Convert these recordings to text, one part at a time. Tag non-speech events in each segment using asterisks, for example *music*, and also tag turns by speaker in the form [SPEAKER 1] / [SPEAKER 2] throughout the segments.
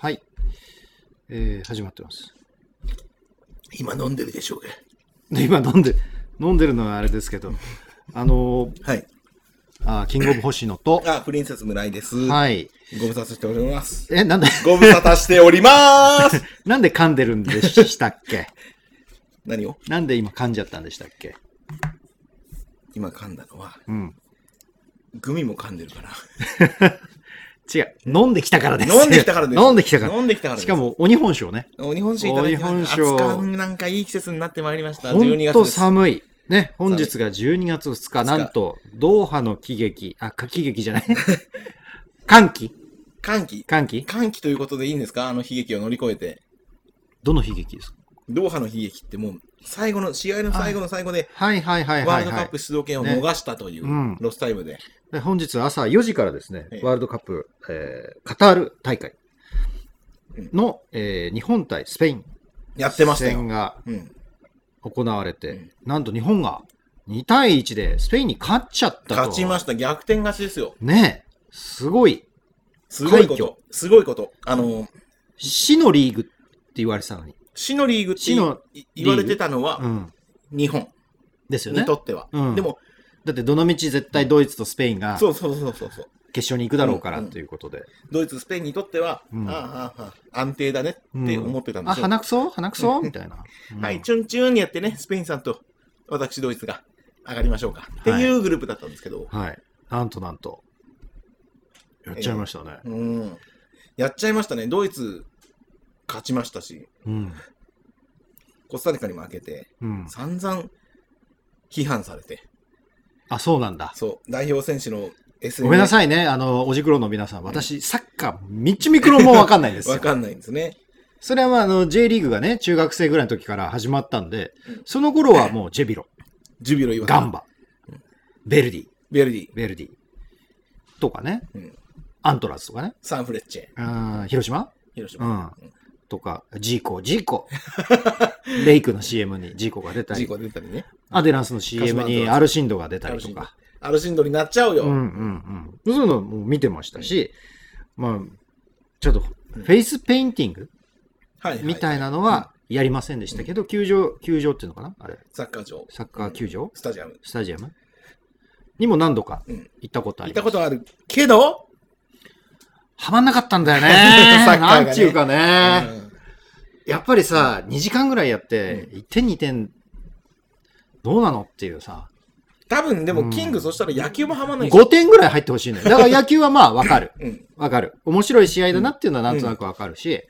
[SPEAKER 1] はい。えー、始まってます。 *laughs*
[SPEAKER 2] 今飲んでるでしょうが。
[SPEAKER 1] で、今飲んで、飲んでるのはあれです
[SPEAKER 2] *laughs*
[SPEAKER 1] けど、あのー
[SPEAKER 2] はい。
[SPEAKER 1] あーキングオブ星野と、
[SPEAKER 2] あ、プリンセス村井です。
[SPEAKER 1] はい。
[SPEAKER 2] ご無沙汰しております。
[SPEAKER 1] え、なんで、 *laughs*
[SPEAKER 2] ご無沙汰しております *laughs*
[SPEAKER 1] なんで噛んでるんでしたっけ
[SPEAKER 2] 何を
[SPEAKER 1] なんで今噛んじゃったんでしたっけ
[SPEAKER 2] 今噛んだのは、
[SPEAKER 1] うん。
[SPEAKER 2] グミも噛んでるから。
[SPEAKER 1] 違う。飲んできたからです。
[SPEAKER 2] 飲んできたからです。
[SPEAKER 1] *laughs* 飲んできたから。
[SPEAKER 2] 飲んできたから
[SPEAKER 1] しか、も、鬼本酒をね。
[SPEAKER 2] お日本酒いただきま
[SPEAKER 1] お日本
[SPEAKER 2] し
[SPEAKER 1] 酒
[SPEAKER 2] た。
[SPEAKER 1] を
[SPEAKER 2] 暑かんなんかいい季節になってまいりました。
[SPEAKER 1] ほ
[SPEAKER 2] 12
[SPEAKER 1] ん
[SPEAKER 2] 月
[SPEAKER 1] と
[SPEAKER 2] です。
[SPEAKER 1] 寒い。ね、本日が12月2日、なんと、ドーハの喜劇、あ、か喜劇じゃない。
[SPEAKER 2] *laughs*
[SPEAKER 1] 歓喜
[SPEAKER 2] 寒気。
[SPEAKER 1] 歓喜
[SPEAKER 2] 寒気ということでいいんですかあの悲劇を乗り越えて。
[SPEAKER 1] どの悲劇ですか
[SPEAKER 2] ドーハの悲劇ってもう、最後の、試合の最後の最後で、
[SPEAKER 1] はいはいはい
[SPEAKER 2] ワ
[SPEAKER 1] は
[SPEAKER 2] ー
[SPEAKER 1] い、
[SPEAKER 2] ルドカ
[SPEAKER 1] は
[SPEAKER 2] ッ
[SPEAKER 1] い
[SPEAKER 2] プ。出場権を
[SPEAKER 1] ね
[SPEAKER 2] 逃したという
[SPEAKER 1] うん、
[SPEAKER 2] ロスタイムで。
[SPEAKER 1] で本日朝4時からですね
[SPEAKER 2] え、え
[SPEAKER 1] ワールドカップ、えーカタール大会の、えー日本対スペイン
[SPEAKER 2] やってました
[SPEAKER 1] 戦
[SPEAKER 2] よ。
[SPEAKER 1] が
[SPEAKER 2] うん。
[SPEAKER 1] 行われて、
[SPEAKER 2] うん
[SPEAKER 1] なんと日本が2対1でスペインに勝っちゃったと。
[SPEAKER 2] 勝ちました。逆転勝ちですよ。
[SPEAKER 1] ねえ、すごい。
[SPEAKER 2] すごいこ
[SPEAKER 1] 快
[SPEAKER 2] と。すごいこと。あの、
[SPEAKER 1] 死のリーグって言われてたのに。
[SPEAKER 2] 死のリーグって
[SPEAKER 1] 死の
[SPEAKER 2] い言われてたの
[SPEAKER 1] う
[SPEAKER 2] は、
[SPEAKER 1] ん。
[SPEAKER 2] 日本
[SPEAKER 1] ですよね
[SPEAKER 2] に。とっては。
[SPEAKER 1] うん
[SPEAKER 2] でも、
[SPEAKER 1] だってどの道絶対ドイツとスペインが
[SPEAKER 2] そうそうそうそうそう。
[SPEAKER 1] 決勝に行くだろうから
[SPEAKER 2] うん
[SPEAKER 1] ということで。
[SPEAKER 2] ドイツ、スペインにとっては、
[SPEAKER 1] うん
[SPEAKER 2] ああああああ安定だねって思ってたんで
[SPEAKER 1] あ、
[SPEAKER 2] すよ。
[SPEAKER 1] 鼻くそ鼻くそみたいな。うん
[SPEAKER 2] はい、チュンチュンにやってね、スペインさんと私、ドイツが上がりましょうかっていうグループだったんですけど、
[SPEAKER 1] はい。なんとなんと。やっちゃいましたね。
[SPEAKER 2] うん。やっちゃいましたね。ドイツ、勝ちましたし、
[SPEAKER 1] うん。
[SPEAKER 2] コスタリカに負けて、
[SPEAKER 1] うん。
[SPEAKER 2] 散々批判されて、
[SPEAKER 1] あ、そうなんだ。
[SPEAKER 2] そう、代表選手の SNS。
[SPEAKER 1] ごめんなさいね、あの、おじくろの皆さん。私、サッカー、みちみくろもわかんないんですよ
[SPEAKER 2] わ。かんないんですね。
[SPEAKER 1] それは、まあ、あの、J リーグがね、中学生ぐらいの時から始まったんで
[SPEAKER 2] うん、
[SPEAKER 1] その頃はもう、ジェビロ、
[SPEAKER 2] ジュビロ岩田
[SPEAKER 1] ガンバ、ベルディ、
[SPEAKER 2] ベルディ、
[SPEAKER 1] ベルディ、とかね
[SPEAKER 2] うん、
[SPEAKER 1] アントラーズとかね、
[SPEAKER 2] サンフレッチェ、
[SPEAKER 1] うん広島
[SPEAKER 2] 広島。
[SPEAKER 1] うん。とか、ジーコ、ジーコ。レイクの CM にジーコが出た
[SPEAKER 2] ジー
[SPEAKER 1] り、
[SPEAKER 2] コ出たりね。
[SPEAKER 1] アデランスの CM にアルシンドが出たりとか。
[SPEAKER 2] アルシンドになっちゃうよ。
[SPEAKER 1] うんうんうん。そういうのも見てましたし、まあ、ちょっと、フェイスペインティング
[SPEAKER 2] はい、は
[SPEAKER 1] みたいなの
[SPEAKER 2] は
[SPEAKER 1] はやりませんでしたけど、球場、球場っていうのかなあれ、
[SPEAKER 2] サッカー場、
[SPEAKER 1] サッカー球場、
[SPEAKER 2] スタジアム。
[SPEAKER 1] スタジアムにも何度か
[SPEAKER 2] うん
[SPEAKER 1] 行ったことあ
[SPEAKER 2] 行っ
[SPEAKER 1] り
[SPEAKER 2] た
[SPEAKER 1] ま
[SPEAKER 2] こ
[SPEAKER 1] す。
[SPEAKER 2] とあるけど、
[SPEAKER 1] はまんなかったん *laughs* だよね
[SPEAKER 2] サッカーが
[SPEAKER 1] な
[SPEAKER 2] ね
[SPEAKER 1] んちゅうかね、
[SPEAKER 2] うん
[SPEAKER 1] やっぱりさ、2時間ぐらいやって、1点2点、どうなのっていうさ、
[SPEAKER 2] 多分で
[SPEAKER 1] う
[SPEAKER 2] も
[SPEAKER 1] ん
[SPEAKER 2] キング、そしたら野球もはまんないし
[SPEAKER 1] 5点ぐらい入ってほしいのよ。だから野球はまあわかる。
[SPEAKER 2] うん
[SPEAKER 1] わかる。面白い試合だなっていうのはなんとなくわかるし、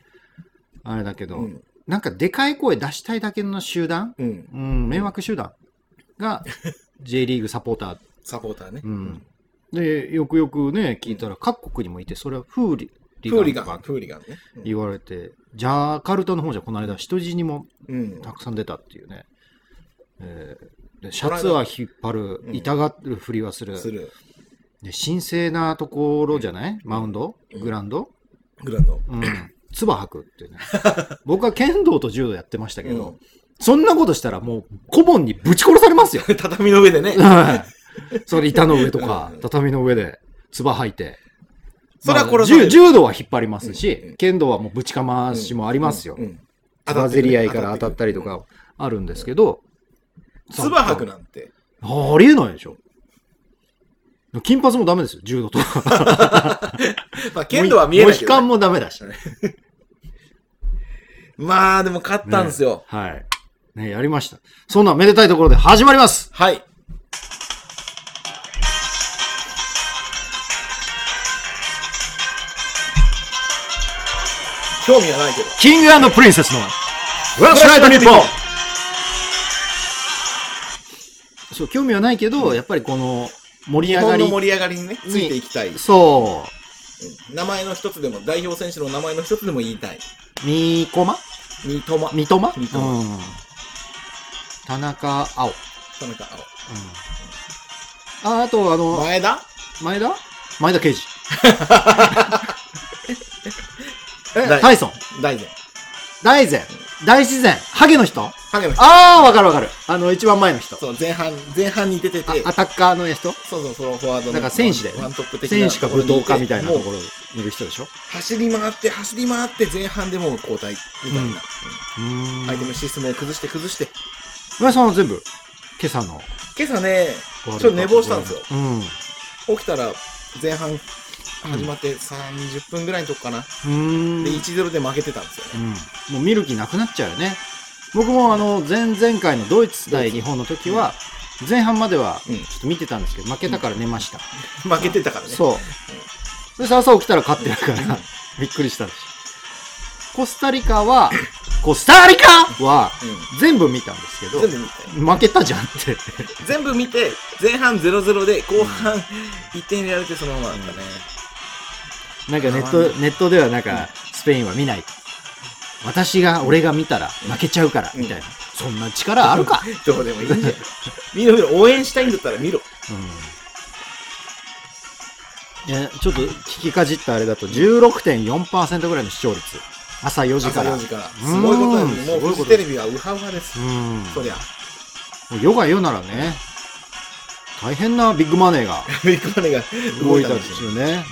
[SPEAKER 1] あれだけど、
[SPEAKER 2] うん
[SPEAKER 1] なんかでかい声出したいだけの集団、
[SPEAKER 2] うん、
[SPEAKER 1] うん、迷惑集団が J リーグサポーター。
[SPEAKER 2] サポーターね。
[SPEAKER 1] うん、で、よくよくね、聞いたら各国にもいて、それはフーリ
[SPEAKER 2] フーリガ
[SPEAKER 1] と
[SPEAKER 2] ン、
[SPEAKER 1] か
[SPEAKER 2] フーリガンね。
[SPEAKER 1] 言われて、ジャカルタの方じゃこの間人死にも
[SPEAKER 2] うん
[SPEAKER 1] たくさん出たっていうね。えーでシャツは引っ張る、
[SPEAKER 2] うん
[SPEAKER 1] 痛がるふりはする。
[SPEAKER 2] する。
[SPEAKER 1] で神聖なところじゃないマウンド
[SPEAKER 2] うん
[SPEAKER 1] グラウンド
[SPEAKER 2] グランド。 *laughs*
[SPEAKER 1] うん。唾吐くっていうね。僕は剣道と柔道やってましたけ
[SPEAKER 2] う
[SPEAKER 1] ど
[SPEAKER 2] ん、
[SPEAKER 1] そんなことしたらもう顧問にぶち殺され
[SPEAKER 2] *laughs*
[SPEAKER 1] ますよ。
[SPEAKER 2] 畳の上でね。
[SPEAKER 1] はいそれ板の上とか
[SPEAKER 2] う、ん
[SPEAKER 1] 畳の上で、唾吐いて。
[SPEAKER 2] それは
[SPEAKER 1] まあ
[SPEAKER 2] 殺され
[SPEAKER 1] 柔
[SPEAKER 2] る。
[SPEAKER 1] 柔道は引っ張ります
[SPEAKER 2] うんう
[SPEAKER 1] し
[SPEAKER 2] ん、
[SPEAKER 1] 剣道はもうぶちかましもありますよ
[SPEAKER 2] う。ん
[SPEAKER 1] つばぜり合いから当たったりと。かあるんですけど。
[SPEAKER 2] つば吐くなんて。
[SPEAKER 1] あありえないでしょ。金髪もダメですよ、柔道とか。
[SPEAKER 2] まあ、剣道は見えない
[SPEAKER 1] モヒ
[SPEAKER 2] け
[SPEAKER 1] カ
[SPEAKER 2] ど
[SPEAKER 1] ン
[SPEAKER 2] ね。
[SPEAKER 1] もダメだし。
[SPEAKER 2] まあ、でも勝ったんですよ。
[SPEAKER 1] はい。ね、やりました。そんなめでたいところで始まります
[SPEAKER 2] はい。興味はないけど。
[SPEAKER 1] キングプリンセスのウェルスライド日本そう、興味はないけど、やっぱりこの盛り
[SPEAKER 2] 日
[SPEAKER 1] 上が
[SPEAKER 2] 本の
[SPEAKER 1] り。
[SPEAKER 2] 盛り上がりにね、ついていきたい。
[SPEAKER 1] そ
[SPEAKER 2] うん名前の一つでも、代表選手の名前の一つでも言いたい。
[SPEAKER 1] う。三笘
[SPEAKER 2] 三笘、
[SPEAKER 1] 三笘
[SPEAKER 2] 三笘
[SPEAKER 1] うん。田中碧。
[SPEAKER 2] 田中
[SPEAKER 1] うん。あ、あと、あ
[SPEAKER 2] 碧。
[SPEAKER 1] の、
[SPEAKER 2] 前田
[SPEAKER 1] 前田前田刑事。え、
[SPEAKER 2] 大
[SPEAKER 1] タイソン。
[SPEAKER 2] 大然。
[SPEAKER 1] 大然。大自然。ハゲの人
[SPEAKER 2] 影の人。
[SPEAKER 1] ああ、わかるわかる。あの、一番前の人。
[SPEAKER 2] そう、前半、前半に出てて、
[SPEAKER 1] あアタッカーの人
[SPEAKER 2] そうそう、そのフォワードの。
[SPEAKER 1] なんか戦士だよね
[SPEAKER 2] ワントップ的な。
[SPEAKER 1] 戦士か武道家みたいなとこ
[SPEAKER 2] も
[SPEAKER 1] ろ。
[SPEAKER 2] う
[SPEAKER 1] いる人でしょ
[SPEAKER 2] 走り回って、走り回って、前半でもう交代、みたいな。
[SPEAKER 1] うん
[SPEAKER 2] うん
[SPEAKER 1] うーん。
[SPEAKER 2] 相手のシステムを崩して、崩して。
[SPEAKER 1] 村井さんは全部、今朝の
[SPEAKER 2] 今朝ね、
[SPEAKER 1] ワールドカップ
[SPEAKER 2] ちょっと寝坊したんですよ
[SPEAKER 1] うん。
[SPEAKER 2] 起きたら、前半始まって30分ぐらいのとこかな。
[SPEAKER 1] うーん。
[SPEAKER 2] で、1-0で負けてたんですよ
[SPEAKER 1] う
[SPEAKER 2] ね。
[SPEAKER 1] ん、もう見る気なくなっちゃうよね。僕もあの前々回のドイツ対日本の時は、前半までは
[SPEAKER 2] うん
[SPEAKER 1] ちょっと見てたんですけど、負けたから寝ました。
[SPEAKER 2] 負けてたからね。
[SPEAKER 1] そう。そして朝起きたら勝ってるから、 *laughs* びっくりしたんです。コスタリカ
[SPEAKER 2] *laughs*
[SPEAKER 1] は、コスタリカは
[SPEAKER 2] う
[SPEAKER 1] 全部見たんですけど
[SPEAKER 2] ん。、全部見て。
[SPEAKER 1] 負けたじゃんって。
[SPEAKER 2] 全部見て、前半0-0で、後半1点入れられてそのままなんだね。
[SPEAKER 1] なんかネット、ネットではなんか、スペインは見ないと。私が、俺が見たら負けちゃうから、みたいな。そんな力あるか
[SPEAKER 2] どうでもいいんじゃん。見ろ見ろ、応援したいんだったら見ろ。
[SPEAKER 1] うん、いやちょっと聞きかじったあれだと16.4%ぐらいの視聴率朝4時か
[SPEAKER 2] 朝
[SPEAKER 1] ら
[SPEAKER 2] 4時から。すごいことなんです。
[SPEAKER 1] うん
[SPEAKER 2] も
[SPEAKER 1] すごい
[SPEAKER 2] うフ
[SPEAKER 1] こ
[SPEAKER 2] ジ
[SPEAKER 1] と
[SPEAKER 2] テレビはウハウハです
[SPEAKER 1] う。ん
[SPEAKER 2] そりゃ。
[SPEAKER 1] もう世が世ならね大変なビッグマネーが
[SPEAKER 2] ビッグマネーが
[SPEAKER 1] 動
[SPEAKER 2] 動
[SPEAKER 1] い
[SPEAKER 2] い
[SPEAKER 1] た
[SPEAKER 2] た
[SPEAKER 1] ん
[SPEAKER 2] ん
[SPEAKER 1] で
[SPEAKER 2] です
[SPEAKER 1] す
[SPEAKER 2] よ。
[SPEAKER 1] よね、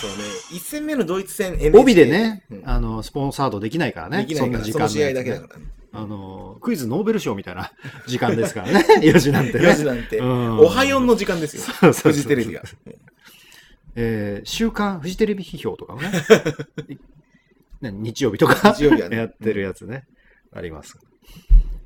[SPEAKER 2] そうね。1戦目のドイツ戦、
[SPEAKER 1] うん、帯でね、
[SPEAKER 2] うん
[SPEAKER 1] あのスポンサードできないからね
[SPEAKER 2] できないから、
[SPEAKER 1] そんな時
[SPEAKER 2] そ
[SPEAKER 1] 間
[SPEAKER 2] の
[SPEAKER 1] ね
[SPEAKER 2] 試合だけだからね。
[SPEAKER 1] あのクイズノーベル賞みたいな *laughs* 時間ですからね *laughs* 4時なんてね
[SPEAKER 2] 4時なんて、
[SPEAKER 1] うん
[SPEAKER 2] おはよんの時間ですよ
[SPEAKER 1] そうそう。そう
[SPEAKER 2] フジテレビが。
[SPEAKER 1] えー週刊フジテレビ批評とかも
[SPEAKER 2] *laughs*
[SPEAKER 1] ねいね日曜日とか
[SPEAKER 2] 日曜日はね
[SPEAKER 1] やってるやつね、あります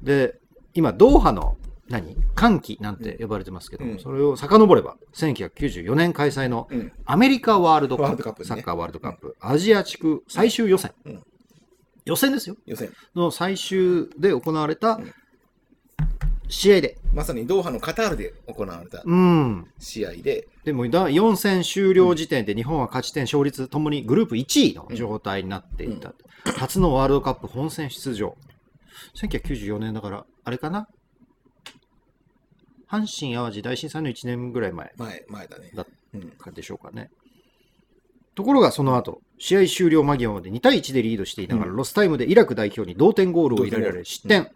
[SPEAKER 1] で今ドーハの何歓喜なんて呼ばれてますけども、
[SPEAKER 2] うん
[SPEAKER 1] それを遡れば1994年開催の
[SPEAKER 2] うん
[SPEAKER 1] アメリカワールドカッ
[SPEAKER 2] ワール
[SPEAKER 1] プ
[SPEAKER 2] ドカップね
[SPEAKER 1] サッカーワールドカップ、アジア地区最終予選、
[SPEAKER 2] うん
[SPEAKER 1] 予選ですよ
[SPEAKER 2] 予選。
[SPEAKER 1] の最終で行われた
[SPEAKER 2] うん
[SPEAKER 1] 試合で
[SPEAKER 2] まさにドーハのカタールで行われた
[SPEAKER 1] うん
[SPEAKER 2] 試合で、
[SPEAKER 1] でもだ4戦終了時点で日本は勝ち点、勝率ともにグループ1位の状態になっていた、初のワールドカップ本戦出場、1994年だから、あれかな、阪神・淡路大震災の1年ぐらい前
[SPEAKER 2] 前、前だね。
[SPEAKER 1] だ
[SPEAKER 2] うん。
[SPEAKER 1] でしょうかね。ところがその後試合終了間際まで2対1でリードしていながら、
[SPEAKER 2] う
[SPEAKER 1] ロスタイムでイラク代表に同点ゴールを入れられ、失点、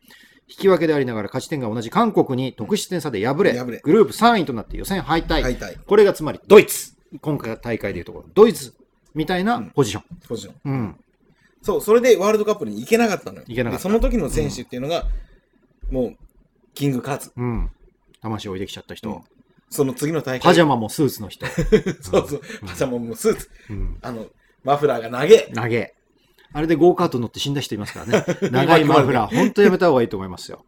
[SPEAKER 1] 引き分けでありながら勝ち点が同じ韓国に得失点差で敗れ、
[SPEAKER 2] 敗れ
[SPEAKER 1] グループ3位となって予選敗退。
[SPEAKER 2] 敗退。
[SPEAKER 1] これがつまりドイツ、今回大会でいうところ、ドイツみたいなポジション。
[SPEAKER 2] ポジション。
[SPEAKER 1] うん。
[SPEAKER 2] そう、それでワールドカップに行けなかったのよ。
[SPEAKER 1] 行けなかった
[SPEAKER 2] でその時の選手っていうのが、もう、キングカズ。
[SPEAKER 1] うん。魂置いてきちゃった人、
[SPEAKER 2] うんその次の大会。
[SPEAKER 1] パジャマもスーツの人、
[SPEAKER 2] *laughs* そうそう。パジャマもスーツ。
[SPEAKER 1] うん、
[SPEAKER 2] あの、マフラーが投げ。
[SPEAKER 1] 投げ。あれでゴーカート乗って死んだ人います *laughs* からね。長いマフラー、本当やめた方がいいと思いますよ。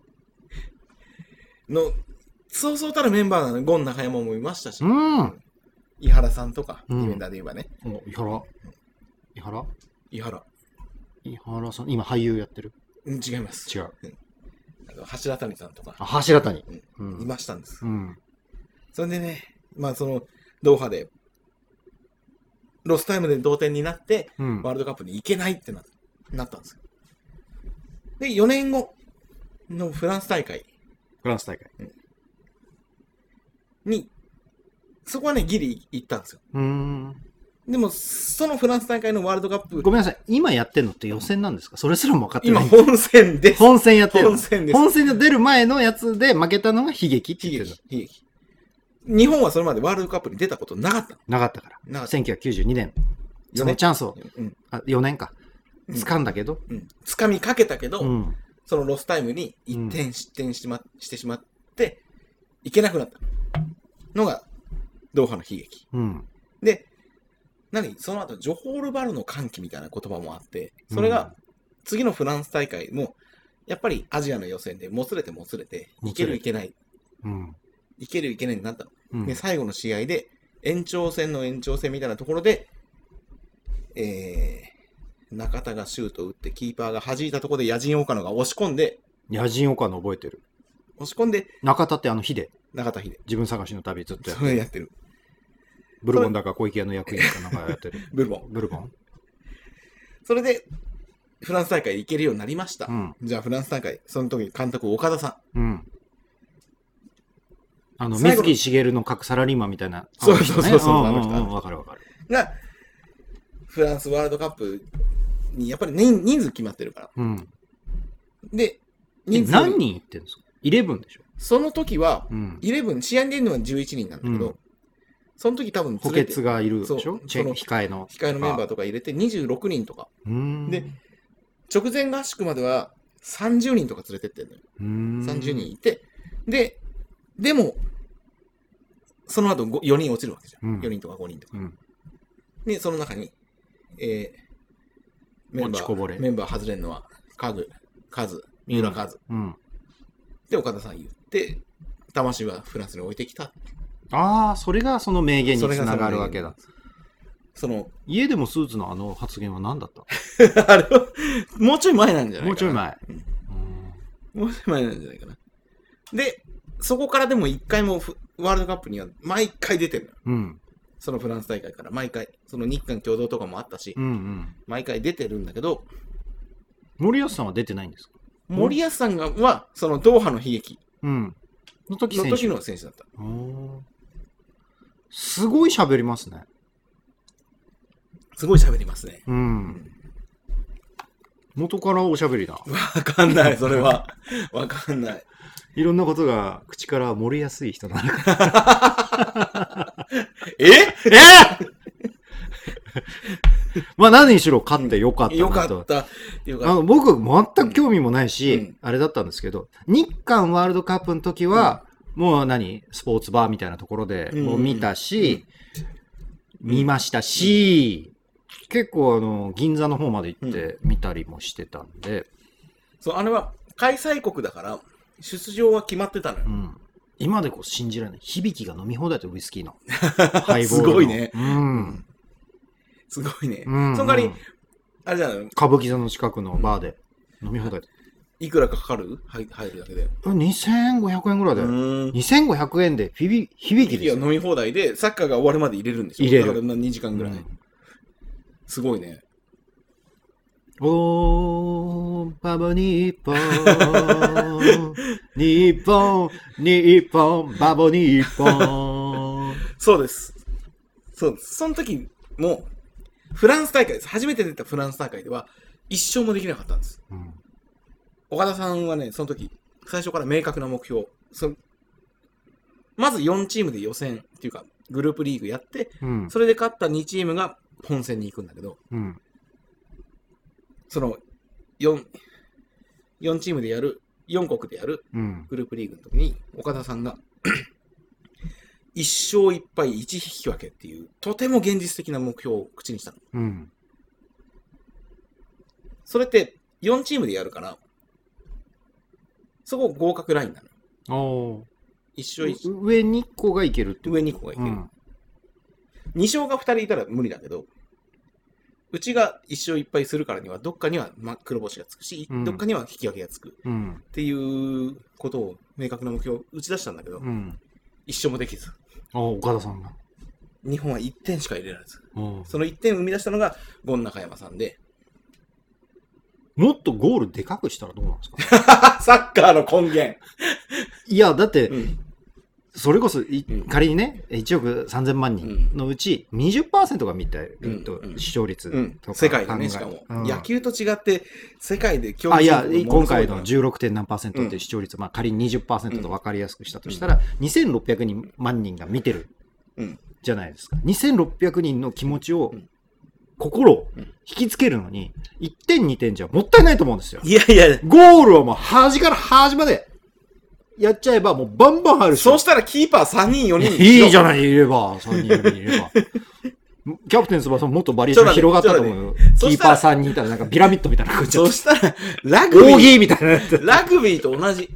[SPEAKER 2] の、そうそうたるメンバーなのよゴン中山もいましたし
[SPEAKER 1] う、ん。
[SPEAKER 2] 井原さんとか、デ
[SPEAKER 1] うん
[SPEAKER 2] ィフェンダーで言えばね。
[SPEAKER 1] お、伊原。伊原
[SPEAKER 2] 井原。
[SPEAKER 1] 伊原さん、今俳優やってる
[SPEAKER 2] うん、違います。
[SPEAKER 1] 違う。
[SPEAKER 2] あの橋田谷さんとか、
[SPEAKER 1] あ、柱谷。う
[SPEAKER 2] い
[SPEAKER 1] ん。
[SPEAKER 2] ましたんです。
[SPEAKER 1] うん。
[SPEAKER 2] それでね、まあその、ドーハで、ロスタイムで同点になって、
[SPEAKER 1] うん
[SPEAKER 2] ワールドカップに行けないってななったんですよ。で、4年後のフランス大会
[SPEAKER 1] フランス大会。
[SPEAKER 2] に、そこはね、ギリ行ったんですよ。
[SPEAKER 1] うん。
[SPEAKER 2] でも、そのフランス大会のワールドカップ
[SPEAKER 1] ご、めんなさい。今やってんのって予選なんですかそれすらも分かって
[SPEAKER 2] 今
[SPEAKER 1] ない。
[SPEAKER 2] 本戦です。
[SPEAKER 1] 本戦やってるの
[SPEAKER 2] 本戦です。
[SPEAKER 1] 本戦で出る前のやつで負けたのが悲劇って言っ
[SPEAKER 2] 悲
[SPEAKER 1] て
[SPEAKER 2] 劇
[SPEAKER 1] る。
[SPEAKER 2] 悲劇。日本はそれまでワールドカップに出たことなかったの。
[SPEAKER 1] のなかったから。
[SPEAKER 2] なかった。
[SPEAKER 1] 1992年、そ
[SPEAKER 2] 四
[SPEAKER 1] の
[SPEAKER 2] 年
[SPEAKER 1] チャンスを、
[SPEAKER 2] うん。
[SPEAKER 1] あ4年か、
[SPEAKER 2] うん
[SPEAKER 1] 掴んだけど、
[SPEAKER 2] うん。掴みかけたけど、
[SPEAKER 1] うん
[SPEAKER 2] そのロスタイムに1点失点して,、ましてしまって、いけなくなったのが、ドーハの悲劇。
[SPEAKER 1] うん
[SPEAKER 2] で、何その後、ジョホールバルの歓喜みたいな言葉もあって、それが、次のフランス大会も、やっぱりアジアの予選でもつれてもつれて、
[SPEAKER 1] も
[SPEAKER 2] い
[SPEAKER 1] つれ
[SPEAKER 2] け
[SPEAKER 1] て
[SPEAKER 2] るいけない、
[SPEAKER 1] うん
[SPEAKER 2] いけるいけないになったの。
[SPEAKER 1] うん
[SPEAKER 2] で、最後の試合で、延長戦の延長戦みたいなところで、えー、中田がシュートを打って、キーパーが弾いたところで、野人岡野が押し込んで、
[SPEAKER 1] 野人岡の覚えてる。
[SPEAKER 2] 押し込んで、
[SPEAKER 1] 中田ってあの日で、
[SPEAKER 2] 中田秀。
[SPEAKER 1] 自分探しの旅ずっとやっ
[SPEAKER 2] それやってる。
[SPEAKER 1] ブルボンだか小池屋の役員かなんかやってる。
[SPEAKER 2] ブルボン。
[SPEAKER 1] ブルボン
[SPEAKER 2] それで、フランス大会行けるようになりました。
[SPEAKER 1] うん。
[SPEAKER 2] じゃあ、フランス大会、その時監督、岡田さ
[SPEAKER 1] うん。あの、
[SPEAKER 2] 最
[SPEAKER 1] 水
[SPEAKER 2] 後の
[SPEAKER 1] 木しげるの各サラリーマンみたいな。
[SPEAKER 2] そうそうそうそう
[SPEAKER 1] あの人ね
[SPEAKER 2] あの人
[SPEAKER 1] んんんわかるわかる。
[SPEAKER 2] んが、フランスワールドカップに、やっぱり人人数決まってるから。
[SPEAKER 1] うん。
[SPEAKER 2] で、
[SPEAKER 1] え
[SPEAKER 2] 人数
[SPEAKER 1] 何人いってるんですか ?11 でしょ。
[SPEAKER 2] その時は、
[SPEAKER 1] うん。
[SPEAKER 2] 11、試合に出るのは11人なんだけど、
[SPEAKER 1] うん
[SPEAKER 2] その時多分
[SPEAKER 1] 補
[SPEAKER 2] 連れて
[SPEAKER 1] 欠がいるでし
[SPEAKER 2] そ
[SPEAKER 1] ょ
[SPEAKER 2] う
[SPEAKER 1] チェ
[SPEAKER 2] その
[SPEAKER 1] 控えの。
[SPEAKER 2] 控えのメンバーとか入れて26人とか
[SPEAKER 1] うーん。
[SPEAKER 2] で直前合宿までは30人とか連れてってんのよ
[SPEAKER 1] うーん、
[SPEAKER 2] 30人いてででもその後ご4人落ちるわけじゃん、
[SPEAKER 1] うん
[SPEAKER 2] 4人とか5人とか
[SPEAKER 1] うん。
[SPEAKER 2] でその中に、えーメンバ
[SPEAKER 1] 落ちこぼれ
[SPEAKER 2] ーメンバー外れるのは家具カズ三浦カズ、
[SPEAKER 1] うん。
[SPEAKER 2] で岡田さん言って魂はフランスに置いてきた
[SPEAKER 1] ああ、それがその名言につ
[SPEAKER 2] それがその
[SPEAKER 1] ながるわけだ。
[SPEAKER 2] その *laughs*
[SPEAKER 1] 家でもスーツのあの発言は何だった
[SPEAKER 2] あれはもうちょい前なんじゃないかな
[SPEAKER 1] もうちょい前。
[SPEAKER 2] うん
[SPEAKER 1] うん
[SPEAKER 2] もうちょい前なんじゃないかなでそこからでも一回もフワールドカップには毎回出てるのよ
[SPEAKER 1] うん。
[SPEAKER 2] そのフランス大会から毎回その日韓共同とかもあったし、
[SPEAKER 1] うんうん。
[SPEAKER 2] 毎回出てるんだけど
[SPEAKER 1] 森保さんは出てないんですかん
[SPEAKER 2] 森保さんがはそのドーハの悲劇
[SPEAKER 1] うん。の時
[SPEAKER 2] の
[SPEAKER 1] 選
[SPEAKER 2] 時
[SPEAKER 1] 手。
[SPEAKER 2] の選手だった
[SPEAKER 1] おーすごい喋りますね。
[SPEAKER 2] すごい喋りますね
[SPEAKER 1] うん。元からおしゃべりだ。
[SPEAKER 2] わか
[SPEAKER 1] *laughs*
[SPEAKER 2] んないそれはわかんない
[SPEAKER 1] いろんなことが口から漏れやすい人なのか。
[SPEAKER 2] *laughs* え
[SPEAKER 1] *laughs* えまあ何にしろ勝ってよかったなと。
[SPEAKER 2] よかったよ
[SPEAKER 1] あ
[SPEAKER 2] かっ
[SPEAKER 1] の僕、全く興味もないし、
[SPEAKER 2] うん
[SPEAKER 1] あれだったんですけど、日韓ワールドカップの時は、もう何、スポーツバーみたいなところで
[SPEAKER 2] うん
[SPEAKER 1] もう見たし、見ましたし、結構あの銀座の方まで行って見たりもしてたんで、
[SPEAKER 2] たそうあれは開催国だから出場は決まってたのよ
[SPEAKER 1] う、ん今でこそ信じられない、響きが飲み放題とウイスキーのハイボールの。
[SPEAKER 2] すごいね
[SPEAKER 1] うん。
[SPEAKER 2] すごいね、
[SPEAKER 1] うん
[SPEAKER 2] その代わ
[SPEAKER 1] う
[SPEAKER 2] り
[SPEAKER 1] ん
[SPEAKER 2] あれじゃない
[SPEAKER 1] 歌舞伎座の近くのバーで飲み放題。
[SPEAKER 2] いくらかかるはい入るだけで
[SPEAKER 1] 2500円ぐらいだよ。2500円でフィビ響き
[SPEAKER 2] い
[SPEAKER 1] です
[SPEAKER 2] や
[SPEAKER 1] よ。
[SPEAKER 2] 飲み放題でサッカーが終わるまで入れるんでしょ
[SPEAKER 1] 入れる
[SPEAKER 2] だから2時間ぐらい、
[SPEAKER 1] うん
[SPEAKER 2] すごいね
[SPEAKER 1] おー、パブ日本、日本、日本、バボ日本。
[SPEAKER 2] そうですそうですその時もフランス大会です初めて出たフランス大会では一勝もできなかったんです
[SPEAKER 1] うん
[SPEAKER 2] 岡田さんはねその時最初から明確な目標そのまず4チームで予選っていうかグループリーグやって
[SPEAKER 1] うん。
[SPEAKER 2] それで勝った2チームが本戦に行くんだけど
[SPEAKER 1] うん。
[SPEAKER 2] その 4, 4チームでやる4国でやる
[SPEAKER 1] うん。
[SPEAKER 2] グループリーグの時に岡田さんが一勝1敗1引き分けっていうとても現実的な目標を口にしたの
[SPEAKER 1] うん。
[SPEAKER 2] それって4チームでやるからそこ合格ラインなの
[SPEAKER 1] お
[SPEAKER 2] 一勝
[SPEAKER 1] ー。上に1個がいけるって
[SPEAKER 2] 1上2個がいけ
[SPEAKER 1] う
[SPEAKER 2] る、
[SPEAKER 1] ん。
[SPEAKER 2] 2勝が2人いたら無理だけどうちが1勝1敗するからにはどっかには真っ黒星がつくし、
[SPEAKER 1] うん
[SPEAKER 2] どっかには引き分けがつく
[SPEAKER 1] うん。
[SPEAKER 2] っていうことを明確な目標を打ち出したんだけど、
[SPEAKER 1] うん。
[SPEAKER 2] 一勝もできず
[SPEAKER 1] あー、岡田さんが。
[SPEAKER 2] 日本は1点しか入れられず
[SPEAKER 1] おー
[SPEAKER 2] その1点を生み出したのがゴン中山さんで
[SPEAKER 1] もっとゴールでかくしたらどうなんですか *laughs*
[SPEAKER 2] サッカーの根源、
[SPEAKER 1] いや、だって、
[SPEAKER 2] うん
[SPEAKER 1] それこそい、
[SPEAKER 2] うん
[SPEAKER 1] 仮にね、1億3000万人のうち20%が見てると、
[SPEAKER 2] うんうん
[SPEAKER 1] 視聴率
[SPEAKER 2] うん
[SPEAKER 1] とか考え、
[SPEAKER 2] 世界でねしかも、
[SPEAKER 1] うん
[SPEAKER 2] 野球と違って世界で競
[SPEAKER 1] あいや
[SPEAKER 2] することも
[SPEAKER 1] 今回の
[SPEAKER 2] ものす
[SPEAKER 1] 16. 点何パーセントっていう視聴率、まあ、仮に20%と分かりやすくしたとしたら、2600人万人が見てる
[SPEAKER 2] ごいうん
[SPEAKER 1] じゃないですか2600人の気持ちを、
[SPEAKER 2] うん
[SPEAKER 1] 心を
[SPEAKER 2] うん
[SPEAKER 1] 引きつけるのに1点2点じゃもったいないと思うんですよ
[SPEAKER 2] いやいや
[SPEAKER 1] ゴールをもう端から端までやっちゃえばもうバンバン入るし
[SPEAKER 2] *laughs* そうしたらキーパー3人4人
[SPEAKER 1] いいじゃ
[SPEAKER 2] ない
[SPEAKER 1] ないいれば3人4人いればキャプテン翼ももっとバリエーション広がったと思うよ
[SPEAKER 2] ち
[SPEAKER 1] キ
[SPEAKER 2] ょっと待っ
[SPEAKER 1] ー
[SPEAKER 2] て
[SPEAKER 1] パー3人いたらなんかピラミッドみたいな感じ
[SPEAKER 2] そうしたらラグビー
[SPEAKER 1] 扇みたいになって
[SPEAKER 2] ラグビーと同じ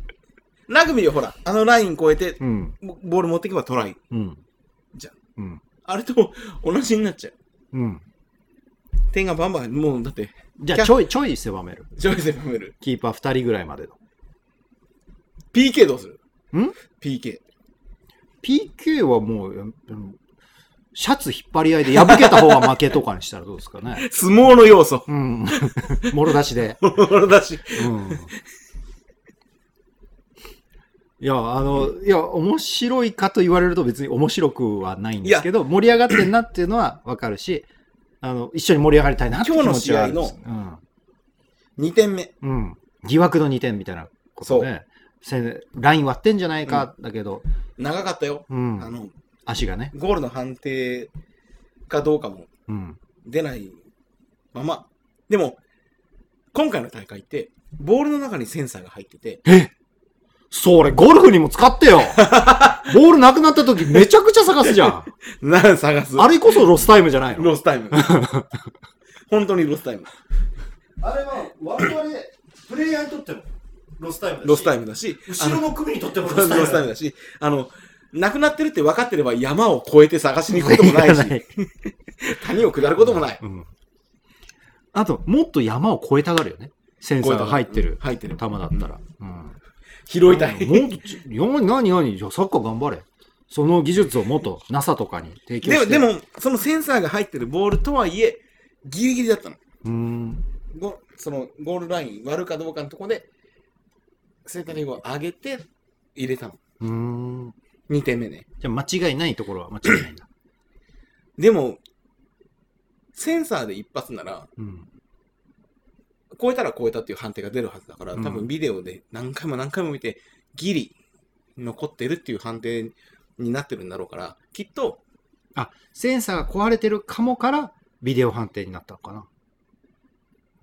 [SPEAKER 2] ラグビーはほらあのライン越えて
[SPEAKER 1] うん
[SPEAKER 2] ボボール持ってけばトライ
[SPEAKER 1] うん
[SPEAKER 2] じゃん
[SPEAKER 1] うん
[SPEAKER 2] あれと同じになっちゃう
[SPEAKER 1] うん。
[SPEAKER 2] 点がバンバンもうだって
[SPEAKER 1] じゃ
[SPEAKER 2] キ
[SPEAKER 1] あ、
[SPEAKER 2] ャ
[SPEAKER 1] ちょい、ちょい狭める。
[SPEAKER 2] ジョイセフメル
[SPEAKER 1] キーパー2人ぐらいまでの。
[SPEAKER 2] PK どうする
[SPEAKER 1] ん
[SPEAKER 2] ?PK
[SPEAKER 1] PK はもう、うんシャツ引っ張り合いで破けた方が負けとかにしたらどうですかね。
[SPEAKER 2] 相撲の要素 *laughs*
[SPEAKER 1] うん。もろ出しで。
[SPEAKER 2] だし
[SPEAKER 1] うん。いや、あの、いや、面白いかと言われると別に面白くはないんですけど、盛り上がってんなっていうのはわかるし、あの、一緒に盛り上がりたいなって気持ちはあるんです。
[SPEAKER 2] 今
[SPEAKER 1] 日の試合の、うん。
[SPEAKER 2] 2点目
[SPEAKER 1] うん、疑惑の2点みたいなことね。せライン割ってんじゃないか、だけど、
[SPEAKER 2] 長かったよ
[SPEAKER 1] うん
[SPEAKER 2] あの
[SPEAKER 1] 足がね。
[SPEAKER 2] ゴールの判定かどうかも
[SPEAKER 1] うん。
[SPEAKER 2] 出ないまま。でも、今回の大会って、ボールの中にセンサーが入ってて、
[SPEAKER 1] それ、ゴルフにも使ってよ *laughs* ボールなくなった時めちゃくちゃ探すじゃ *laughs* ん。
[SPEAKER 2] な探す。
[SPEAKER 1] あれこそロスタイムじゃないの
[SPEAKER 2] ロ
[SPEAKER 1] *laughs*
[SPEAKER 2] スタイム。本当にロスタイム。
[SPEAKER 1] あれは我々、プレイヤーにとってもロスタイム
[SPEAKER 2] ロスタイ
[SPEAKER 1] ム。
[SPEAKER 2] ムだし、
[SPEAKER 1] の組にとっても
[SPEAKER 2] あのロスタイムだし、あの、なくなってるって分かってれば山を越えて探しに行くこともないし、谷を下ることもない。
[SPEAKER 1] うんあと、もっと山を越えたがるよね。センサーが入ってる
[SPEAKER 2] 入ってる
[SPEAKER 1] 球だったら。うん
[SPEAKER 2] 拾いたい。
[SPEAKER 1] もっとち、よ何何じゃあサッカー頑張れ。その技術をもっと NASA とかに提供
[SPEAKER 2] で
[SPEAKER 1] して。
[SPEAKER 2] も、でも、そのセンサーが入ってるボールとはいえ、ギリギリだったの。
[SPEAKER 1] うん。
[SPEAKER 2] ゴそのゴールライン割るかどうかのとこで、センタリングを上げて入れたの。
[SPEAKER 1] うん。
[SPEAKER 2] 2点目ね。
[SPEAKER 1] じゃあ間違いないところは間違いないんだ。
[SPEAKER 2] でも、センサーで一発なら、
[SPEAKER 1] うん。
[SPEAKER 2] 超えたら超えたっていう判定が出るはずだから、
[SPEAKER 1] うん
[SPEAKER 2] 多分ビデオで何回も何回も見て、ギリ残ってるっていう判定になってるんだろうから、きっと、
[SPEAKER 1] あ、センサーが壊れてるかもから、ビデオ判定になったのかな。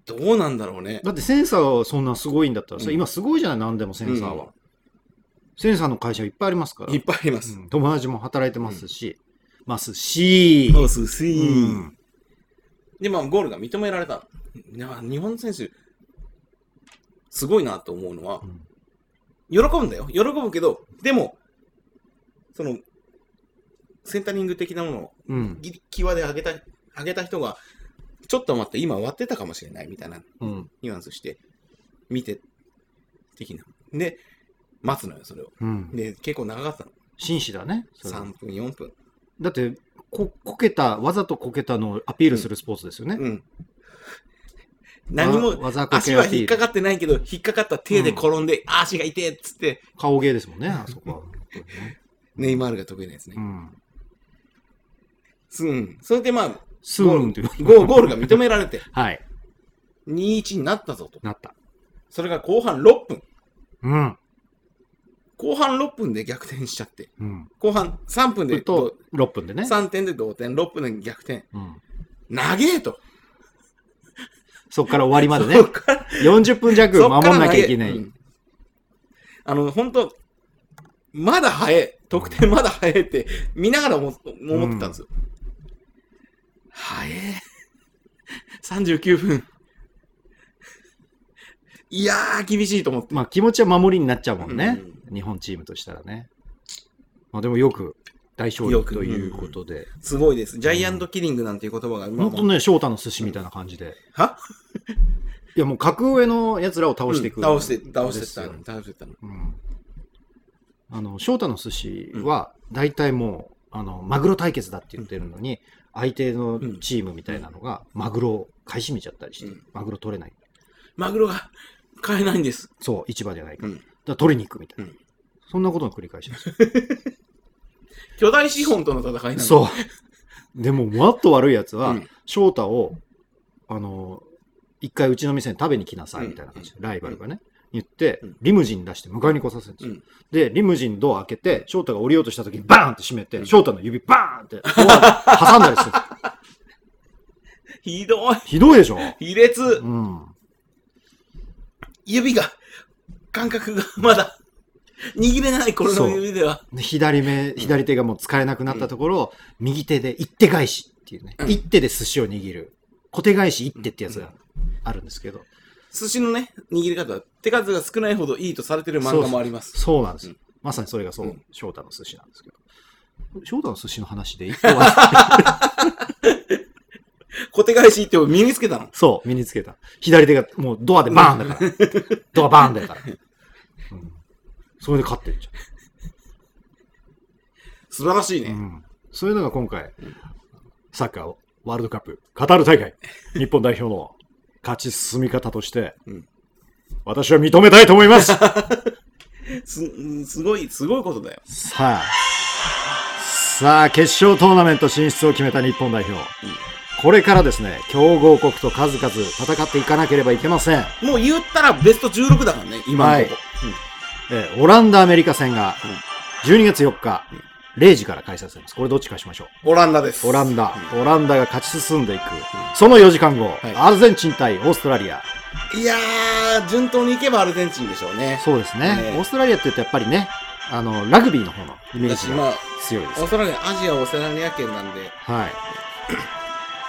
[SPEAKER 2] どうなんだろうね。
[SPEAKER 1] だってセンサーはそんなすごいんだったらさ、
[SPEAKER 2] うん
[SPEAKER 1] 今すごいじゃない、何でもセンサーは。センサーの会社いっぱいありますから。
[SPEAKER 2] いっぱいあります。
[SPEAKER 1] うん友達も働いてますし、ますし、
[SPEAKER 2] おすし
[SPEAKER 1] う
[SPEAKER 2] ー
[SPEAKER 1] ん
[SPEAKER 2] で、まあ、ゴールが認められた。いや日本選手、すごいなと思うのは
[SPEAKER 1] う、ん
[SPEAKER 2] 喜ぶんだよ。喜ぶけど、でも、その、センタリング的なものを
[SPEAKER 1] うん
[SPEAKER 2] ギリ際で上げた、上げた人が、ちょっと待って、今割ってたかもしれないみたいな
[SPEAKER 1] うん
[SPEAKER 2] ニュアンスして、見て、的な。で、待つのよ、それを。
[SPEAKER 1] うん
[SPEAKER 2] で、結構長かったの。
[SPEAKER 1] 紳士だねそれは
[SPEAKER 2] 3分、4分。
[SPEAKER 1] だってここけたわざとこけたのをアピールするスポーツですよね、
[SPEAKER 2] うん。何
[SPEAKER 1] わ
[SPEAKER 2] も、
[SPEAKER 1] 技こ
[SPEAKER 2] 足
[SPEAKER 1] けア
[SPEAKER 2] は
[SPEAKER 1] ピ
[SPEAKER 2] 引っ
[SPEAKER 1] ー
[SPEAKER 2] か
[SPEAKER 1] ル
[SPEAKER 2] かってないけど、引っかかった手で転んで、あー足が痛えっつって、
[SPEAKER 1] 顔芸ですもんねあそこは、
[SPEAKER 2] ネイマールが得意なやつね
[SPEAKER 1] う。ん、
[SPEAKER 2] すうん。それでまあ、
[SPEAKER 1] スーンという
[SPEAKER 2] ゴーゴールが認められて、
[SPEAKER 1] はい
[SPEAKER 2] 2-1になったぞと。
[SPEAKER 1] なった
[SPEAKER 2] それが後半6分。
[SPEAKER 1] うん
[SPEAKER 2] 後半6分で逆転しちゃって。
[SPEAKER 1] うん
[SPEAKER 2] 後半3分で
[SPEAKER 1] と6分でね、
[SPEAKER 2] 3点で同点、6分で逆転。
[SPEAKER 1] うん、
[SPEAKER 2] 長えと。
[SPEAKER 1] そこから終わりまで
[SPEAKER 2] そ
[SPEAKER 1] ね
[SPEAKER 2] っから
[SPEAKER 1] 40分弱
[SPEAKER 2] そっ
[SPEAKER 1] 守
[SPEAKER 2] から
[SPEAKER 1] んなきゃ
[SPEAKER 2] 長え
[SPEAKER 1] いけない、
[SPEAKER 2] うんあの、本当まだ早え。得点まだ早えって見ながら思思ってたんですよ。早え。39分。いやー、厳しいと思って。
[SPEAKER 1] まあ気持ちは守りになっちゃうもんね、
[SPEAKER 2] う
[SPEAKER 1] 日本チームとしたらね。まあでもよく大勝利
[SPEAKER 2] よく
[SPEAKER 1] ということで、
[SPEAKER 2] すごいです。ジャイアントキリングなんていう言葉が、まあ
[SPEAKER 1] 本当ね、翔太の寿司みたいな感じで、
[SPEAKER 2] はい
[SPEAKER 1] やもう格上のやつらを倒していく、
[SPEAKER 2] うん倒して、倒してっ
[SPEAKER 1] です
[SPEAKER 2] た
[SPEAKER 1] よ
[SPEAKER 2] の。倒してったの。
[SPEAKER 1] うんあの翔太の寿司は大体もうあのマグロ対決だって言ってるのに、相手のチームみたいなのがマグロを買い占めちゃったりして、
[SPEAKER 2] うん
[SPEAKER 1] マグロ取れない
[SPEAKER 2] マグロが買えないんです。
[SPEAKER 1] そう市場じゃないから,、
[SPEAKER 2] うん
[SPEAKER 1] だから取りに行くみたいな、
[SPEAKER 2] うん
[SPEAKER 1] そんなことの繰り返しですよ
[SPEAKER 2] 巨大資本との戦いなの。
[SPEAKER 1] そうでももっと悪いやつは、
[SPEAKER 2] うん
[SPEAKER 1] 翔太をあの一回うちの店に食べに来なさいみたいな感じで、ライバルがね、言って
[SPEAKER 2] うん
[SPEAKER 1] リムジン出して迎えに来させるんですよ、
[SPEAKER 2] うん
[SPEAKER 1] でリムジンドア開けて翔太が降りようとした時にバーンって閉めて、
[SPEAKER 2] うん
[SPEAKER 1] 翔太の指バーンってドア挟んだりする
[SPEAKER 2] ひどい。
[SPEAKER 1] ひどいでしょ、
[SPEAKER 2] 卑劣
[SPEAKER 1] う。ん、
[SPEAKER 2] 指が、感覚がまだ、握れない頃
[SPEAKER 1] そ
[SPEAKER 2] の
[SPEAKER 1] う
[SPEAKER 2] 指では。
[SPEAKER 1] で左目左手がもう使えなくなったところを、右手で一手返しっていうね、
[SPEAKER 2] うん
[SPEAKER 1] 一手で寿司を握る小手返し一手ってやつがあるんですけど、
[SPEAKER 2] 寿司のね、握り方は手数が少ないほどいいとされてる漫画もあります。
[SPEAKER 1] そうなんです、
[SPEAKER 2] うん
[SPEAKER 1] まさにそれがそう、
[SPEAKER 2] うん
[SPEAKER 1] 翔太の寿司なんですけど。翔太の寿司の話で一個 *laughs* は
[SPEAKER 2] 小手返しって身につけたの。
[SPEAKER 1] そう、身につけた。左手がもうドアでバーンだから。 *laughs* ドアバーンだから。うんそれで勝ってるじ
[SPEAKER 2] 素晴らしい
[SPEAKER 1] ゃん。う
[SPEAKER 2] ね。
[SPEAKER 1] んそういうのが今回、サッカーをワールドカップ、カタール大会、日本代表の勝ち進み方として、
[SPEAKER 2] うん
[SPEAKER 1] 私は認めたいと思います
[SPEAKER 2] す、すごい、すごいことだよ。
[SPEAKER 1] さあ、さあ、決勝トーナメント進出を決めた日本代表。これからですね、強豪国と数々戦っていかなければいけません。
[SPEAKER 2] もう言ったらベスト16だからね、今のとこ。
[SPEAKER 1] えーオランダ、アメリカ戦が、12月4日、 0時から開催されます。これどっちかしましょ
[SPEAKER 2] オランダです。
[SPEAKER 1] う。オランダ、オランダが勝ち進んでいく。
[SPEAKER 2] ん
[SPEAKER 1] その4時間後、
[SPEAKER 2] い
[SPEAKER 1] アルゼンチン対オーストラリア。
[SPEAKER 2] いやー、順当にいけばアルゼンチンでしょうね。
[SPEAKER 1] そうですね。
[SPEAKER 2] ね
[SPEAKER 1] オーストラリアって言うとやっぱりね、あの、ラグビーの方のイメー
[SPEAKER 2] 私、
[SPEAKER 1] ジ
[SPEAKER 2] ま
[SPEAKER 1] が
[SPEAKER 2] あ、
[SPEAKER 1] 強いです
[SPEAKER 2] オー。ストラリア、アジア、オセアニア圏なんで、
[SPEAKER 1] はい。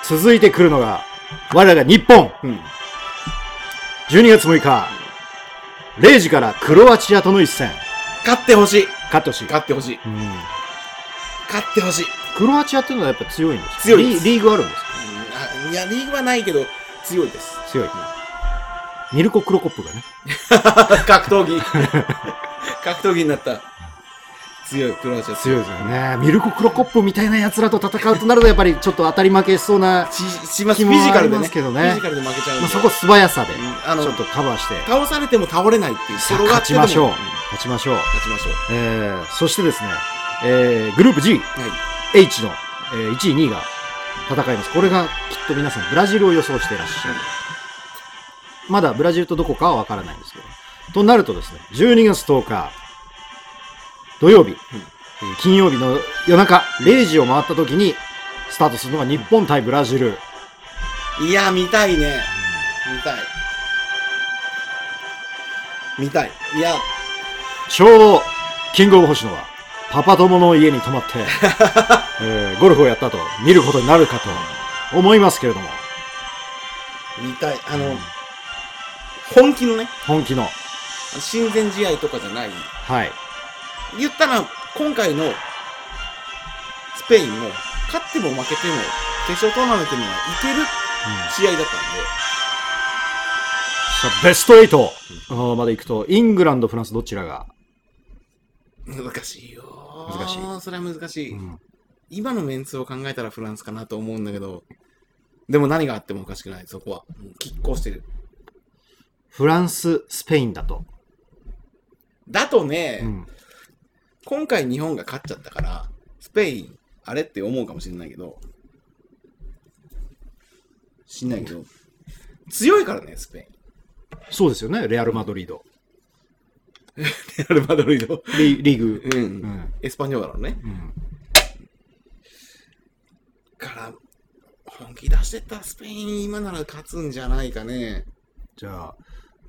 [SPEAKER 1] 続いてくるのが、我らが日本、
[SPEAKER 2] うん。
[SPEAKER 1] 12月6日、0時からクロアチアとの一戦、
[SPEAKER 2] 勝ってほしい。
[SPEAKER 1] 勝ってほしい。
[SPEAKER 2] 勝ってほしい。
[SPEAKER 1] うん
[SPEAKER 2] 勝ってほしい。
[SPEAKER 1] クロアチアっていうのはやっぱ強いんですか
[SPEAKER 2] 強いです
[SPEAKER 1] リリーグあるんですか
[SPEAKER 2] うんあいや、リーグはないけど、強いです。
[SPEAKER 1] *laughs* 強い。ミルコ・クロコップがね。
[SPEAKER 2] 格闘技。 *laughs* 格闘技になった。強い、クロアチア。
[SPEAKER 1] 強いですよね。ミルコ・クロコップみたいな奴らと戦うとなると、やっぱりちょっと当たり負けしそうな、
[SPEAKER 2] しします
[SPEAKER 1] 気
[SPEAKER 2] フ
[SPEAKER 1] も
[SPEAKER 2] ィジカルで
[SPEAKER 1] ありま
[SPEAKER 2] ね。
[SPEAKER 1] す
[SPEAKER 2] フ
[SPEAKER 1] けどね
[SPEAKER 2] ィジカルで負けちゃうん
[SPEAKER 1] ま
[SPEAKER 2] で。
[SPEAKER 1] あ、そこ素早さで、
[SPEAKER 2] うんあ
[SPEAKER 1] ち
[SPEAKER 2] の
[SPEAKER 1] ょっ、とカバーして、
[SPEAKER 2] 倒されても倒れないっていう。
[SPEAKER 1] さあ
[SPEAKER 2] 転がっ
[SPEAKER 1] 勝
[SPEAKER 2] て
[SPEAKER 1] ち
[SPEAKER 2] も
[SPEAKER 1] ましょう。
[SPEAKER 2] ん
[SPEAKER 1] 勝ちましょう。
[SPEAKER 2] 勝ちましょう。
[SPEAKER 1] えー、そしてですね、えー、グループ G、
[SPEAKER 2] はい。
[SPEAKER 1] H の、えー、1位、2位が戦います。これがきっと皆さん、ブラジルを予想していらっしゃる。まだブラジルとどこかはわからないんですけど。となるとですね、12月10日、土曜日、えー金曜日の夜中、0時を回った時に、スタートするのが日本対ブラジル。
[SPEAKER 2] いや、見たいね。見たい。見たい。いや、
[SPEAKER 1] ちょうど、キングオブ星野は、パパ友の家に泊ま
[SPEAKER 2] *laughs*
[SPEAKER 1] って、えーゴルフをやったと見ることになるかと思いますけれども、
[SPEAKER 2] 見たい。あの、本気のね、
[SPEAKER 1] 本気の、
[SPEAKER 2] 親善試合とかじゃない。
[SPEAKER 1] はい、
[SPEAKER 2] 言ったら、今回のスペインも、勝っても負けても、決勝トーナメントにはいける試合だった
[SPEAKER 1] さあベスト8の方まで行くと、イングランド、フランス、どちらが、
[SPEAKER 2] んで、難しいよ。
[SPEAKER 1] 難しい。
[SPEAKER 2] それは難しい。
[SPEAKER 1] うん
[SPEAKER 2] 今のメンツを考えたらフランスかなと思うんだけど、でも何があってもおかしくない、そこは。もう拮抗してる。
[SPEAKER 1] フランス、スペインだと。
[SPEAKER 2] だとね、
[SPEAKER 1] うん
[SPEAKER 2] 今回日本が勝っちゃったから、スペイン、あれって思うかもしれないけど、しんないけど、強いからね、スペイン。
[SPEAKER 1] そうですよね、レアル・マドリード。
[SPEAKER 2] *laughs* レアル・マドリード。
[SPEAKER 1] リリーグ。
[SPEAKER 2] う。
[SPEAKER 1] うんん
[SPEAKER 2] エスパニョーラのね。
[SPEAKER 1] うん
[SPEAKER 2] から、本気出してったらスペイン、今なら勝つんじゃないかね。
[SPEAKER 1] じゃあ、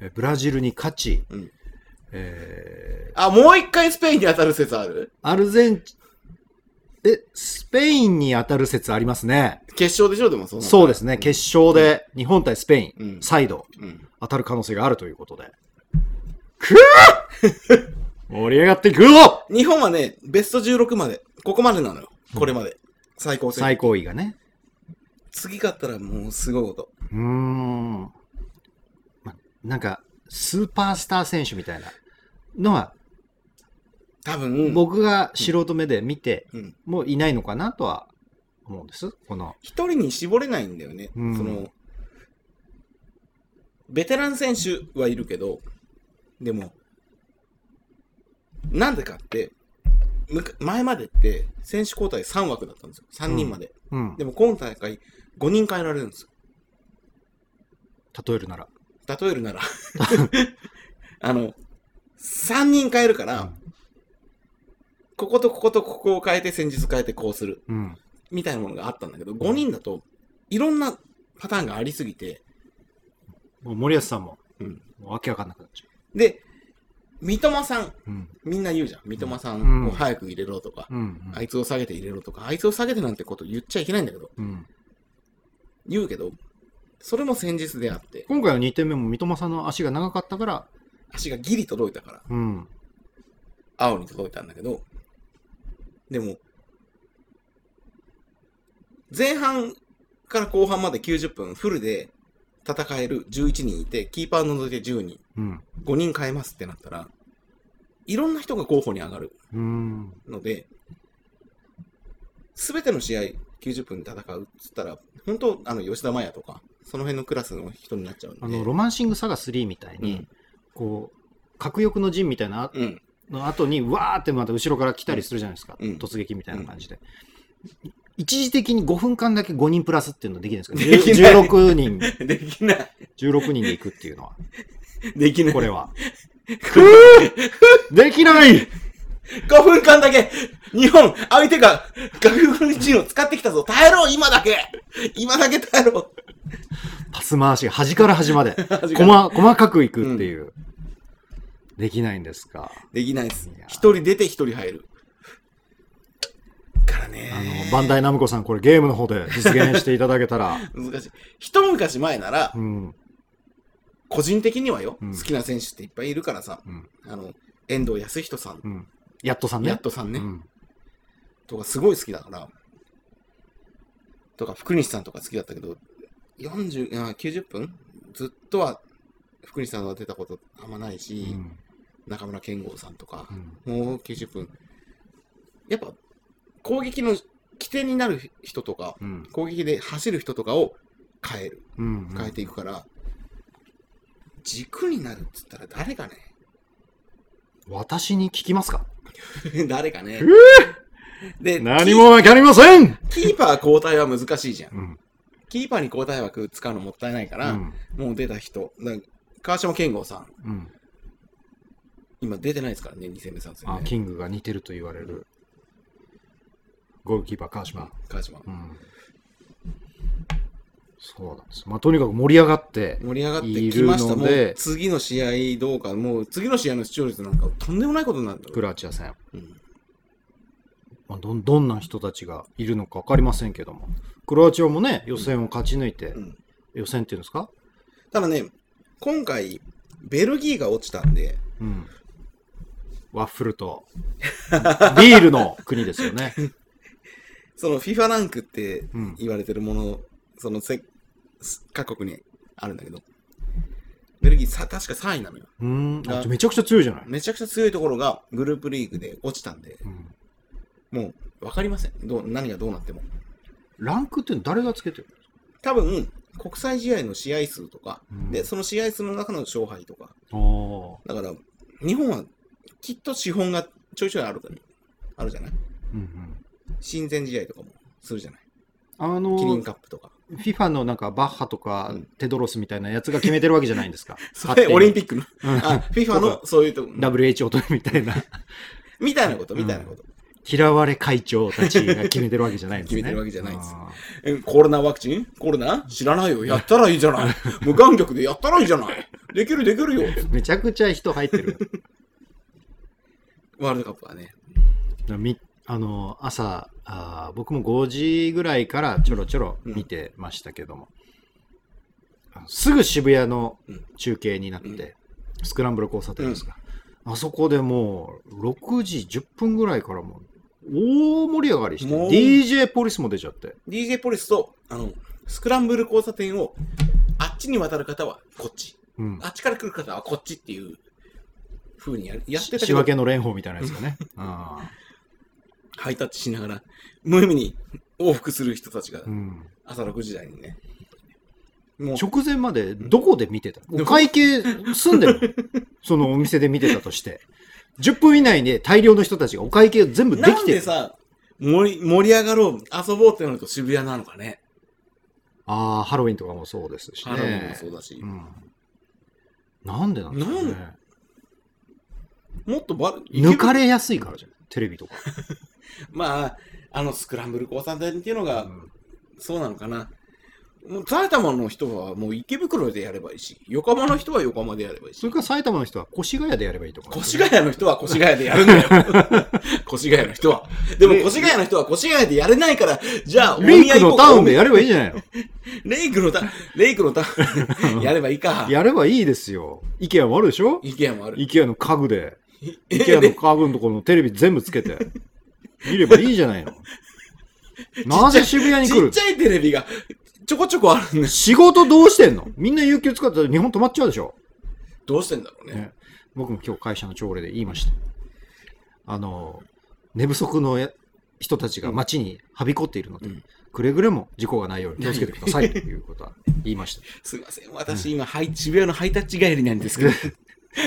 [SPEAKER 1] えブラジルに勝ち、
[SPEAKER 2] うん
[SPEAKER 1] え
[SPEAKER 2] あ、もう一回スペインに当たる説ある
[SPEAKER 1] ーアルゼンチン、え、スペインに当たる説ありますね。
[SPEAKER 2] 決勝でしょ、でもそ。
[SPEAKER 1] そうですすね、決勝で日本対スペイン、
[SPEAKER 2] うん
[SPEAKER 1] 再度
[SPEAKER 2] うん。
[SPEAKER 1] 当たる可能性があるということで。くぅ *laughs* 盛り上がってい *laughs* くぞ
[SPEAKER 2] 日本はね、ベスト16まで、ここまでなのよ。これまで。最高戦。
[SPEAKER 1] 最高位がね。
[SPEAKER 2] 次勝ったらもうすごいこと。
[SPEAKER 1] うーん。まなんか、スーパースター選手みたいなのは、
[SPEAKER 2] 多分、
[SPEAKER 1] 僕が素人目で見て、
[SPEAKER 2] うん。
[SPEAKER 1] もういないのかなとは思うんです。この、
[SPEAKER 2] 一人に絞れないんだよね、
[SPEAKER 1] うん
[SPEAKER 2] そのベテラン選手はいるけどでもなんでかってむか前までって選手交代3枠だったんですよ3人まで、
[SPEAKER 1] うん
[SPEAKER 2] でも今大会5人変えられるんですよ
[SPEAKER 1] 例えるなら。
[SPEAKER 2] 例える
[SPEAKER 1] *laughs*
[SPEAKER 2] ならあの3人変えるから、こことこことここを変えて戦術変えてこうする
[SPEAKER 1] うん。
[SPEAKER 2] みたいなものがあったんだけど5人だといろんなパターンがありすぎて
[SPEAKER 1] もう森保さんも、
[SPEAKER 2] うん
[SPEAKER 1] もうわけわかんなくなっちゃ
[SPEAKER 2] で、三笘さん、
[SPEAKER 1] う。うん。
[SPEAKER 2] みんな言うじゃん。三笘さ
[SPEAKER 1] うん
[SPEAKER 2] んを早く入れろとか、
[SPEAKER 1] うん。
[SPEAKER 2] あいつを下げて入れろとか、あいつを下げてなんてこと言っちゃいけないんだけど、
[SPEAKER 1] うん、
[SPEAKER 2] 言うけど、それも戦術であって、
[SPEAKER 1] 今回の2点目も三笘さんの足が長かったから、
[SPEAKER 2] 足がギリ届いたから、
[SPEAKER 1] うん。
[SPEAKER 2] 青に届いたんだけど、でも、前半から後半まで90分フルで戦える11人いて、キーパー除いて10人、
[SPEAKER 1] うん。
[SPEAKER 2] 5人変えますってなったら、いろんな人が候補に上がる。
[SPEAKER 1] うん。
[SPEAKER 2] ので、すべての試合90分戦うっつったら、本当、あの吉田麻也とか、その辺のクラスの人になっちゃうんで。
[SPEAKER 1] あの、ロマンシングサガ3みたいに、
[SPEAKER 2] うん
[SPEAKER 1] こう、核翼の陣みたいな
[SPEAKER 2] うん、 *laughs*
[SPEAKER 1] の後にわーってまた後ろから来たりするじゃないですか、
[SPEAKER 2] うん
[SPEAKER 1] 突撃みたいな感じで、一時的に5分間だけ5人プラスっていうのできるんですか
[SPEAKER 2] できない
[SPEAKER 1] 16人
[SPEAKER 2] できない、
[SPEAKER 1] 16人で行くっていうのは
[SPEAKER 2] できない。
[SPEAKER 1] これはくぅできない
[SPEAKER 2] 5分間だけ、日本、相手が学軍陣を使ってきたぞ。耐えろ、今だけ今だけ耐えろ。
[SPEAKER 1] パス回しが端から端まで
[SPEAKER 2] から
[SPEAKER 1] 細細かくいくっていう、できないんですか
[SPEAKER 2] できないです
[SPEAKER 1] いや。
[SPEAKER 2] 一人出て一人入る。からね。
[SPEAKER 1] あのバンダイナムコさんこれゲームの方で実現していただけたら
[SPEAKER 2] 難しい。一昔前なら
[SPEAKER 1] う、ん
[SPEAKER 2] 個人的にはよ、
[SPEAKER 1] うん
[SPEAKER 2] 好きな選手っていっぱいいるからさ、
[SPEAKER 1] うん
[SPEAKER 2] あの、遠藤康人さん、
[SPEAKER 1] うんやっとさんね
[SPEAKER 2] やっとさんね、
[SPEAKER 1] うん
[SPEAKER 2] とかすごい好きだから、とか福西さんとか好きだったけど、40あ90分ずっとは福西さんは出たことあんまないし、
[SPEAKER 1] うん
[SPEAKER 2] 中村健吾さんとか
[SPEAKER 1] う、ん
[SPEAKER 2] もう90分。やっぱ攻撃の起点になる人とか、
[SPEAKER 1] うん
[SPEAKER 2] 攻撃で走る人とかを変える、
[SPEAKER 1] うん
[SPEAKER 2] 変えていくから、軸になるっつったら
[SPEAKER 1] *laughs*
[SPEAKER 2] 誰か
[SPEAKER 1] 私に聞きますか
[SPEAKER 2] ね誰かね
[SPEAKER 1] え。
[SPEAKER 2] で、
[SPEAKER 1] 何もわかりません、
[SPEAKER 2] キーキーパー交代は難しいじゃん。
[SPEAKER 1] うん
[SPEAKER 2] キーパーに交代枠使うのもったいないか
[SPEAKER 1] う
[SPEAKER 2] ら、
[SPEAKER 1] ん
[SPEAKER 2] もう出た人。だから川島健吾さん、
[SPEAKER 1] うん、
[SPEAKER 2] 今出てないですからね、2戦目、3戦
[SPEAKER 1] あ
[SPEAKER 2] 目。
[SPEAKER 1] キングが似てると言われるゴールキーパー川島、
[SPEAKER 2] 川島。
[SPEAKER 1] うん、そうなんです、まあ、とにかく盛り上がって、
[SPEAKER 2] 盛り上がってきました。
[SPEAKER 1] いるの
[SPEAKER 2] も
[SPEAKER 1] で
[SPEAKER 2] う次の試合どうか、もう次の試合の視聴率なんかとんでもないことになるんだろ
[SPEAKER 1] クロアチア戦、
[SPEAKER 2] う。うん
[SPEAKER 1] まあ、どんどんな人たちがいるのか分かりませんけども、クロアチアもね、予選を勝ち抜いて、
[SPEAKER 2] うん
[SPEAKER 1] 予選っていうんですか、
[SPEAKER 2] ただね、今回、ベルギーが落ちたんで、
[SPEAKER 1] うん、ワッフルとビールの国ですよね。
[SPEAKER 2] その FIFA ランクって
[SPEAKER 1] うん
[SPEAKER 2] 言われてるもの、そのせ各国にあるんだけど、ベルギーさ、確か3位なのよ。
[SPEAKER 1] うん
[SPEAKER 2] *laughs*
[SPEAKER 1] あめちゃくちゃ強いじゃない。
[SPEAKER 2] めちゃくちゃ強いところがグループリーグで落ちたんで、
[SPEAKER 1] うん
[SPEAKER 2] もう分かりません。どう何がどうなっても。
[SPEAKER 1] ランクって誰がつけてる
[SPEAKER 2] 多分、国際試合の試合数とか、
[SPEAKER 1] うん
[SPEAKER 2] で、その試合数の中の勝敗とか、
[SPEAKER 1] のあ
[SPEAKER 2] だから、日本はきっと資本がちょいちょいあるから、あるじゃない
[SPEAKER 1] ー、うんうん、
[SPEAKER 2] 親善試合とかもするじゃない
[SPEAKER 1] あ
[SPEAKER 2] キリン
[SPEAKER 1] の、
[SPEAKER 2] カップとか。
[SPEAKER 1] FIFA のなんかバッハとか
[SPEAKER 2] うん
[SPEAKER 1] テドロスみたいなやつが決めてるわけじゃないんですか。
[SPEAKER 2] *laughs* それ、オリン
[SPEAKER 1] ピ
[SPEAKER 2] ピックの。
[SPEAKER 1] ッ
[SPEAKER 2] あ、FIFA のそういうとこ、
[SPEAKER 1] ク。WHO とみたい
[SPEAKER 2] *laughs*
[SPEAKER 1] な、
[SPEAKER 2] みたいなこと、みたいなこと。
[SPEAKER 1] 嫌われ会長たちが決めてるわけじゃないんですね。
[SPEAKER 2] *laughs* 決めてるわけじゃないです
[SPEAKER 1] あー
[SPEAKER 2] えコロナワクチンコロナ知らないよ。やったらいいじゃない。無観客でやったらいいじゃない。できるできるよ。
[SPEAKER 1] めちゃくちゃ人入ってる。
[SPEAKER 2] ワールドカップはね。
[SPEAKER 1] みあの朝あー、僕も5時ぐらいからちょろちょろ見てましたけども、あのすぐ渋谷の
[SPEAKER 2] うん
[SPEAKER 1] 中継になって、スクランブル交差点ですか、あそこでもう6時10分ぐらいからもう大盛り上がりして、
[SPEAKER 2] もう
[SPEAKER 1] DJ ポリスも出ちゃって、
[SPEAKER 2] DJ ポリスと、あの、スクランブル交差点を、あっちに渡る方はこっち。
[SPEAKER 1] うん、
[SPEAKER 2] あっちから来る方はこっちっていう風にややってた
[SPEAKER 1] 仕
[SPEAKER 2] けど
[SPEAKER 1] 分、けの蓮舫みたいなやつがね。 *laughs* あ
[SPEAKER 2] ハイタッチしながら、無意味に往復する人たちが
[SPEAKER 1] ー、うん
[SPEAKER 2] 朝6時台にね。もう、
[SPEAKER 1] 直前までどこで見てたお会計済んでる
[SPEAKER 2] *laughs*
[SPEAKER 1] そのお店で見てたとして。10分以内で大量の人たちがお会計全部で
[SPEAKER 2] な
[SPEAKER 1] き
[SPEAKER 2] ん
[SPEAKER 1] て
[SPEAKER 2] で
[SPEAKER 1] る。
[SPEAKER 2] さ、盛り盛り上がろう、遊ぼうってなると渋谷なのかね。
[SPEAKER 1] ああ、ハロウィンとかもそうですし
[SPEAKER 2] ハロウィンも
[SPEAKER 1] ね。
[SPEAKER 2] そうだし、
[SPEAKER 1] うんなんでなんですかね。
[SPEAKER 2] もっとば
[SPEAKER 1] 抜か
[SPEAKER 2] れ
[SPEAKER 1] れやすいからじゃん。テレビとか。
[SPEAKER 2] まあ、あのスクランブル交差点っていうのが
[SPEAKER 1] うん
[SPEAKER 2] そうなのかな。もう埼玉の人はもう池袋でやればいいし、横浜の人は横浜でやればいい
[SPEAKER 1] そ
[SPEAKER 2] し
[SPEAKER 1] れ、から埼玉の人は越谷でやればいいとか、
[SPEAKER 2] 越谷の人は越谷でやるんだよ。 *laughs* 越谷の人は。でも
[SPEAKER 1] ね
[SPEAKER 2] 越谷の人は越谷でやれないから、じゃあ、
[SPEAKER 1] レイクのタウンで
[SPEAKER 2] や
[SPEAKER 1] やればいいじゃないの。
[SPEAKER 2] レイクのタウン、レイクのタウ
[SPEAKER 1] *laughs*
[SPEAKER 2] ンやればいいか。
[SPEAKER 1] やればいいですよ。イケアもあるでしょ
[SPEAKER 2] 意見もある。
[SPEAKER 1] イケアの家具で。イケアの
[SPEAKER 2] え
[SPEAKER 1] 家具のところのテレビ全部つけて、見ればいいじゃないの。なぜ渋谷に来
[SPEAKER 2] ちっ
[SPEAKER 1] る
[SPEAKER 2] ちゃいテレビがちょこちょこあるんです。
[SPEAKER 1] 仕事どうしてんのみんな有給使ったら日本止まっちゃうでしょ、
[SPEAKER 2] どうしてんだろうね。
[SPEAKER 1] ね、僕も今日会社の朝礼で言いました。あの、寝不足の人たちが街にはびこっているので、
[SPEAKER 2] うん
[SPEAKER 1] くれぐれも事故がないように気をつけてくださいということは言いました。
[SPEAKER 2] すいません、私今、ハイ渋谷のハイタッチ帰りなんですけど。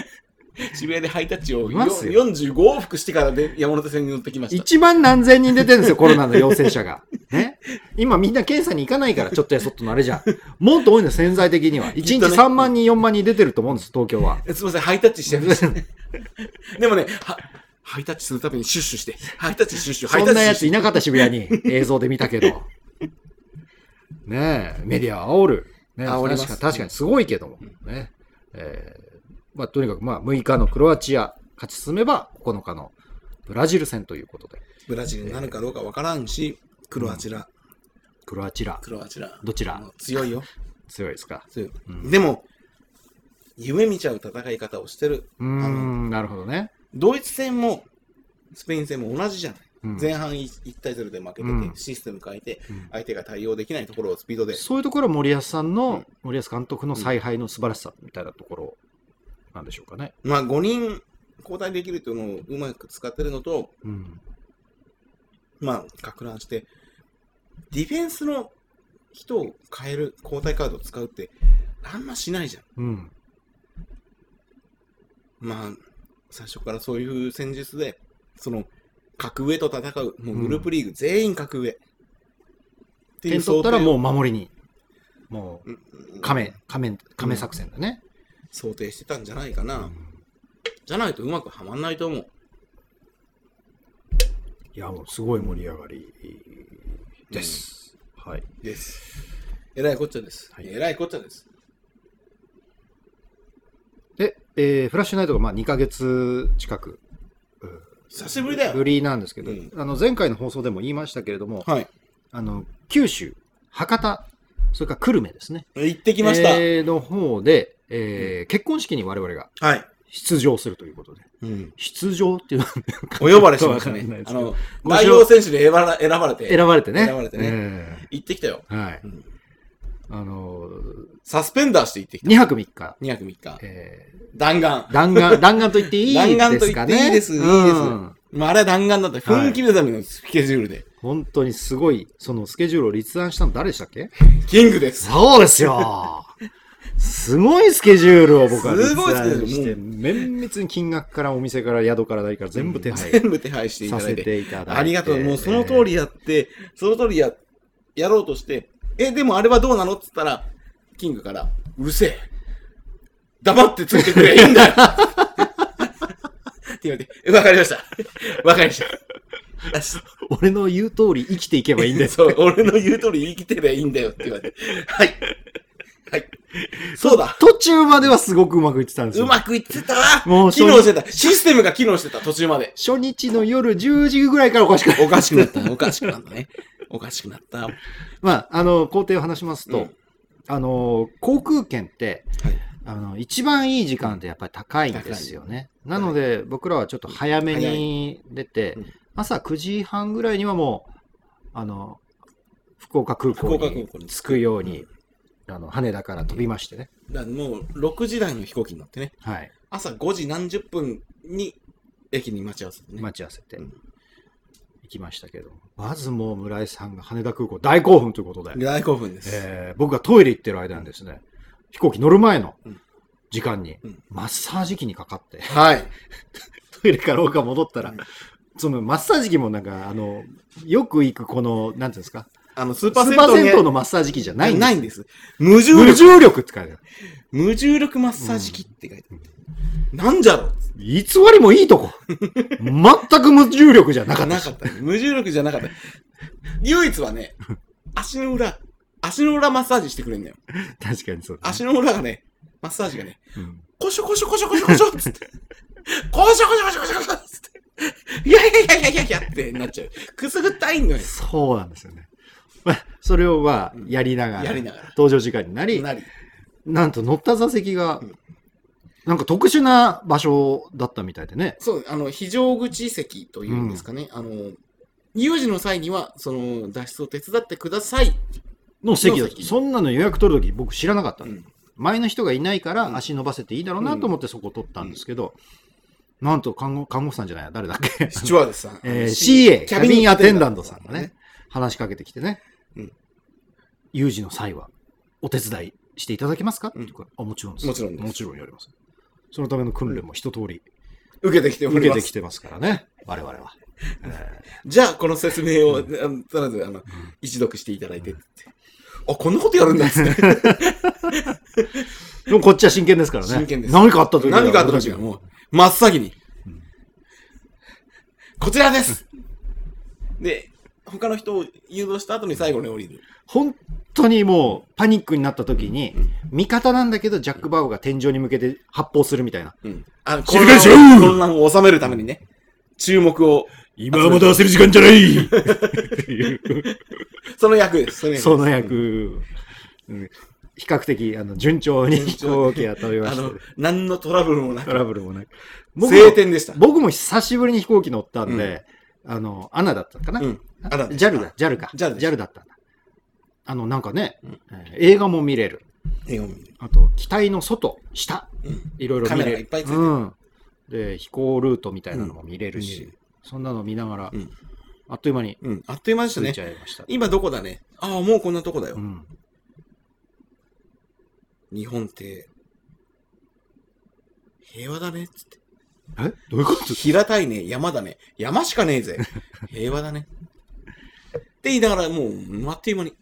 [SPEAKER 2] *laughs* 渋谷でハイタッチを
[SPEAKER 1] い
[SPEAKER 2] よ
[SPEAKER 1] ますよ
[SPEAKER 2] 45往復してからで山手線に乗ってきました。
[SPEAKER 1] 一番何千人出てるんですよ、コロナの陽性者が。ね。今みんな検査に行かないから、ちょっとやそっとのあれじゃん。もっと多いんだよ、潜在的には。1日
[SPEAKER 2] きっとね
[SPEAKER 1] 3万人、4万人出てると思うんです、東京は。 *laughs*
[SPEAKER 2] すいません、ハイタッチしてました。でもね、はハイタッチするためにシュッシュして、ハイタッチシュッシュ、ハイ
[SPEAKER 1] そ
[SPEAKER 2] タ
[SPEAKER 1] んな
[SPEAKER 2] ッチシュ
[SPEAKER 1] や
[SPEAKER 2] ッシ
[SPEAKER 1] ついなかった渋谷に映像で見たけど。ねえ、メディアは煽る。ね、
[SPEAKER 2] 煽ります
[SPEAKER 1] 確かに確かにすごいけども。ねえーまあ、とにかくまあ6日のクロアチア、勝ち進めば9日のブラジル戦ということで、
[SPEAKER 2] ュ。ブラジルになるかどうかわからんし、クロアチラ、
[SPEAKER 1] クロアチア、
[SPEAKER 2] クロアチラ。
[SPEAKER 1] どちら
[SPEAKER 2] もう強いよ。
[SPEAKER 1] 強いですか。
[SPEAKER 2] 強い。
[SPEAKER 1] うん
[SPEAKER 2] でも、夢見ちゃう戦い方をしてる。
[SPEAKER 1] うーん、なるほどね。
[SPEAKER 2] ドイツ戦も、スペイン戦も同じじゃない。
[SPEAKER 1] うん
[SPEAKER 2] 前半い1対0で負けてて、
[SPEAKER 1] うん
[SPEAKER 2] システム変えて、
[SPEAKER 1] うん
[SPEAKER 2] 相手が対応できないところをスピードで。
[SPEAKER 1] そういうところは森保さん
[SPEAKER 2] う
[SPEAKER 1] の
[SPEAKER 2] ん、
[SPEAKER 1] 森保監督の采配の素晴らしさみたいなところなんでしょうかね。
[SPEAKER 2] まあ、5人交代できるというのをうまく使ってるのと、
[SPEAKER 1] うん、
[SPEAKER 2] まあ、か乱して、ディフェンスの人を変える、交代カードを使うって、あんましないじゃん。
[SPEAKER 1] うん、
[SPEAKER 2] まあ、最初からそういう戦術で、その、格上と戦う、もうグループリーグ全員格上。って
[SPEAKER 1] 点取ったら
[SPEAKER 2] 想
[SPEAKER 1] も
[SPEAKER 2] 定を
[SPEAKER 1] う守りに、もう
[SPEAKER 2] うん
[SPEAKER 1] 亀、亀、亀作戦だね。
[SPEAKER 2] 想定してたんじゃないかな。
[SPEAKER 1] うん
[SPEAKER 2] じゃないとうまくはまんないと思う。
[SPEAKER 1] いや、もうすごい盛り上がりです。はい。
[SPEAKER 2] です。えらいこっちゃです。
[SPEAKER 1] はい
[SPEAKER 2] えらいこっちゃです。
[SPEAKER 1] で、えーフラッシュナイトがまあ2ヶ月近く、うん
[SPEAKER 2] 久しぶりだよ
[SPEAKER 1] ぶ。りなんですけど、
[SPEAKER 2] うん
[SPEAKER 1] あの前回の放送でも言いましたけれども、
[SPEAKER 2] はい。
[SPEAKER 1] あの九州、博多、それから久留米ですね。
[SPEAKER 2] 行ってきました。
[SPEAKER 1] えーの方で、えー結婚式に我々が
[SPEAKER 2] はい。
[SPEAKER 1] 出場するということで。
[SPEAKER 2] うん。
[SPEAKER 1] 出場っていうのは
[SPEAKER 2] お呼ばれしまし
[SPEAKER 1] *laughs* わか
[SPEAKER 2] た
[SPEAKER 1] んない
[SPEAKER 2] ね
[SPEAKER 1] で。す
[SPEAKER 2] あ
[SPEAKER 1] けど
[SPEAKER 2] の、
[SPEAKER 1] ご紹
[SPEAKER 2] 代表選手で選ばれ選ばれて。
[SPEAKER 1] 選ばれてね。
[SPEAKER 2] 選ばれてね
[SPEAKER 1] え
[SPEAKER 2] 行ってきたよ。
[SPEAKER 1] ーはい。
[SPEAKER 2] うん
[SPEAKER 1] あの
[SPEAKER 2] サスペンダーして行ってき
[SPEAKER 1] ー、2
[SPEAKER 2] た。
[SPEAKER 1] 泊3日、
[SPEAKER 2] 2泊3日。
[SPEAKER 1] えー
[SPEAKER 2] 弾丸。
[SPEAKER 1] 弾丸、 *laughs* 弾丸と言っていいですかね。
[SPEAKER 2] 弾丸と言っていいですいいです
[SPEAKER 1] うん
[SPEAKER 2] まあ、あれは弾丸だった。
[SPEAKER 1] はい
[SPEAKER 2] 雰囲気刻みのスケジュールで。
[SPEAKER 1] 本当にすごい、そのスケジュールを立案したの誰でしたっけ
[SPEAKER 2] キングです。
[SPEAKER 1] そうですよすごいスケジュールを僕は立
[SPEAKER 2] すごいスケジュー
[SPEAKER 1] 案
[SPEAKER 2] ル
[SPEAKER 1] して、
[SPEAKER 2] う
[SPEAKER 1] 綿密に金額からお店から宿から代から全部手配
[SPEAKER 2] 全部手配していた
[SPEAKER 1] さ
[SPEAKER 2] だ
[SPEAKER 1] せ
[SPEAKER 2] いて。
[SPEAKER 1] ていただいて。
[SPEAKER 2] ありがとう。もうその通りやって、その通りや、やろうとして、え、でもあれはどうなのって言ったら、キングから、うるせえ。黙ってついてくれ、いいんだよ。 *laughs* って言われて、わかりました。わかりました。
[SPEAKER 1] え *laughs* ー。俺の言う通り生きていけばいいんだよ。
[SPEAKER 2] そう、俺の言う通り生きてりゃいいんだよって言われて。はい。はい。そうだ。
[SPEAKER 1] 途中まではすごくうまくいってたんです
[SPEAKER 2] う
[SPEAKER 1] よ。
[SPEAKER 2] まくいってたわ
[SPEAKER 1] もう
[SPEAKER 2] 機能してた。システムが機能してた、途中まで。
[SPEAKER 1] 初日の夜10時ぐらいからおかしくなった
[SPEAKER 2] おかしくなったね。おかしくなったね。おかしくなった。
[SPEAKER 1] まあ、あの、工程を話しますと、
[SPEAKER 2] うん
[SPEAKER 1] あの、航空券って、
[SPEAKER 2] はい
[SPEAKER 1] あの、一番いい時間ってやっぱり高いんですよね。なので、僕らはちょっと早めに出て、
[SPEAKER 2] うん
[SPEAKER 1] 朝9時半ぐらいにはもう、あの、福岡空港
[SPEAKER 2] 福岡空港
[SPEAKER 1] に
[SPEAKER 2] に
[SPEAKER 1] 着くように、あの、羽田から飛びましてね。
[SPEAKER 2] だからもう6時台の飛行機に乗ってね、
[SPEAKER 1] はい。
[SPEAKER 2] 朝5時何十分に駅に待ち合わせてね。
[SPEAKER 1] 待ち合わせて
[SPEAKER 2] うん
[SPEAKER 1] 行きましたけど、まずもう村井さんが羽田空港大興奮ということで。
[SPEAKER 2] 大興奮です。
[SPEAKER 1] えー僕がトイレ行ってる間にですね、飛行機乗る前の
[SPEAKER 2] うん
[SPEAKER 1] 時間に
[SPEAKER 2] うん、
[SPEAKER 1] マッサージ機にかかって、 *laughs*
[SPEAKER 2] はい。
[SPEAKER 1] トイレから僕が戻ったら、
[SPEAKER 2] うん
[SPEAKER 1] そのマッサージ機もなんか、あの、よく行くこの、なんていうんですか、
[SPEAKER 2] あの、スー
[SPEAKER 1] スーパ
[SPEAKER 2] パー
[SPEAKER 1] ー
[SPEAKER 2] 銭湯
[SPEAKER 1] 銭
[SPEAKER 2] に
[SPEAKER 1] 湯のマッサージ機じゃないんです。
[SPEAKER 2] ないんです。無重
[SPEAKER 1] 無
[SPEAKER 2] 力、
[SPEAKER 1] 重力って書いてある。
[SPEAKER 2] 無重力マッサージ機って書いてある。なんじゃろ
[SPEAKER 1] 偽りもいいとこ。全く無重力じゃなかった
[SPEAKER 2] な
[SPEAKER 1] し
[SPEAKER 2] かった。無重力じゃなかった。唯一
[SPEAKER 1] *laughs*
[SPEAKER 2] はね、足の裏、足の裏マッサージしてくれんのよ。
[SPEAKER 1] 確かにそうだね、
[SPEAKER 2] 足の裏がね、マッサージがね、
[SPEAKER 1] うん
[SPEAKER 2] こしょこしょこしょこしょこしょっつって、こしょこしょこしょこしょこしょっつって、いやいやいやいやいやいやってなっちゃう。くすぐったいんのよ。
[SPEAKER 1] そうなんですよね。まあ、それをまあ
[SPEAKER 2] うん
[SPEAKER 1] やりながら、
[SPEAKER 2] やりながら。
[SPEAKER 1] 登場時間になり、
[SPEAKER 2] なり。
[SPEAKER 1] なんと乗った座席が
[SPEAKER 2] うん、
[SPEAKER 1] なんか特殊な場所だったみたいでね。
[SPEAKER 2] そう、あの、非常口席というんですかね。あの、有事の際には、その、脱出を手伝ってください。
[SPEAKER 1] の席だった
[SPEAKER 2] の席
[SPEAKER 1] そんなの予約取るとき僕知らなかったの、
[SPEAKER 2] うん
[SPEAKER 1] 前の人がいないか
[SPEAKER 2] う
[SPEAKER 1] ら
[SPEAKER 2] ん
[SPEAKER 1] 足伸ばせていいだろうなと思ってそこ取ったんですけど、なんと看護看護婦さんじゃない誰だっけ、
[SPEAKER 2] スチュワーデスさん。
[SPEAKER 1] えー CA、キャビンアテンダントさんがね、話しかけてきてね、
[SPEAKER 2] うん
[SPEAKER 1] 有事の際はお手伝いしていただけますか、
[SPEAKER 2] うん
[SPEAKER 1] っていうからあもちろんです。
[SPEAKER 2] もちろんです
[SPEAKER 1] もちろんやります。そのための訓練も一通り
[SPEAKER 2] 受けてきてお
[SPEAKER 1] 受
[SPEAKER 2] り
[SPEAKER 1] け
[SPEAKER 2] ま
[SPEAKER 1] て
[SPEAKER 2] す
[SPEAKER 1] き。てますからね、我々は。え
[SPEAKER 2] じゃあ、この説明を、あのとりあえず、あの、一読していただいてって。あ、こんなことやるんだっつって。
[SPEAKER 1] ーでもこっちは真剣ですからね。
[SPEAKER 2] 真剣です
[SPEAKER 1] 何かあった時は
[SPEAKER 2] 何かあった時はもう、真っ先に
[SPEAKER 1] うん。
[SPEAKER 2] こちらですで、他の人を誘導した後に最後に降りる。
[SPEAKER 1] 本当にもうパニックになった時に
[SPEAKER 2] うん、
[SPEAKER 1] 味方なんだけど、ジャック・バウアーが天井に向けて発砲するみたいな。
[SPEAKER 2] うん。あの、
[SPEAKER 1] 静
[SPEAKER 2] 混
[SPEAKER 1] かにしろ
[SPEAKER 2] 乱を混乱を収めるためにね、注目を、
[SPEAKER 1] 今はまだ焦る時間じゃ *laughs* ない
[SPEAKER 2] その役です。その役です
[SPEAKER 1] その役、うん比較的あの順調に飛行機が飛びま
[SPEAKER 2] あ
[SPEAKER 1] し
[SPEAKER 2] の
[SPEAKER 1] て、、
[SPEAKER 2] 何のトラブルもな
[SPEAKER 1] ト
[SPEAKER 2] く、
[SPEAKER 1] ラブルもない。僕も
[SPEAKER 2] 晴天でした。
[SPEAKER 1] 僕も久しぶりに飛行機乗ったんで、あの、アナだったかな、
[SPEAKER 2] うん。あだ
[SPEAKER 1] JAL だ、JAL か。
[SPEAKER 2] JAL です
[SPEAKER 1] JAL だったんだ。あの、なんかね、
[SPEAKER 2] うん
[SPEAKER 1] えー映画も見れる。
[SPEAKER 2] 絵を見る。
[SPEAKER 1] あと、機体の外、下、
[SPEAKER 2] うん。
[SPEAKER 1] いろいろ
[SPEAKER 2] カ
[SPEAKER 1] 見
[SPEAKER 2] メラ
[SPEAKER 1] れ
[SPEAKER 2] がいっ
[SPEAKER 1] る。
[SPEAKER 2] ぱいついてる。
[SPEAKER 1] うん。で、飛行ルートみたいなのも見れる
[SPEAKER 2] うん見
[SPEAKER 1] し、
[SPEAKER 2] れ
[SPEAKER 1] そんなの見ながら、
[SPEAKER 2] うん
[SPEAKER 1] あっという間に
[SPEAKER 2] うん。あっという間でした
[SPEAKER 1] 着い
[SPEAKER 2] ね
[SPEAKER 1] ち。ゃいました。
[SPEAKER 2] 今どこだね。ああ、もうこんなとこだよ。
[SPEAKER 1] うん。
[SPEAKER 2] 日本って、平和だね。つって。
[SPEAKER 1] えどういうこと
[SPEAKER 2] 平たいね。山だね。山しかね
[SPEAKER 1] *laughs*
[SPEAKER 2] えぜ。平和だね。って言いながら、もう、あっという間に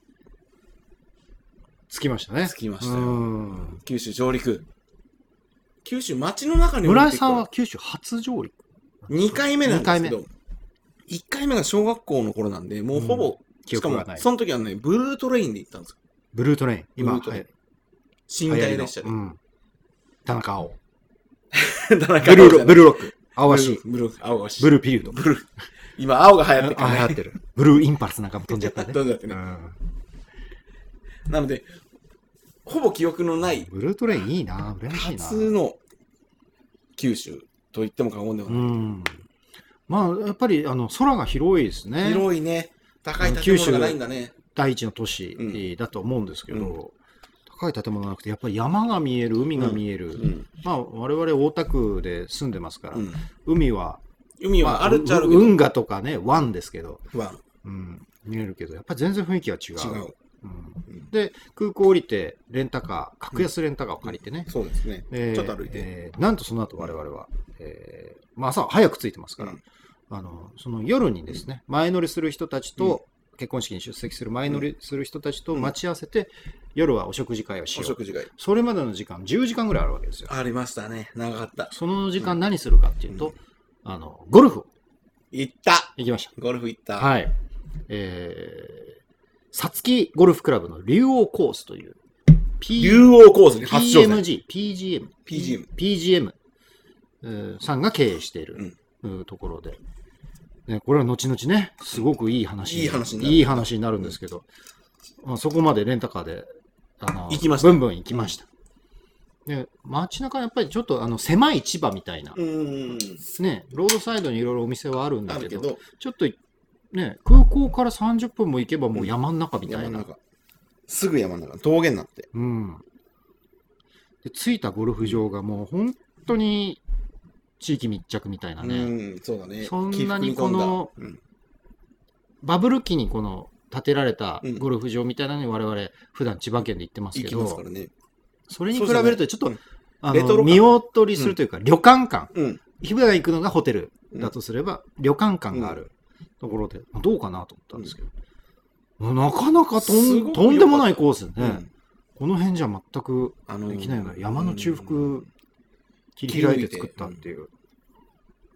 [SPEAKER 1] 着きましたね。
[SPEAKER 2] 着きましたよ
[SPEAKER 1] うん
[SPEAKER 2] 九州上陸。九州町の中に降り
[SPEAKER 1] 村井
[SPEAKER 2] てくる
[SPEAKER 1] さんは九州初上陸
[SPEAKER 2] 2回目なんですけ
[SPEAKER 1] 二
[SPEAKER 2] ど、1回目が小学校の頃なんで、もうほぼ、
[SPEAKER 1] 記
[SPEAKER 2] しか
[SPEAKER 1] 憶が
[SPEAKER 2] も
[SPEAKER 1] ない。
[SPEAKER 2] その時はね、ブルートレインで行ったんですよ。
[SPEAKER 1] ブルートレイン、今、
[SPEAKER 2] ブルートレイン
[SPEAKER 1] はい
[SPEAKER 2] 寝台列車で
[SPEAKER 1] 流行り。のうん。田中青。
[SPEAKER 2] 田中
[SPEAKER 1] ブルー
[SPEAKER 2] じゃな
[SPEAKER 1] ロ
[SPEAKER 2] い
[SPEAKER 1] ブルーロック、青足、
[SPEAKER 2] ブルー、ブルー青がし
[SPEAKER 1] ブルーピリード。
[SPEAKER 2] ブルー。今、青が流行って
[SPEAKER 1] あ、流行ってる。ブルーインパルスなんかも飛んじゃったね。
[SPEAKER 2] どうだって
[SPEAKER 1] う
[SPEAKER 2] ね。
[SPEAKER 1] ん
[SPEAKER 2] なので、ほぼ記憶のない、
[SPEAKER 1] ブルートレインいいな、羨ましいな。
[SPEAKER 2] 初の九州と言っても過言では
[SPEAKER 1] う
[SPEAKER 2] ない。
[SPEAKER 1] ん。まあ、やっぱりあの空が広いですね。
[SPEAKER 2] 広いね。高い建物がないんだね。
[SPEAKER 1] 第一の都市
[SPEAKER 2] う
[SPEAKER 1] え
[SPEAKER 2] ん
[SPEAKER 1] ーだと思うんですけど、
[SPEAKER 2] う
[SPEAKER 1] 高い建物なくて、やっぱり山が見える、海が見える。
[SPEAKER 2] うん。
[SPEAKER 1] まあ、我々大田区で住んでますから、
[SPEAKER 2] うん
[SPEAKER 1] 海は、
[SPEAKER 2] 海
[SPEAKER 1] ま
[SPEAKER 2] はあるっちゃあるけど、
[SPEAKER 1] 運河とかね、湾ですけど、
[SPEAKER 2] は
[SPEAKER 1] うん、見えるけど、やっぱり全然雰囲気は違
[SPEAKER 2] 違
[SPEAKER 1] う。う
[SPEAKER 2] う。
[SPEAKER 1] ん
[SPEAKER 2] うん
[SPEAKER 1] で、空港降りて、レンタカー、格安レンタカーを借りてね、
[SPEAKER 2] そうですね。
[SPEAKER 1] で
[SPEAKER 2] ちょっと歩いて。
[SPEAKER 1] えーなんとその後我々は、えーまあ、朝早く着いてますから、
[SPEAKER 2] うん
[SPEAKER 1] あのその夜にですね、前乗りする人たちと、結婚式に出席する前乗りする人たちと待ち合わせて、夜はお食事会をし
[SPEAKER 2] お
[SPEAKER 1] よう。
[SPEAKER 2] 食事会。
[SPEAKER 1] それまでの時間、10時間ぐらいあるわけですよ。
[SPEAKER 2] ありましたね。長かった。
[SPEAKER 1] その時間何するかっていうと、
[SPEAKER 2] うん
[SPEAKER 1] あのゴルフ
[SPEAKER 2] 行った
[SPEAKER 1] 行きまし
[SPEAKER 2] ゴルフ行った。
[SPEAKER 1] た。はい。えー、さつきゴルフクラブの竜王コースという、P-
[SPEAKER 2] 竜王コースに初挑戦。
[SPEAKER 1] PMG、PGM、
[SPEAKER 2] PGM
[SPEAKER 1] PGM えーさんが経営している、うんところで、ね、これは後々ね、すごくいい話
[SPEAKER 2] いい話になる
[SPEAKER 1] いい話になるんですけど、まあ、そこまでレンタカーで、あの
[SPEAKER 2] 行きました
[SPEAKER 1] ブンブン行きました。で街中やっぱりちょっとあの狭い市場みたいな、
[SPEAKER 2] うん。
[SPEAKER 1] ね、ロードサイドにいろいろお店はあるんだ
[SPEAKER 2] あ
[SPEAKER 1] け
[SPEAKER 2] るけ
[SPEAKER 1] ど、
[SPEAKER 2] ど、
[SPEAKER 1] ちょっと、ね、空港から30分も行けばもう山の中みた
[SPEAKER 2] 山
[SPEAKER 1] い
[SPEAKER 2] の
[SPEAKER 1] な。
[SPEAKER 2] 中。すぐ山の中。峠になって。
[SPEAKER 1] うん、で着いたゴルフ場がもう本当に地域密着みたいな
[SPEAKER 2] う
[SPEAKER 1] ね、
[SPEAKER 2] ん、そうだね。
[SPEAKER 1] そんなに
[SPEAKER 2] 起伏込んだ
[SPEAKER 1] この
[SPEAKER 2] うん
[SPEAKER 1] バブル期にこの建てられた
[SPEAKER 2] うん
[SPEAKER 1] ゴルフ場みたいなのに我々普段千葉県で行ってます
[SPEAKER 2] 行
[SPEAKER 1] け
[SPEAKER 2] き
[SPEAKER 1] ど、
[SPEAKER 2] ますからね。
[SPEAKER 1] それに比べるとちょっと、
[SPEAKER 2] うん
[SPEAKER 1] あ
[SPEAKER 2] レト
[SPEAKER 1] の
[SPEAKER 2] ロ感
[SPEAKER 1] 見劣りするというか、旅館感
[SPEAKER 2] うん。
[SPEAKER 1] 日村が行くのがホテルだとすれば、旅館感があるところで、どうかなと思ったんですけど、なかなかと
[SPEAKER 2] すごく良か
[SPEAKER 1] ん
[SPEAKER 2] った
[SPEAKER 1] とんでもないコースで
[SPEAKER 2] う
[SPEAKER 1] ね、
[SPEAKER 2] ん。
[SPEAKER 1] この辺じゃ全く
[SPEAKER 2] あの
[SPEAKER 1] できないよね山の中腹切り開いて作ったっていう。、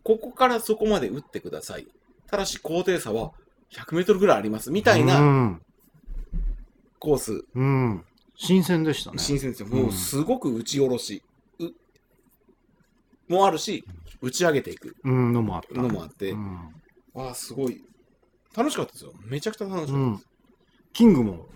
[SPEAKER 2] ここからそこまで打ってください。ただし高低差は100メートルぐらいあります。みたいうなんコース。
[SPEAKER 1] うん新鮮でしたね。
[SPEAKER 2] 新鮮ですよ。
[SPEAKER 1] うん
[SPEAKER 2] もうすごく打ち下ろし。うもあるし、打ち上げていく
[SPEAKER 1] うん、のもあった。
[SPEAKER 2] のもあって。
[SPEAKER 1] うん
[SPEAKER 2] わあ、すごい。楽しかったですよ。めちゃくちゃ楽し
[SPEAKER 1] う
[SPEAKER 2] かった
[SPEAKER 1] ん
[SPEAKER 2] です。
[SPEAKER 1] キングも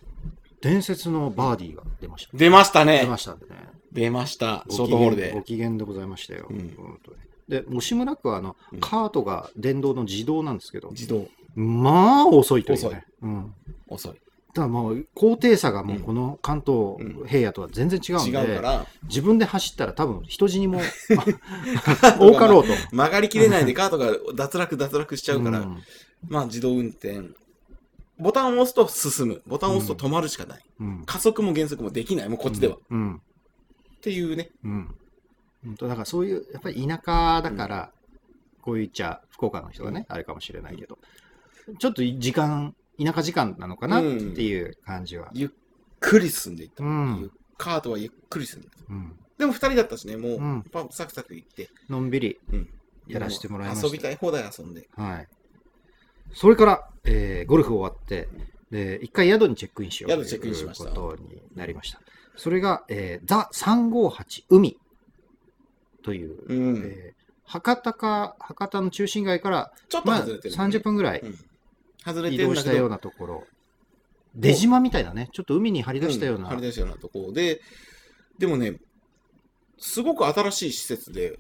[SPEAKER 1] 伝説のバーディーが出ました。
[SPEAKER 2] 出ました
[SPEAKER 1] 出
[SPEAKER 2] ね
[SPEAKER 1] ま。したんでね。
[SPEAKER 2] 出ました。シ
[SPEAKER 1] ご
[SPEAKER 2] ョー
[SPEAKER 1] 機
[SPEAKER 2] トホー
[SPEAKER 1] 嫌
[SPEAKER 2] ルで
[SPEAKER 1] ご。機嫌でございましたよ。
[SPEAKER 2] うん
[SPEAKER 1] 本当にで、吉村区はあの
[SPEAKER 2] うん
[SPEAKER 1] カートが電動の自動なんですけど、
[SPEAKER 2] 自動
[SPEAKER 1] まあ遅いというね。うん
[SPEAKER 2] 遅い。
[SPEAKER 1] ただもう高低差がもうこの関東平野とは全然違うん
[SPEAKER 2] 違
[SPEAKER 1] で、
[SPEAKER 2] うから、
[SPEAKER 1] 自分で走ったら多分人死にも
[SPEAKER 2] が
[SPEAKER 1] *laughs* 多かろうと。
[SPEAKER 2] 曲がりきれないでカートが脱落脱落しちゃうから、
[SPEAKER 1] うん
[SPEAKER 2] まあ自動運転。ボタンを押すと進む。ボタンを押すと止まるしかない。
[SPEAKER 1] うん
[SPEAKER 2] 加速も減速もできない。もうこっちでは。っ
[SPEAKER 1] うん
[SPEAKER 2] ていうね。
[SPEAKER 1] うん本当だからそういうやっぱり田舎だから、こう言っちゃ福岡の人がね、あれかもしれないけどちょっと時間田舎時間なのかなっていう感じは、
[SPEAKER 2] ゆっくり進んでいった。
[SPEAKER 1] うん
[SPEAKER 2] ゆっカートはゆっくり進んでいった。
[SPEAKER 1] うん
[SPEAKER 2] でも二人だったしね、もう、
[SPEAKER 1] うん
[SPEAKER 2] パンサクサク行って。
[SPEAKER 1] のんびり、
[SPEAKER 2] うん
[SPEAKER 1] やらせてもらいました
[SPEAKER 2] 遊びたい放題遊んで。
[SPEAKER 1] はい。それから、えーゴルフ終わって、で、一回宿にチェックインしよう
[SPEAKER 2] 宿チェックインしました
[SPEAKER 1] ということになりました。それが、えーザ358海という、
[SPEAKER 2] うん
[SPEAKER 1] えー博多か、博多の中心街から、
[SPEAKER 2] ちょっと
[SPEAKER 1] まあ、
[SPEAKER 2] 外れてる、
[SPEAKER 1] 30分ぐらい
[SPEAKER 2] うん外れ
[SPEAKER 1] 移
[SPEAKER 2] てる
[SPEAKER 1] 動
[SPEAKER 2] んだ
[SPEAKER 1] した
[SPEAKER 2] け
[SPEAKER 1] よ
[SPEAKER 2] ど
[SPEAKER 1] う、なところ、出島みたいなね、ちょっと海に張り出したような、
[SPEAKER 2] ん張り出したようなとこで、でもね、すごく新しい施設で、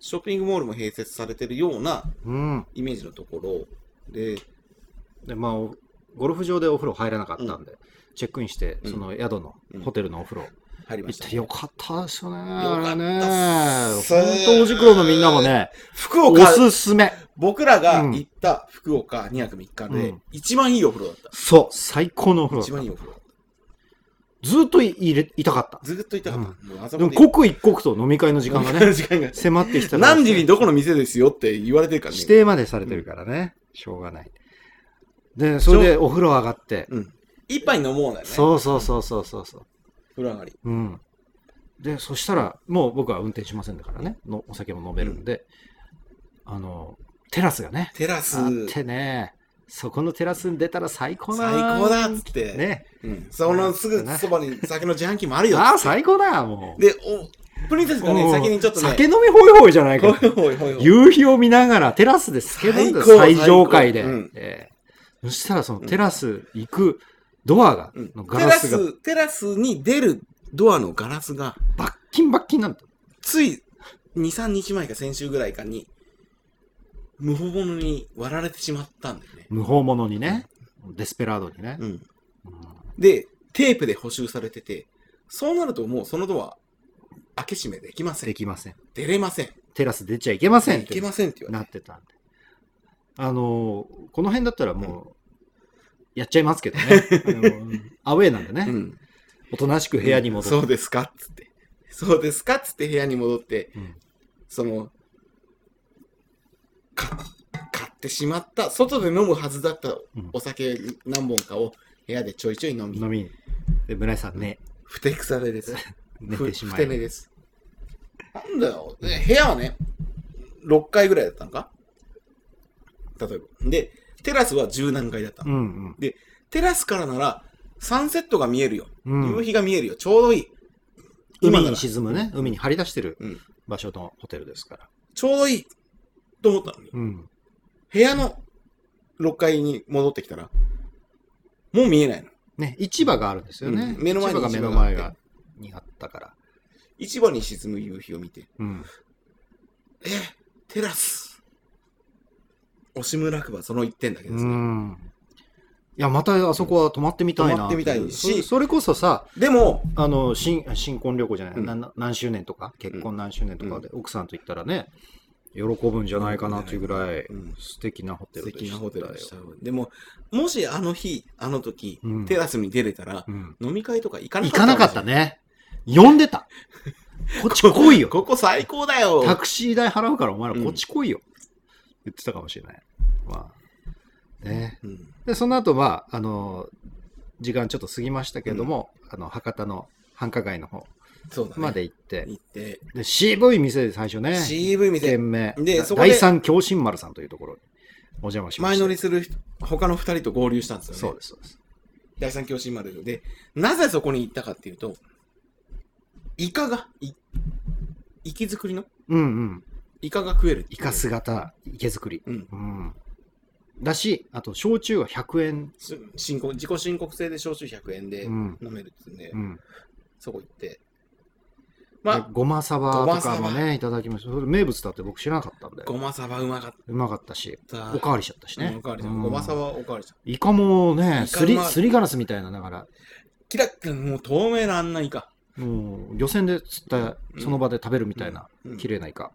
[SPEAKER 2] ショッピングモールも併設されてるような
[SPEAKER 1] うん。
[SPEAKER 2] イメージのところで、
[SPEAKER 1] で、まあ、おゴルフ場でお風呂入らなかったんで、チェックインして、
[SPEAKER 2] うん
[SPEAKER 1] その宿の、
[SPEAKER 2] うん
[SPEAKER 1] ホテルのお風呂、
[SPEAKER 2] 入りまし
[SPEAKER 1] 行ったて。よかったですよね。
[SPEAKER 2] かったっす
[SPEAKER 1] あれね。本当、おじくろのみんなもね、
[SPEAKER 2] 福
[SPEAKER 1] お
[SPEAKER 2] 岡、
[SPEAKER 1] すすめ。
[SPEAKER 2] 僕らが行った福岡2泊3日
[SPEAKER 1] う
[SPEAKER 2] で
[SPEAKER 1] ん、
[SPEAKER 2] 一番いいお風呂だった。
[SPEAKER 1] そう、最高のお風
[SPEAKER 2] 一
[SPEAKER 1] 呂
[SPEAKER 2] 番いい
[SPEAKER 1] だっ。
[SPEAKER 2] お風呂だった
[SPEAKER 1] ずっといいれいたかった
[SPEAKER 2] た。ずっといたかった。もう朝
[SPEAKER 1] で
[SPEAKER 2] ま
[SPEAKER 1] も、
[SPEAKER 2] で行っ
[SPEAKER 1] 刻一刻と飲み会の時間
[SPEAKER 2] *laughs*
[SPEAKER 1] がね、
[SPEAKER 2] 時間が
[SPEAKER 1] 迫ってきたから
[SPEAKER 2] 何時にどこの店ですよって言われてるからね。
[SPEAKER 1] 指定までされてるからね、しょうがない。で、それでお風呂上がって、
[SPEAKER 2] うん。一杯飲もうだよね。
[SPEAKER 1] そうそうそうそうそうそう。
[SPEAKER 2] 風呂上がり。
[SPEAKER 1] うん。で、そしたら、もう僕は運転しませんだからね、のお酒も飲めるんで、あの、テラスがね、
[SPEAKER 2] テラス、
[SPEAKER 1] あってね、そこのテラスに出たら最高だ
[SPEAKER 2] 最高だっつって。
[SPEAKER 1] ね。
[SPEAKER 2] うん、そのすぐそばに酒の自販機もあるよ。
[SPEAKER 1] ああ、最高だもう。
[SPEAKER 2] で、お、プリンセスがね、
[SPEAKER 1] うん
[SPEAKER 2] 先にちょっとね、
[SPEAKER 1] 酒飲みホイホイじゃない
[SPEAKER 2] ほい
[SPEAKER 1] か。
[SPEAKER 2] ほいほいほい
[SPEAKER 1] 夕日を見ながらテラスで酒飲んで
[SPEAKER 2] 最
[SPEAKER 1] 最
[SPEAKER 2] 高
[SPEAKER 1] 上階で
[SPEAKER 2] 最高うん。
[SPEAKER 1] ええそしたらそのテラス行くドアが
[SPEAKER 2] うん、
[SPEAKER 1] のガ
[SPEAKER 2] テ
[SPEAKER 1] ラ
[SPEAKER 2] ラ
[SPEAKER 1] スが
[SPEAKER 2] ス、テラスに出るドアのガラスが、
[SPEAKER 1] バッキンバッキンなんだ。
[SPEAKER 2] つい2、3日前か先週ぐらいかに、無法者に割られてしまったんだよね。
[SPEAKER 1] 無法者にね。デスペラードにね
[SPEAKER 2] う。ん。
[SPEAKER 1] うん
[SPEAKER 2] で、テープで補修されてて、そうなるともうそのドア、開け閉めできませ
[SPEAKER 1] で
[SPEAKER 2] ん。
[SPEAKER 1] きません。
[SPEAKER 2] 出れません。
[SPEAKER 1] テラス出ちゃいけませんっ
[SPEAKER 2] いけ
[SPEAKER 1] て
[SPEAKER 2] ませんって言わ
[SPEAKER 1] なってたんで。あのー、この辺だったらもう、やっちゃいますけ
[SPEAKER 2] *laughs*
[SPEAKER 1] どね。あのーアウェーなんで
[SPEAKER 2] れて。う
[SPEAKER 1] ね。
[SPEAKER 2] ん。
[SPEAKER 1] おとなしく部屋に戻って。
[SPEAKER 2] そうですかっつって。そうですかっつって部屋に戻って、
[SPEAKER 1] うん
[SPEAKER 2] その、か買ってしまった、外で飲むはずだった
[SPEAKER 1] うん
[SPEAKER 2] お酒何本かを部屋でちょいちょい飲み、
[SPEAKER 1] 飲みに。で、村井さんね、
[SPEAKER 2] ふてくされです。
[SPEAKER 1] 寝
[SPEAKER 2] ふ
[SPEAKER 1] てしま
[SPEAKER 2] ふ
[SPEAKER 1] い
[SPEAKER 2] て。寝です。なんだよ、ね部屋はね、6階ぐらいだったのか例えば。で、テラスは10何階だったの、
[SPEAKER 1] うん
[SPEAKER 2] テラスからなら、サンセットが見えるよ。
[SPEAKER 1] うん。う
[SPEAKER 2] 夕
[SPEAKER 1] ん、
[SPEAKER 2] 日が見えるよ。ちょうどいい。
[SPEAKER 1] 海
[SPEAKER 2] なら
[SPEAKER 1] に沈むね、海に張り出してる
[SPEAKER 2] うん
[SPEAKER 1] 場所のホテルですから。
[SPEAKER 2] ちょうどいいと思ったのに、
[SPEAKER 1] うん。
[SPEAKER 2] 部屋の6階に戻ってきたら、もう見えないの。
[SPEAKER 1] ね、市場があるんですよね。
[SPEAKER 2] うん目の前に
[SPEAKER 1] 市場が目の
[SPEAKER 2] 市場があっ
[SPEAKER 1] 前
[SPEAKER 2] て
[SPEAKER 1] がにあったから。
[SPEAKER 2] 市場に沈む夕日を見て、
[SPEAKER 1] うん。
[SPEAKER 2] え、テラス。押しむらくばその1点だけです、ね
[SPEAKER 1] うん。いや、またあそこは泊まってみたいな。
[SPEAKER 2] 泊まってみたいし
[SPEAKER 1] そそれこそさ、
[SPEAKER 2] でも、
[SPEAKER 1] あの、新、新婚旅行じゃない、
[SPEAKER 2] うん
[SPEAKER 1] なな何周年とか、結婚何周年とかで、奥さんと行ったらね、喜ぶんじゃないかなっていうぐらい、
[SPEAKER 2] うん
[SPEAKER 1] 素敵なホテ
[SPEAKER 2] 素
[SPEAKER 1] ルでした
[SPEAKER 2] 敵
[SPEAKER 1] よ。
[SPEAKER 2] なホテルでした。でも、もしあの日、あの時、
[SPEAKER 1] うん
[SPEAKER 2] テラスに出れたら、
[SPEAKER 1] うん。
[SPEAKER 2] 飲み会とか行か
[SPEAKER 1] 行
[SPEAKER 2] なかった
[SPEAKER 1] かなかったね。呼んで
[SPEAKER 2] *laughs*
[SPEAKER 1] た。こっち来いよ。
[SPEAKER 2] ここ最高だよ。
[SPEAKER 1] タクシー代払うからお前ら
[SPEAKER 2] うん
[SPEAKER 1] こっち来いよ。言ってたかもしれない。まあ。ね。
[SPEAKER 2] うん
[SPEAKER 1] で、その後は、あの、時間ちょっと過ぎましたけれども、あの、博多の繁華街の方
[SPEAKER 2] そうだね。
[SPEAKER 1] まで行って、
[SPEAKER 2] 行って、
[SPEAKER 1] で、渋い店で最初ね、
[SPEAKER 2] CV 見
[SPEAKER 1] 一
[SPEAKER 2] て、
[SPEAKER 1] 軒目、
[SPEAKER 2] で
[SPEAKER 1] だ
[SPEAKER 2] そこで
[SPEAKER 1] 第三京新丸さんというところにお邪魔しま
[SPEAKER 2] 前
[SPEAKER 1] した。
[SPEAKER 2] 乗りする人他の2人と合流したんですよね。
[SPEAKER 1] そうです、そうです。
[SPEAKER 2] 第三京新丸で、なぜそこに行ったかっていうと、イカが、いイキ作りの
[SPEAKER 1] うんうん。
[SPEAKER 2] イカが食えるってい
[SPEAKER 1] イ
[SPEAKER 2] う。
[SPEAKER 1] カ姿、池作り。
[SPEAKER 2] うん。
[SPEAKER 1] うん。だし、あと、焼酎は100円。
[SPEAKER 2] す申告自己申告制で焼酎100円で
[SPEAKER 1] う
[SPEAKER 2] 飲
[SPEAKER 1] ん。
[SPEAKER 2] めるっていうんで、
[SPEAKER 1] うん。
[SPEAKER 2] そこ行って。
[SPEAKER 1] ま
[SPEAKER 2] まあ、
[SPEAKER 1] ごまサバとかも
[SPEAKER 2] ごま
[SPEAKER 1] ね、いただきました。それ名物だって僕知らなかったんで、
[SPEAKER 2] ごまさばうまかっ
[SPEAKER 1] うまかったし、
[SPEAKER 2] た。
[SPEAKER 1] おかわりしちゃったしね。
[SPEAKER 2] うんおかわりじゃ
[SPEAKER 1] うん
[SPEAKER 2] ん。ごまさばおかわりじゃん。
[SPEAKER 1] イカもね、
[SPEAKER 2] イカ
[SPEAKER 1] すり
[SPEAKER 2] まあ
[SPEAKER 1] すりガラスみたいな、だから、
[SPEAKER 2] キラッキラ、もう透明なあんなイカ。
[SPEAKER 1] もう漁船で釣った、その場で食べるみたいな、
[SPEAKER 2] うん
[SPEAKER 1] 綺麗なイカ、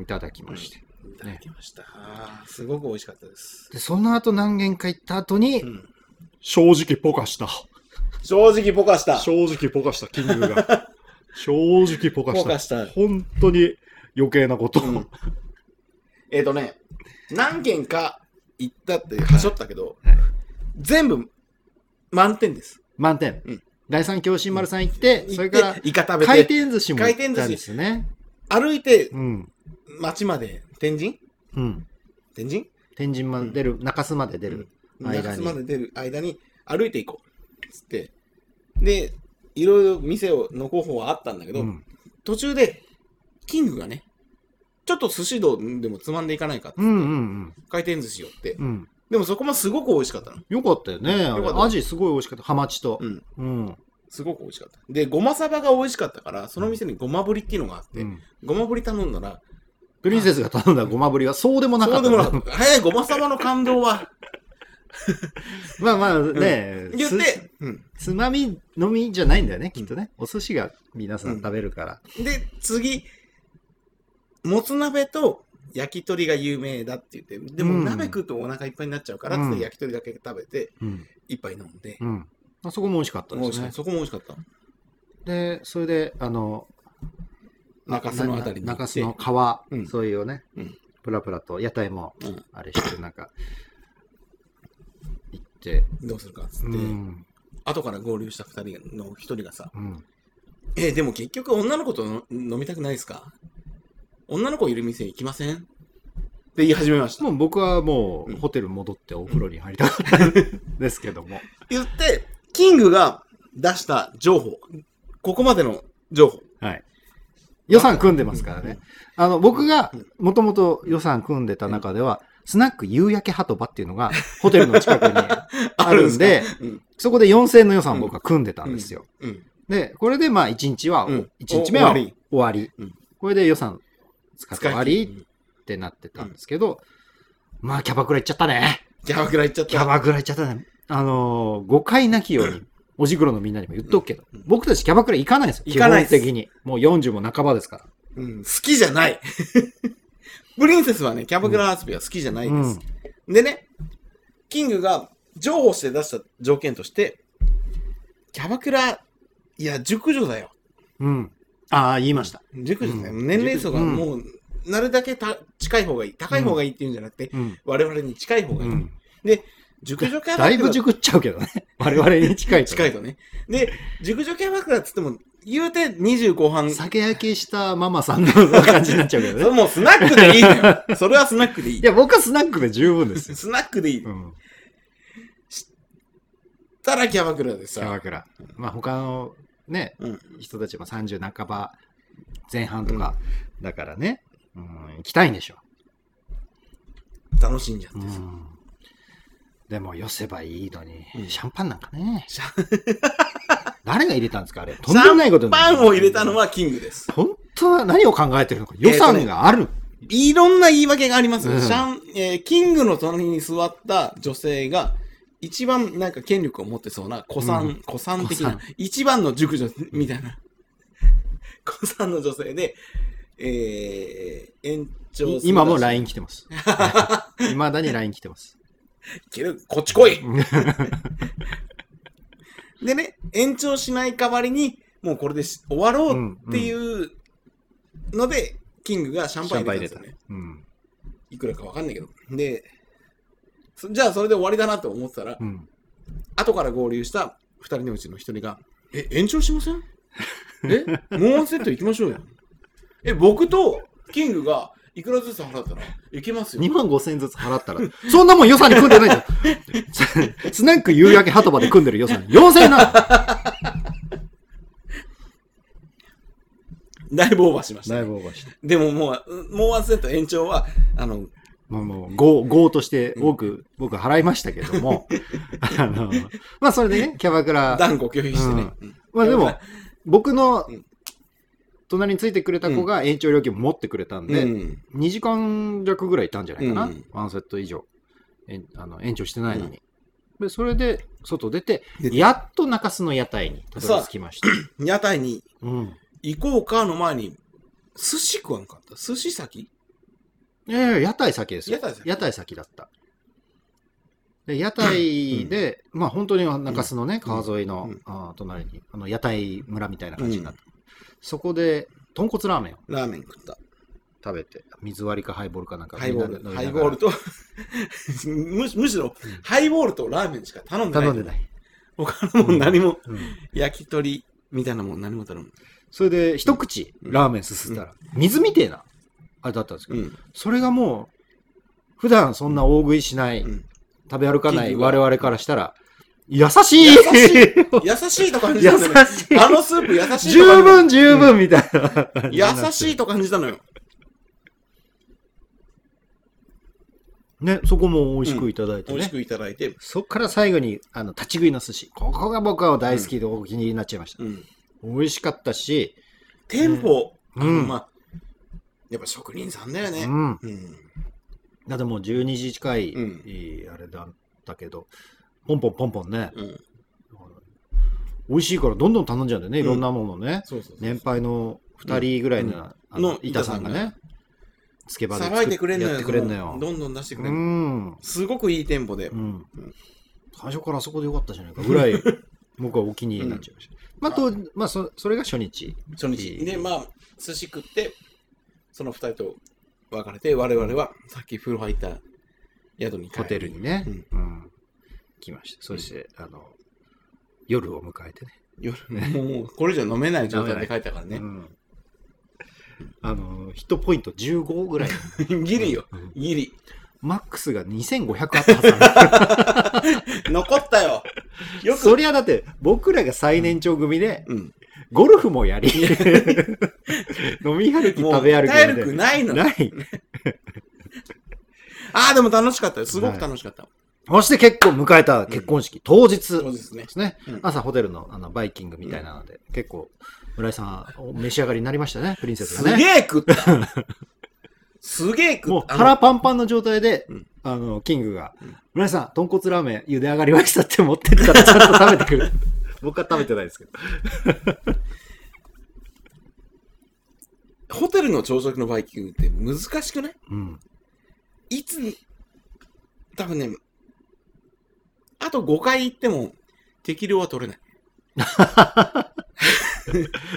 [SPEAKER 1] いただきまして。
[SPEAKER 2] いただきました。あーすごく美味しかったです。
[SPEAKER 1] で、その後何軒か行った後に、
[SPEAKER 2] うん
[SPEAKER 1] 正直ポカした。
[SPEAKER 2] 正直ポカした。
[SPEAKER 1] 正直ポカした、キング
[SPEAKER 2] *laughs*
[SPEAKER 1] が。正直ポカ
[SPEAKER 2] ポカした。
[SPEAKER 1] 本当に余計なこと
[SPEAKER 2] うんえっ、とね、何軒か行ったって、はしょったけど、
[SPEAKER 1] はい
[SPEAKER 2] 全部満点です。
[SPEAKER 1] 満点。
[SPEAKER 2] うん
[SPEAKER 1] 第三京新丸さん行って、そ
[SPEAKER 2] 行
[SPEAKER 1] れ
[SPEAKER 2] っ
[SPEAKER 1] から
[SPEAKER 2] て、イカ食べて、
[SPEAKER 1] 回転寿司も行ったんですね。
[SPEAKER 2] 歩いて
[SPEAKER 1] うん。
[SPEAKER 2] 町まで、天神
[SPEAKER 1] うん。
[SPEAKER 2] 天神
[SPEAKER 1] 天神まで出る、中洲まで出る。間に
[SPEAKER 2] 中洲まで出る間に歩いていこう。つって。で、いろいろ店をの候補はあったんだけど、
[SPEAKER 1] うん。
[SPEAKER 2] 途中で、キングがね、ちょっと寿司道でもつまんでいかないかって、
[SPEAKER 1] うんうん
[SPEAKER 2] 回転寿司寄って。
[SPEAKER 1] うん。うん。
[SPEAKER 2] でもそこもすごく美味しかったの。
[SPEAKER 1] よかったよね。あ
[SPEAKER 2] よ
[SPEAKER 1] れ
[SPEAKER 2] かった
[SPEAKER 1] アジすごい美味しかった。ハマチと
[SPEAKER 2] う。ん。
[SPEAKER 1] うん。
[SPEAKER 2] すごく美味しかった。で、ごまサバが美味しかったから、その店にごまぶりっていうのがあって、
[SPEAKER 1] うん
[SPEAKER 2] ごまぶり頼んだら、
[SPEAKER 1] プリンセスが頼んだごまぶりはそうでもな
[SPEAKER 2] そ
[SPEAKER 1] か
[SPEAKER 2] う
[SPEAKER 1] っ
[SPEAKER 2] で
[SPEAKER 1] た
[SPEAKER 2] も
[SPEAKER 1] ね。
[SPEAKER 2] なかった。早い、ごまサバの感動は。
[SPEAKER 1] *laughs* まあまあね、
[SPEAKER 2] 言って、うん
[SPEAKER 1] つ、つまみのみじゃないんだよね、きっとね。お寿司が皆さん食べるから。
[SPEAKER 2] で、次、もつ鍋と焼き鳥が有名だって言って、で
[SPEAKER 1] う
[SPEAKER 2] も
[SPEAKER 1] ん
[SPEAKER 2] 鍋食うとお腹いっぱいになっちゃうから、つっ
[SPEAKER 1] うん
[SPEAKER 2] て焼き鳥だけ食べて、
[SPEAKER 1] うん。
[SPEAKER 2] 一杯飲んで、
[SPEAKER 1] うん。あそこも美味しかった
[SPEAKER 2] 美
[SPEAKER 1] で
[SPEAKER 2] 味し
[SPEAKER 1] す
[SPEAKER 2] か
[SPEAKER 1] ね
[SPEAKER 2] った。そこも美味しかった。
[SPEAKER 1] で、それで、あの、
[SPEAKER 2] 中洲のあたりに行って
[SPEAKER 1] 中洲の川、
[SPEAKER 2] うん
[SPEAKER 1] そういうね、
[SPEAKER 2] うん
[SPEAKER 1] プラプラと屋台も
[SPEAKER 2] うん
[SPEAKER 1] あれして、なんか、行って、
[SPEAKER 2] どうするかっつって、
[SPEAKER 1] うん。
[SPEAKER 2] 後から合流した二人の一人がさ、
[SPEAKER 1] うん。
[SPEAKER 2] えーでも結局女の子との飲みたくないですか女の子いる店行きませんって言い始めました。
[SPEAKER 1] もう僕はもう、
[SPEAKER 2] うん
[SPEAKER 1] ホテル戻ってお風呂に入りたかったんですけども。
[SPEAKER 2] 言って、キングが出した情報、ここまでの情報。
[SPEAKER 1] はい。予算組んでますからね。あの、僕が
[SPEAKER 2] うん
[SPEAKER 1] もともと予算組んでた中では、スナック夕焼け鳩場っていうのがホテルの近くに
[SPEAKER 2] *laughs*
[SPEAKER 1] あるん
[SPEAKER 2] か、
[SPEAKER 1] で、
[SPEAKER 2] うん
[SPEAKER 1] そこで4000円の予算を僕は組んでたんですよ。
[SPEAKER 2] うん、
[SPEAKER 1] で、これでまあ1日は、
[SPEAKER 2] うん
[SPEAKER 1] 1日目は
[SPEAKER 2] お終
[SPEAKER 1] 終
[SPEAKER 2] わり
[SPEAKER 1] わり
[SPEAKER 2] うん。
[SPEAKER 1] これで予算使って
[SPEAKER 2] 使い
[SPEAKER 1] 終わりってなってたんですけど、まあキャバクラ行っちゃったね。
[SPEAKER 2] キャバクラ行っちゃった。
[SPEAKER 1] キャバクラ行っちゃったね。あのー誤解なきように、おじくろのみんなにも言っとくけど、
[SPEAKER 2] うんうん
[SPEAKER 1] 僕たちキャバクラ行かないですよ。
[SPEAKER 2] 行かないで
[SPEAKER 1] 基
[SPEAKER 2] す
[SPEAKER 1] 本的に。もう40も半ばですから。
[SPEAKER 2] うん、好きじゃない。 *laughs* プリンセスはね、キャバクラ遊びは好きじゃないです。でね、キングが譲歩して出した条件として、キャバクラ、いや、熟女だよ。
[SPEAKER 1] うん。ああ、言いました。
[SPEAKER 2] 熟女だよ。
[SPEAKER 1] うん
[SPEAKER 2] 年齢層が
[SPEAKER 1] うん
[SPEAKER 2] もう、なるだけた近い方がいい。高い方がいいっていうんじゃなくて、
[SPEAKER 1] うん。
[SPEAKER 2] 我々に近い方がいい。熟女キャバクラ。
[SPEAKER 1] だいぶ熟っちゃうけ
[SPEAKER 2] *laughs*
[SPEAKER 1] どね。我々に近いと。
[SPEAKER 2] 近いとね。で、熟女キャバクラっつっても、言うて20後半。
[SPEAKER 1] 酒焼けしたママさんの感じになっちゃうけ
[SPEAKER 2] そ
[SPEAKER 1] ど
[SPEAKER 2] れ
[SPEAKER 1] ね。
[SPEAKER 2] もうスナックでいいの
[SPEAKER 1] *laughs*
[SPEAKER 2] よ。それはスナックでいい
[SPEAKER 1] い。や、僕はスナックで十分
[SPEAKER 2] *laughs*
[SPEAKER 1] ですよ。
[SPEAKER 2] スナックでいい。
[SPEAKER 1] うん。
[SPEAKER 2] たらキャバクラで
[SPEAKER 1] キャ
[SPEAKER 2] さ
[SPEAKER 1] バ、クラ。まあ他のね、
[SPEAKER 2] うん
[SPEAKER 1] 人たちも30半ば前半とか、だからね、うん、行きたいんでしょ
[SPEAKER 2] 楽しんじゃっ
[SPEAKER 1] う。
[SPEAKER 2] てさ。
[SPEAKER 1] ん。でも、寄せばいいのに、
[SPEAKER 2] うん
[SPEAKER 1] シャンパンなんかね
[SPEAKER 2] シ。
[SPEAKER 1] 誰が入れたんですかあれ。とんでもないこと
[SPEAKER 2] シャン
[SPEAKER 1] に
[SPEAKER 2] パンを入れたのはキングです。
[SPEAKER 1] 本当は何を考えてるのか。予算がある。
[SPEAKER 2] いろんな言い訳がありますよ。
[SPEAKER 1] うん
[SPEAKER 2] シャン、えーキングの隣に座った女性が、一番なんか権力を持ってそうな、古
[SPEAKER 1] う
[SPEAKER 2] 参、古参的な
[SPEAKER 1] 古、
[SPEAKER 2] 一番の熟女みたいな、 *laughs* 古参の女性で、えー、延長
[SPEAKER 1] い今もう
[SPEAKER 2] ライ
[SPEAKER 1] LINE
[SPEAKER 2] ン
[SPEAKER 1] 来て
[SPEAKER 2] *laughs*
[SPEAKER 1] ます。いまだに LINE 来てます。
[SPEAKER 2] けど、こっち来い *laughs*
[SPEAKER 1] うん
[SPEAKER 2] でね、延長しない代わりに、もうこれでし終わろうっていうので、キングがシャンパン入れたんですよね。
[SPEAKER 1] うん。
[SPEAKER 2] いくらかわかんないけど。で、そじゃあそれで終わりだなと思ってたら、
[SPEAKER 1] うん。
[SPEAKER 2] 後から合流した2人のうちの1人が、え、延長しません *laughs* え、もうワンセット行きましょうよ。 *laughs* え、僕とキングがいくらずつ払ったら行けますよ。
[SPEAKER 1] 2万5千ずつ払ったら、そんなもん予算に組んでない
[SPEAKER 2] *laughs*
[SPEAKER 1] じゃん。スナック夕焼け鳩場で組んでる予算、4千円なの
[SPEAKER 2] だいぶオーバーしました、
[SPEAKER 1] だい
[SPEAKER 2] ね。
[SPEAKER 1] ぶオーバーして。
[SPEAKER 2] でももう、うんもうワンセット延長は、あの、
[SPEAKER 1] もう、もう、5、5として多く、僕払いましたけど
[SPEAKER 2] *laughs*
[SPEAKER 1] も、あの、まあそれでね、キャバクラ、
[SPEAKER 2] 断固拒否してね。うん
[SPEAKER 1] まあでも、僕の
[SPEAKER 2] うん
[SPEAKER 1] 隣についてくれた子が延長料金持ってくれたん
[SPEAKER 2] う
[SPEAKER 1] で、
[SPEAKER 2] ん
[SPEAKER 1] 2時間弱ぐらいいたんじゃないかな、
[SPEAKER 2] うん
[SPEAKER 1] ワンセット以上えんあの延長してないのに、でそれで外出て
[SPEAKER 2] 出て
[SPEAKER 1] やっと中洲の屋台にたどり着きました、
[SPEAKER 2] 屋台に
[SPEAKER 1] うん、
[SPEAKER 2] 行こうかの前に、寿司食わんかった寿司先
[SPEAKER 1] いやいや屋台先ですよ
[SPEAKER 2] 屋台先
[SPEAKER 1] 先だったで屋台で、まあ本当に中洲のね、川沿いの、
[SPEAKER 2] うん
[SPEAKER 1] あー隣にあの屋台村みたいな感じになった、そこで豚骨ラーメンを
[SPEAKER 2] ラーメン食った。
[SPEAKER 1] 食べて水割りかハイボールかなんか
[SPEAKER 2] ハイボー
[SPEAKER 1] みんなで
[SPEAKER 2] ル。ハ
[SPEAKER 1] 飲
[SPEAKER 2] イ
[SPEAKER 1] みなが
[SPEAKER 2] ボー
[SPEAKER 1] ら
[SPEAKER 2] ルと *laughs* むし、むしろ、ハイボールとラーメンしか頼んでない。
[SPEAKER 1] 頼んでない、
[SPEAKER 2] 他のもん何も、
[SPEAKER 1] うん
[SPEAKER 2] 焼き鳥みたいなもん何も頼む。
[SPEAKER 1] それで一口ラーメンすすったら、水みてえなあれだったんですけど、
[SPEAKER 2] うん。
[SPEAKER 1] それがもう、普段そんな大食いしない、
[SPEAKER 2] うん
[SPEAKER 1] 食べ歩かない
[SPEAKER 2] キングは
[SPEAKER 1] 我々からしたら、 *laughs* 優しい
[SPEAKER 2] 優しい優しいと感じたんだよね。
[SPEAKER 1] 優しい
[SPEAKER 2] あのスープ優しいと感じた。
[SPEAKER 1] 十分十分みたいな、
[SPEAKER 2] 優しいと感じたのよ。
[SPEAKER 1] ね、そこも美味しくいただいて
[SPEAKER 2] 美味し
[SPEAKER 1] ね。
[SPEAKER 2] くいただいて。
[SPEAKER 1] そっから最後に、あの、立ち食いの寿司。ここが僕は大好きでお気に入りになっちゃいました。
[SPEAKER 2] うん。
[SPEAKER 1] 美味しかったし、
[SPEAKER 2] 店舗、
[SPEAKER 1] うん
[SPEAKER 2] あの
[SPEAKER 1] うん
[SPEAKER 2] まあ、やっぱ職人さんだよね
[SPEAKER 1] う。ん。
[SPEAKER 2] うん。
[SPEAKER 1] だってもう12時近い、
[SPEAKER 2] うん
[SPEAKER 1] いいあれだったけど、ポンポンポンポンね、
[SPEAKER 2] うん。
[SPEAKER 1] 美味しいからどんどん頼んじゃうんだよね、いろんなものね。
[SPEAKER 2] そうそうそう。
[SPEAKER 1] 年配の2人ぐらいの,、
[SPEAKER 2] うん
[SPEAKER 1] あの
[SPEAKER 2] の
[SPEAKER 1] 板さんが
[SPEAKER 2] 板さん
[SPEAKER 1] ね、つけばで
[SPEAKER 2] さばいてくれんのよ。
[SPEAKER 1] やってくれんのよ。
[SPEAKER 2] どんどん出してく
[SPEAKER 1] う
[SPEAKER 2] れんの。
[SPEAKER 1] ん。
[SPEAKER 2] すごくいい店舗で
[SPEAKER 1] う。ん、最初からあそこでよかったじゃないかぐらい僕はお気に入りになっちゃいました。まあと、まあそ、それが初日。
[SPEAKER 2] 初日。で、まあ、寿司食って、その二人と別れて、我々はさっき風呂入った宿に帰る
[SPEAKER 1] ホテルにね、
[SPEAKER 2] うん
[SPEAKER 1] うん来ました。そして、あの夜を迎えてね。
[SPEAKER 2] 夜ね、もうこれじゃ飲めない状態で帰ったから
[SPEAKER 1] う
[SPEAKER 2] ね。
[SPEAKER 1] んあのヒットポイント15ぐらい、 *laughs*
[SPEAKER 2] *laughs* ギリよ。
[SPEAKER 1] うん
[SPEAKER 2] ギリ。
[SPEAKER 1] マックスが2500あったはずなんだ
[SPEAKER 2] 残っ
[SPEAKER 1] *laughs*
[SPEAKER 2] たよ。よ *laughs* く。
[SPEAKER 1] そりゃだって僕らが最年長組で
[SPEAKER 2] うん。
[SPEAKER 1] ゴルフもやり *laughs* 飲み歩き
[SPEAKER 2] も
[SPEAKER 1] 食
[SPEAKER 2] う
[SPEAKER 1] べ歩きみたい
[SPEAKER 2] 体力ないの。
[SPEAKER 1] な
[SPEAKER 2] あ
[SPEAKER 1] い
[SPEAKER 2] あー、でも楽しかったよ。すごく楽しかった。
[SPEAKER 1] そして結構迎えた結婚式、当日
[SPEAKER 2] そうですね
[SPEAKER 1] で。すね、
[SPEAKER 2] うん
[SPEAKER 1] 朝ホテルのあのバイキングみたいなので、結構村井さんお召し上がりになりましたねプリンセス
[SPEAKER 2] す
[SPEAKER 1] が
[SPEAKER 2] げ
[SPEAKER 1] ね
[SPEAKER 2] え食った。
[SPEAKER 1] *laughs*
[SPEAKER 2] すげえ食
[SPEAKER 1] もう
[SPEAKER 2] った。
[SPEAKER 1] 腹パンパンの状態で、
[SPEAKER 2] うん
[SPEAKER 1] あのキングが、
[SPEAKER 2] うん
[SPEAKER 1] 村井さん豚骨ラーメン茹で上がりましたって持ってったらちゃんと食べてくる *laughs* 僕は食べてないですけど
[SPEAKER 2] あのホテルの朝食のバイキングって難しくない
[SPEAKER 1] うん
[SPEAKER 2] いつ、多分ね、あと5回行っても適量は取れない。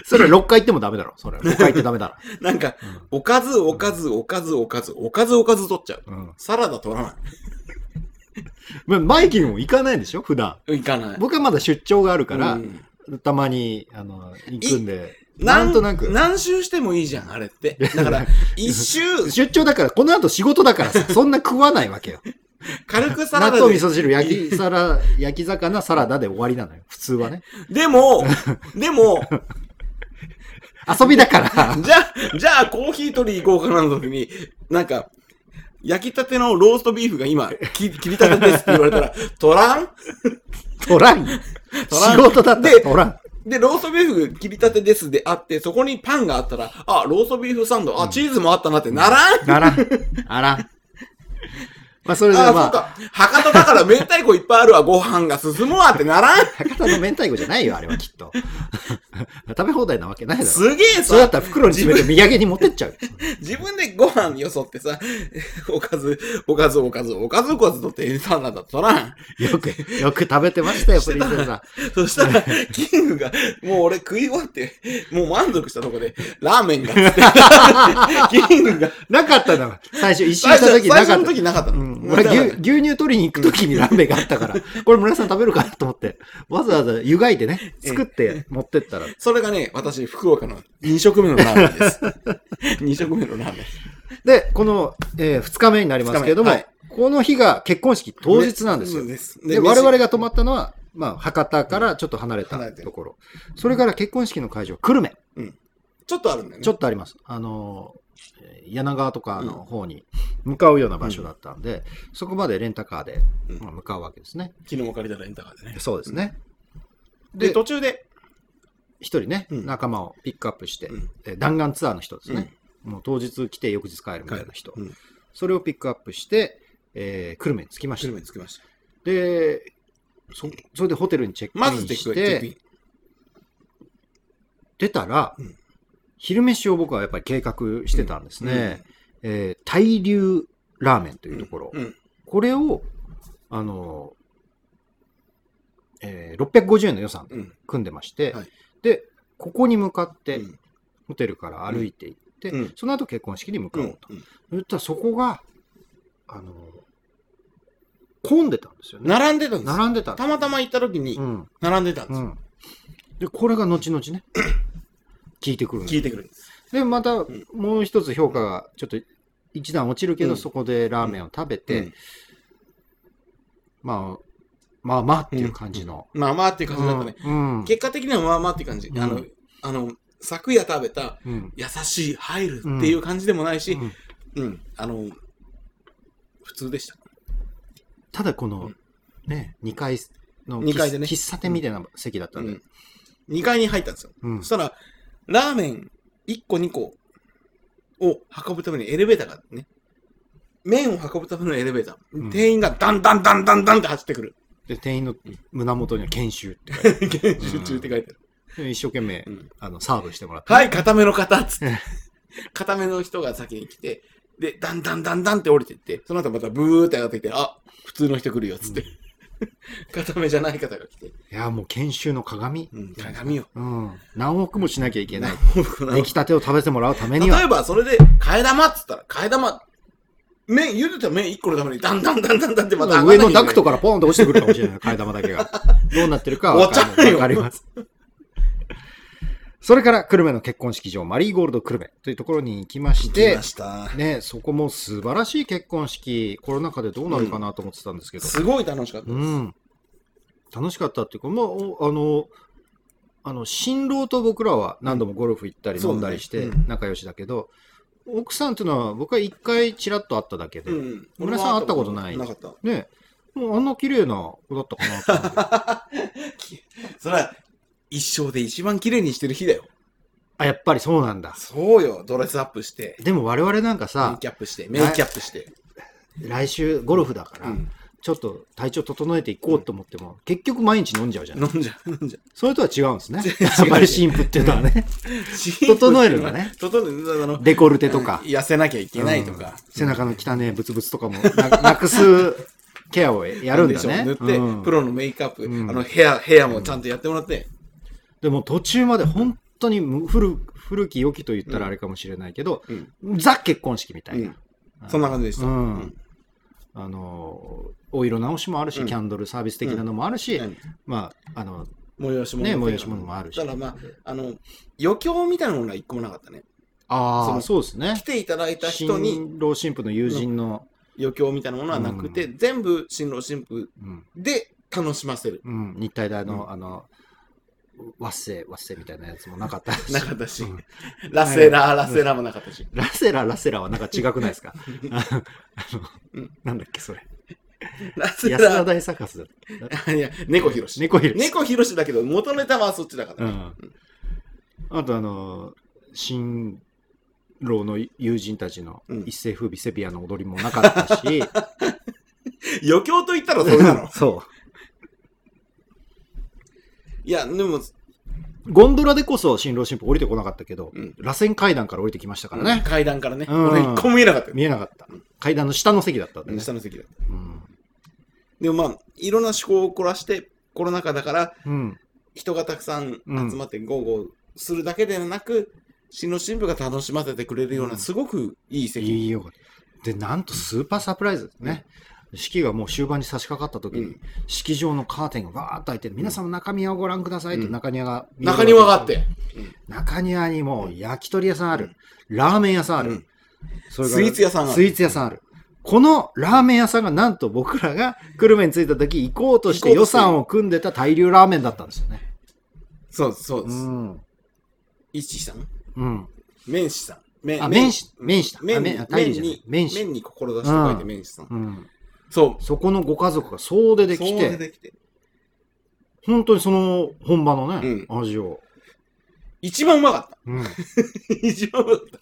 [SPEAKER 1] それ6回行ってもダメだろそれ6回行ってダメだ
[SPEAKER 2] *laughs* なんか、おかず、おかず、おかず、おかず、おかず、おかず取っちゃう。
[SPEAKER 1] ろ、うん
[SPEAKER 2] サラダ取らない。
[SPEAKER 1] うん、バイキングも行かないでしょ普段
[SPEAKER 2] 行かない。
[SPEAKER 1] 僕はまだ出張があるから、
[SPEAKER 2] うん
[SPEAKER 1] たまにあの行くんでな
[SPEAKER 2] なん
[SPEAKER 1] んとなく
[SPEAKER 2] 何周してもいいじゃん、あれって。だから、一周、
[SPEAKER 1] 出張だからこの後仕事だから
[SPEAKER 2] *laughs*
[SPEAKER 1] さそんな食わないわけよ
[SPEAKER 2] 軽くサラ
[SPEAKER 1] 納
[SPEAKER 2] ダ
[SPEAKER 1] 豆味。
[SPEAKER 2] で
[SPEAKER 1] 噌汁焼きサラ焼き魚サラダで終わりなのよ普通はね
[SPEAKER 2] でも、でも、
[SPEAKER 1] 遊びだ
[SPEAKER 2] *laughs*
[SPEAKER 1] から
[SPEAKER 2] じゃあ、じゃあコーヒー取り行こうかなの時に、なんか、焼きたてのローストビーフが今、き切りたてですって言われたら、取らん
[SPEAKER 1] 取らんよ
[SPEAKER 2] らん
[SPEAKER 1] 仕事だって
[SPEAKER 2] で
[SPEAKER 1] 取らん
[SPEAKER 2] で、ローストビーフ切りたてですであって、そこにパンがあったら、あ、ローストビーフサンド、あ、チーズもあったなってならん、
[SPEAKER 1] ならんあらんまあそれで
[SPEAKER 2] あ、
[SPEAKER 1] ま
[SPEAKER 2] そう
[SPEAKER 1] あ
[SPEAKER 2] か。博多だから明太子いっぱいあるわ、ご飯が進むわって
[SPEAKER 1] *laughs*
[SPEAKER 2] ならん
[SPEAKER 1] 博多の明太子じゃないよあれはきっと *laughs* 食べ放題なわけないだろ
[SPEAKER 2] すげえ
[SPEAKER 1] それだっ
[SPEAKER 2] さ、
[SPEAKER 1] たら袋に詰めて土産に持ってっちゃう
[SPEAKER 2] *laughs*
[SPEAKER 1] よ
[SPEAKER 2] 自分でご飯よそってさ、おかず、おかず、おかず、おかず、おかずとってサンダだとらん。
[SPEAKER 1] よく、よく食べてましたよ、プリンセスさ
[SPEAKER 2] そした
[SPEAKER 1] *laughs*
[SPEAKER 2] ら、キングが、もう俺食い終わって、もう満足したとこで、ラーメンがっつって、
[SPEAKER 1] *laughs*
[SPEAKER 2] キングが、
[SPEAKER 1] ん。なかったの。最初、一周
[SPEAKER 2] 最
[SPEAKER 1] した
[SPEAKER 2] 初
[SPEAKER 1] 時な
[SPEAKER 2] 最
[SPEAKER 1] か
[SPEAKER 2] 初
[SPEAKER 1] っ
[SPEAKER 2] の
[SPEAKER 1] た。
[SPEAKER 2] 時なかった
[SPEAKER 1] う
[SPEAKER 2] の。
[SPEAKER 1] ん、俺牛牛乳取りに行く時にラーメンがあった
[SPEAKER 2] *laughs*
[SPEAKER 1] から、これ村井さん食べるかなと思って、わざわざ湯がいてね、作って持ってったら、
[SPEAKER 2] それがね、私、福岡の2食目のラーメンです。2
[SPEAKER 1] *laughs*
[SPEAKER 2] 食目のラーメン。
[SPEAKER 1] で、この、え2日目になりますけれども、
[SPEAKER 2] 二日
[SPEAKER 1] この日が結婚式当日なんですよ。
[SPEAKER 2] ね
[SPEAKER 1] で
[SPEAKER 2] そう
[SPEAKER 1] 我々
[SPEAKER 2] 飯
[SPEAKER 1] が泊まったのは、まあ、博多からちょっと離れた
[SPEAKER 2] 離れてる
[SPEAKER 1] ところ。それから結婚式の会場、久留米。
[SPEAKER 2] ちょっとあるんだよね。
[SPEAKER 1] ちょっとあります。あの、えー柳川とかの方に向かうような場所だったんで、そこまでレンタカーで、
[SPEAKER 2] うん
[SPEAKER 1] まあ向かうわけですね。
[SPEAKER 2] 昨日借りたレンタカーでね。
[SPEAKER 1] そうですね。
[SPEAKER 2] *laughs* で、
[SPEAKER 1] で、
[SPEAKER 2] 途中で、
[SPEAKER 1] 一人ね、
[SPEAKER 2] うん
[SPEAKER 1] 仲間をピックアップして、
[SPEAKER 2] うん
[SPEAKER 1] えー弾丸ツアーの人ですね。もう当日来て翌日帰るみたいな人。
[SPEAKER 2] うん
[SPEAKER 1] それをピックアップして、えー久留米に着きまし
[SPEAKER 2] 久
[SPEAKER 1] た
[SPEAKER 2] 留。米に着きました。
[SPEAKER 1] で、そそれでホテルにチェック
[SPEAKER 2] ま
[SPEAKER 1] イ
[SPEAKER 2] ず
[SPEAKER 1] ン
[SPEAKER 2] テ
[SPEAKER 1] し
[SPEAKER 2] ク
[SPEAKER 1] て、
[SPEAKER 2] テクイン
[SPEAKER 1] 出たら、
[SPEAKER 2] うん
[SPEAKER 1] 昼飯を僕はやっぱり計画してたんですね。えー大流ラーメンと
[SPEAKER 2] う
[SPEAKER 1] い
[SPEAKER 2] ん
[SPEAKER 1] うところ。
[SPEAKER 2] うん
[SPEAKER 1] これを、あの、えー650円の予算
[SPEAKER 2] うん。
[SPEAKER 1] 組んでまして、
[SPEAKER 2] はい
[SPEAKER 1] で、ここに向かって、
[SPEAKER 2] うん
[SPEAKER 1] ホテルから歩いて行って、
[SPEAKER 2] うん
[SPEAKER 1] その後結婚式に向か
[SPEAKER 2] う
[SPEAKER 1] おうんと。言ったらそこが、あの、混んでたんですよね。
[SPEAKER 2] 並んでたんです
[SPEAKER 1] 並んでたんです
[SPEAKER 2] たまたま行った時に
[SPEAKER 1] うん。
[SPEAKER 2] 並んでたんで
[SPEAKER 1] う
[SPEAKER 2] すよ。 *clears throat*
[SPEAKER 1] ん。で、これが後々ね、聞いてくるんです
[SPEAKER 2] 聞いてくるんです。
[SPEAKER 1] で、また
[SPEAKER 2] ん
[SPEAKER 1] もう一つ評価がちょっと一段落ちるけど、
[SPEAKER 2] うん
[SPEAKER 1] そこでラーメンを食べて、
[SPEAKER 2] うん
[SPEAKER 1] まあ、まあまあっていう感じの。
[SPEAKER 2] まあまあっていう感じだったね。
[SPEAKER 1] うん。うん
[SPEAKER 2] 結果的にはまあまあっていう感じ。
[SPEAKER 1] うん
[SPEAKER 2] あの、あの、昨夜食べた
[SPEAKER 1] うん
[SPEAKER 2] 優しい入るっていう感じでもないし、うん、あの、普通でした。
[SPEAKER 1] ただこ
[SPEAKER 2] う
[SPEAKER 1] の
[SPEAKER 2] ん、
[SPEAKER 1] ね、2階の
[SPEAKER 2] 二階でね
[SPEAKER 1] 喫喫茶店みたいな席だった
[SPEAKER 2] うん
[SPEAKER 1] で
[SPEAKER 2] ん、。2階に入ったんですよ。
[SPEAKER 1] うん
[SPEAKER 2] そしたら、ラーメン1個2個を運ぶためにエレベーターがあってね。麺を運ぶためのエレベーター。
[SPEAKER 1] うん
[SPEAKER 2] 店員がダンダンダンダンダンって走ってくる。
[SPEAKER 1] で、店員の胸元には研修って書い
[SPEAKER 2] 研修中って書いてある。
[SPEAKER 1] て
[SPEAKER 2] *laughs*
[SPEAKER 1] で一生懸命、
[SPEAKER 2] うん
[SPEAKER 1] あのサーブしてもらって。
[SPEAKER 2] はい、固めの方っつっ
[SPEAKER 1] うん *laughs*
[SPEAKER 2] て。固めの人が先に来て、で、だんだんだんだんって降りてって、その後またブーって上がってきて、あ普通の人来るよっつって。 *laughs* 固めじゃない方が来て、
[SPEAKER 1] いや、もう研修の鏡。
[SPEAKER 2] うん、鏡を。
[SPEAKER 1] うん。何億もしなきゃいけ
[SPEAKER 2] *laughs*
[SPEAKER 1] ない。出
[SPEAKER 2] 例
[SPEAKER 1] 来たてを食べてもらうためには。
[SPEAKER 2] えば、それで、替え玉っつったら、替え玉、麺、茹でた麺1個のために、だんだんだんだんだんってまた
[SPEAKER 1] 上のダクト
[SPEAKER 2] か
[SPEAKER 1] からポンと落ちてくるかもしれ
[SPEAKER 2] *laughs*
[SPEAKER 1] ない、替え玉だけが。どうなってるかわかんない
[SPEAKER 2] 終
[SPEAKER 1] わ
[SPEAKER 2] *laughs* わ
[SPEAKER 1] か
[SPEAKER 2] っちゃう
[SPEAKER 1] り
[SPEAKER 2] よ
[SPEAKER 1] ます。それから、久留米の結婚式場、マリーゴールド久留米というところに行きまし
[SPEAKER 2] 来
[SPEAKER 1] て
[SPEAKER 2] ま、した。
[SPEAKER 1] ね、そこも素晴らしい結婚式、コロナ禍でどうなるかなと思ってたんですけど、
[SPEAKER 2] すごい楽しかった。
[SPEAKER 1] うん、楽しかったっていうか、まあ、おあの、あの新郎と僕らは何度もゴルフ行ったり
[SPEAKER 2] そう
[SPEAKER 1] 飲
[SPEAKER 2] ね
[SPEAKER 1] んだりして
[SPEAKER 2] うん
[SPEAKER 1] 仲良しだけど、奥さんっていうのは僕は一回ちらっと会っただけで、
[SPEAKER 2] うん。
[SPEAKER 1] 村さん会ったことない
[SPEAKER 2] なかった。
[SPEAKER 1] ねもうあんな綺麗な子だったかなと
[SPEAKER 2] *laughs*
[SPEAKER 1] 思って
[SPEAKER 2] それは、一生で一番綺麗にしてる日だよ。
[SPEAKER 1] あやっぱりそうなんだ
[SPEAKER 2] そうよ、ドレスアップして、
[SPEAKER 1] でも我々なんか
[SPEAKER 2] メイ
[SPEAKER 1] さ
[SPEAKER 2] キャップして、メイキャップして。
[SPEAKER 1] 来週ゴルフだから、
[SPEAKER 2] うん
[SPEAKER 1] ちょっと体調整えていこうと思っても、結局毎日飲んじゃうじゃん、
[SPEAKER 2] 飲んじゃう、飲んじゃ
[SPEAKER 1] それとは違うんですね
[SPEAKER 2] *laughs* 違う
[SPEAKER 1] やっぱり新婦っていうのはね
[SPEAKER 2] う。
[SPEAKER 1] *laughs* 整えるのね。
[SPEAKER 2] 整える、あの、
[SPEAKER 1] デコルテとか、
[SPEAKER 2] 痩せなきゃいけないとか。
[SPEAKER 1] 背中の汚ねブツブツとかもな *laughs* なくすケアをやるんだね
[SPEAKER 2] 塗って、
[SPEAKER 1] うん
[SPEAKER 2] プロのメイクアップ、
[SPEAKER 1] うん
[SPEAKER 2] あの、ヘア、ヘアもちゃんとやってもらって。
[SPEAKER 1] でも途中まで本当にむ古古き良きと言ったらあれかもしれないけど、
[SPEAKER 2] うん。
[SPEAKER 1] ザ結婚式みたいな、
[SPEAKER 2] そんな感じでした。
[SPEAKER 1] うん
[SPEAKER 2] うん
[SPEAKER 1] あのお色直しもあるし、
[SPEAKER 2] うん
[SPEAKER 1] キャンドルサービス的なのもあるし、まああの
[SPEAKER 2] 催し物
[SPEAKER 1] ね催し物もあるし
[SPEAKER 2] だからまあ、あの、余興みたいなものは一個もなかったね。
[SPEAKER 1] あ
[SPEAKER 2] そ
[SPEAKER 1] あ
[SPEAKER 2] の
[SPEAKER 1] そうですね
[SPEAKER 2] 来ていただいた人に
[SPEAKER 1] 新郎新婦の友人の、
[SPEAKER 2] 余興みたいなものはなくて、
[SPEAKER 1] う
[SPEAKER 2] 全部新郎新婦
[SPEAKER 1] うん
[SPEAKER 2] で楽しませる。
[SPEAKER 1] うん日体大の、
[SPEAKER 2] う
[SPEAKER 1] あの和製和製みたいなやつもなかったし
[SPEAKER 2] なかったし、
[SPEAKER 1] うん
[SPEAKER 2] ラセラ、ラセラもなかったし。
[SPEAKER 1] ラセララセラはなんか違くない
[SPEAKER 2] *laughs*
[SPEAKER 1] ですかあ
[SPEAKER 2] う
[SPEAKER 1] の
[SPEAKER 2] ん
[SPEAKER 1] なんだっけそれ
[SPEAKER 2] ラセ
[SPEAKER 1] 安田
[SPEAKER 2] ラ、
[SPEAKER 1] 大サーカスだ
[SPEAKER 2] いや、猫ひろし。
[SPEAKER 1] 猫ひろし
[SPEAKER 2] 猫ひろしだけど、元ネタはそっちだから
[SPEAKER 1] う
[SPEAKER 2] ね。
[SPEAKER 1] んあとあの新郎の友人たちの
[SPEAKER 2] うん
[SPEAKER 1] 一世風靡セピアの踊りもなかったし、。
[SPEAKER 2] 余興と言ったら *laughs* それなの
[SPEAKER 1] そ
[SPEAKER 2] いや、でも、
[SPEAKER 1] うゴンドラでこそ新郎新婦降りてこなかったけど、
[SPEAKER 2] うん
[SPEAKER 1] 螺旋階段から降りてきましたからね、
[SPEAKER 2] 階段からね、
[SPEAKER 1] うん
[SPEAKER 2] 俺一個も見えなかったよ。
[SPEAKER 1] 見えなかった階段の下の席だったんでね、
[SPEAKER 2] 下の席だった。
[SPEAKER 1] うん
[SPEAKER 2] でもまあ、いろんな趣向を凝らして、コロナ禍だから、
[SPEAKER 1] うん
[SPEAKER 2] 人がたくさん集まってゴーゴーするだけではなく、新郎新婦が楽しませてくれるよう
[SPEAKER 1] うん
[SPEAKER 2] な、すごくいい席。
[SPEAKER 1] いいよでなんとスーパーサプライズですね、式がもう終盤に差し掛かった時に、
[SPEAKER 2] うん
[SPEAKER 1] 式場のカーテンがわーっと開いて、皆さんも中庭をご覧くださいって
[SPEAKER 2] うん
[SPEAKER 1] 中庭が、
[SPEAKER 2] 中庭があって、
[SPEAKER 1] 中庭にもう焼き鳥屋さんある、ラーメン屋さんある、
[SPEAKER 2] うん
[SPEAKER 1] それか
[SPEAKER 2] スイ
[SPEAKER 1] ら
[SPEAKER 2] ーツ屋さんがあ
[SPEAKER 1] スイ
[SPEAKER 2] る
[SPEAKER 1] ーツ屋さんあるこのラーメン屋さんがなんと僕らが久留米に着いた時行こうとして
[SPEAKER 2] 行こ
[SPEAKER 1] 予
[SPEAKER 2] うとして
[SPEAKER 1] 算を組んでた大流ラーメンだったんですよね
[SPEAKER 2] そうですそうで
[SPEAKER 1] う
[SPEAKER 2] す。
[SPEAKER 1] ん、
[SPEAKER 2] 一さん
[SPEAKER 1] うん、
[SPEAKER 2] 麺師さん。麺
[SPEAKER 1] あ麺師
[SPEAKER 2] うん
[SPEAKER 1] 麺師だ
[SPEAKER 2] 麺
[SPEAKER 1] あ麺あ
[SPEAKER 2] に、
[SPEAKER 1] 大
[SPEAKER 2] 麺
[SPEAKER 1] 理じゃない
[SPEAKER 2] に、
[SPEAKER 1] 麺師
[SPEAKER 2] 麺に志して書いて
[SPEAKER 1] うん
[SPEAKER 2] 麺師さん。
[SPEAKER 1] うん、
[SPEAKER 2] そ
[SPEAKER 1] そこのご家族が総出
[SPEAKER 2] う。
[SPEAKER 1] で来
[SPEAKER 2] そう
[SPEAKER 1] て
[SPEAKER 2] 出てきて。
[SPEAKER 1] 本当にその本場のね、
[SPEAKER 2] う
[SPEAKER 1] 味を、
[SPEAKER 2] 一番うまかった。
[SPEAKER 1] うん、 *laughs*
[SPEAKER 2] 一番うまかった。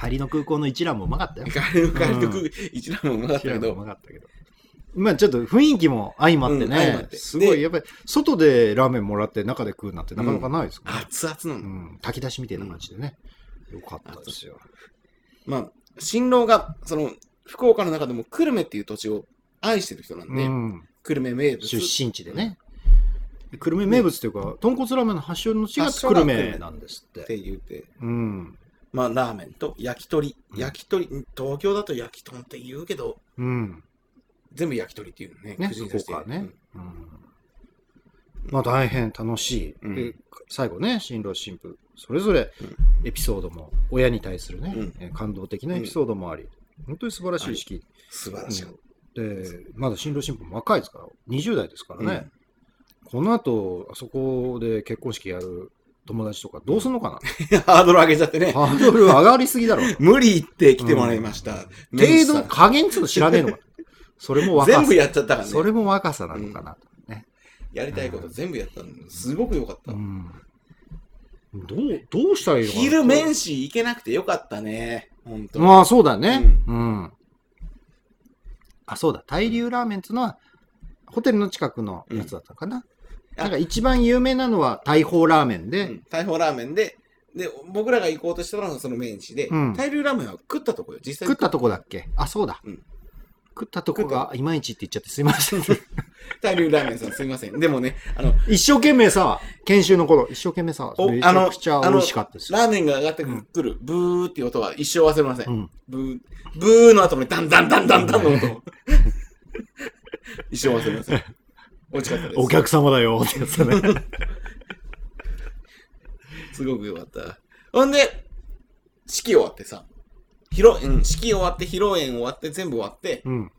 [SPEAKER 1] 帰りの空港の一覧もうまかったよ
[SPEAKER 2] カレーカレーとク一覧もうまかったけ
[SPEAKER 1] う
[SPEAKER 2] ど、
[SPEAKER 1] まかったけど。まあちょっと雰囲気も相まって
[SPEAKER 2] うん相ま
[SPEAKER 1] ね
[SPEAKER 2] っ、て
[SPEAKER 1] すごい
[SPEAKER 2] で
[SPEAKER 1] やっぱり外でラーメンもらって中で食うなんてなかなかないですからね、
[SPEAKER 2] 熱々
[SPEAKER 1] う
[SPEAKER 2] なの。
[SPEAKER 1] ん炊き出しみたいな感じでね、よかったですよ。
[SPEAKER 2] まあ、新郎が、その、福岡の中でも久留米っていう土地を愛してる人なん
[SPEAKER 1] う
[SPEAKER 2] で、
[SPEAKER 1] ん、
[SPEAKER 2] 久留米名物。
[SPEAKER 1] 出身地でね。久留米名物というか、豚骨ラーメンの発祥の地が
[SPEAKER 2] 発祥
[SPEAKER 1] 久
[SPEAKER 2] が
[SPEAKER 1] 留米なんですっ。
[SPEAKER 2] ってて言って、
[SPEAKER 1] うん。
[SPEAKER 2] まあ、ラーメンと焼き鳥。
[SPEAKER 1] うん
[SPEAKER 2] 焼き鳥、東京だと焼き豚って言うけど、
[SPEAKER 1] うん。
[SPEAKER 2] 全部焼き鳥っていうのね。
[SPEAKER 1] ね、
[SPEAKER 2] 口
[SPEAKER 1] そ
[SPEAKER 2] に出
[SPEAKER 1] こ
[SPEAKER 2] して
[SPEAKER 1] からね。うんまあ大変楽しい。
[SPEAKER 2] うん
[SPEAKER 1] で最後ね、新郎新婦、それぞれ
[SPEAKER 2] うん
[SPEAKER 1] エピソードも、親に対するね、
[SPEAKER 2] うん
[SPEAKER 1] えー感動的なエピソードもあり、本当に素晴らしい式、
[SPEAKER 2] 素晴らしかった。
[SPEAKER 1] で、まだ新郎新婦も若いですから、20代ですからね、
[SPEAKER 2] ね
[SPEAKER 1] この後、あそこで結婚式やる友達とかどうすんのか
[SPEAKER 2] *laughs* ハードル上げちゃってね
[SPEAKER 1] な、。ハードル上がりすぎだろ。
[SPEAKER 2] *laughs* 無理言って来てもらいました。
[SPEAKER 1] 程
[SPEAKER 2] メ
[SPEAKER 1] 度
[SPEAKER 2] ン
[SPEAKER 1] の
[SPEAKER 2] サ
[SPEAKER 1] 加減っつうの知らねえのか。それも若さ。
[SPEAKER 2] 全部やっちゃったから
[SPEAKER 1] そ
[SPEAKER 2] ね。
[SPEAKER 1] れも若さなのかな。
[SPEAKER 2] やりたいこと全部やったの。すごく良かった
[SPEAKER 1] う。ん。どう、どうしたらいいのかな。
[SPEAKER 2] 昼面試行けなくてよかったね。本当。
[SPEAKER 1] まあそうだね。うん。あ、そうだ。大流ラーメンっつうのは、ホテルの近くのやつだったかな。
[SPEAKER 2] あ
[SPEAKER 1] なんか一番有名なのは大砲ラーメンで、
[SPEAKER 2] うん大砲ラーメンで、で、僕らが行こうとしたのはその面試で、
[SPEAKER 1] うん
[SPEAKER 2] 大量ラーメンは食ったとこよ。実際
[SPEAKER 1] 食ったとこだっけあ、そうだ。
[SPEAKER 2] うん
[SPEAKER 1] 食ったとこがいまいちって言っちゃってすいません。
[SPEAKER 2] 大量ラーメンさんすいません。でもね、あの、
[SPEAKER 1] *laughs* 一生懸命さ、研修の頃、一生懸命さ、
[SPEAKER 2] お
[SPEAKER 1] めちゃくちゃ
[SPEAKER 2] あの
[SPEAKER 1] 美味しかったですよ。
[SPEAKER 2] ラーメンが上がってくる、ブーっていう音は一生忘れません。
[SPEAKER 1] うん、
[SPEAKER 2] ブー、ブーの後のダンダンダンダンダンの音。一生忘れません。美味しかったです。
[SPEAKER 1] お客様だよってやつだね。
[SPEAKER 2] すごく良かった。ほんで、式終わってさ、披露、うん、式終わって、披露宴終わって、全部終わって、
[SPEAKER 1] *laughs* *laughs* うん。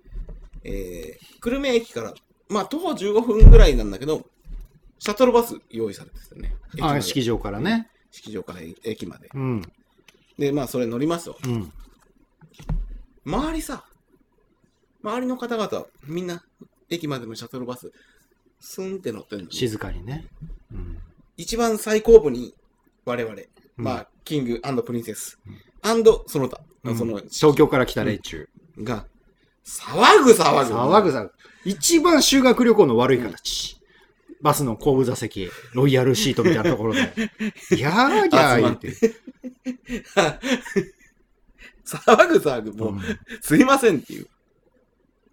[SPEAKER 2] えー、久留米駅から、まあ、徒歩15分ぐらいなんだけど、シャトルバス用意されてたよね。駅ま
[SPEAKER 1] あ、
[SPEAKER 2] で
[SPEAKER 1] 式場からね。
[SPEAKER 2] 式場から駅まで。
[SPEAKER 1] うん。
[SPEAKER 2] で、まあ、それ乗りますよ。
[SPEAKER 1] うん。
[SPEAKER 2] 周りさ、周りの方々は、みんな、駅までのシャトルバス、スンって乗ってるのに、
[SPEAKER 1] 静かにね。うん。
[SPEAKER 2] 一番最後部に、我々、まあ、キングプリンセス、アンドその他
[SPEAKER 1] う
[SPEAKER 2] の、
[SPEAKER 1] ん
[SPEAKER 2] その、
[SPEAKER 1] 東京から来た連中。
[SPEAKER 2] が、騒ぐ騒ぐ。
[SPEAKER 1] 騒ぐ騒ぐ。一番修学旅行の悪い形。バスの後部座席、ロイヤルシートみたいなとこ
[SPEAKER 2] *laughs*
[SPEAKER 1] ろで。やーぎゃー言って。
[SPEAKER 2] *laughs* 騒ぐ騒ぐ。もう、
[SPEAKER 1] うん
[SPEAKER 2] すいませんっていう。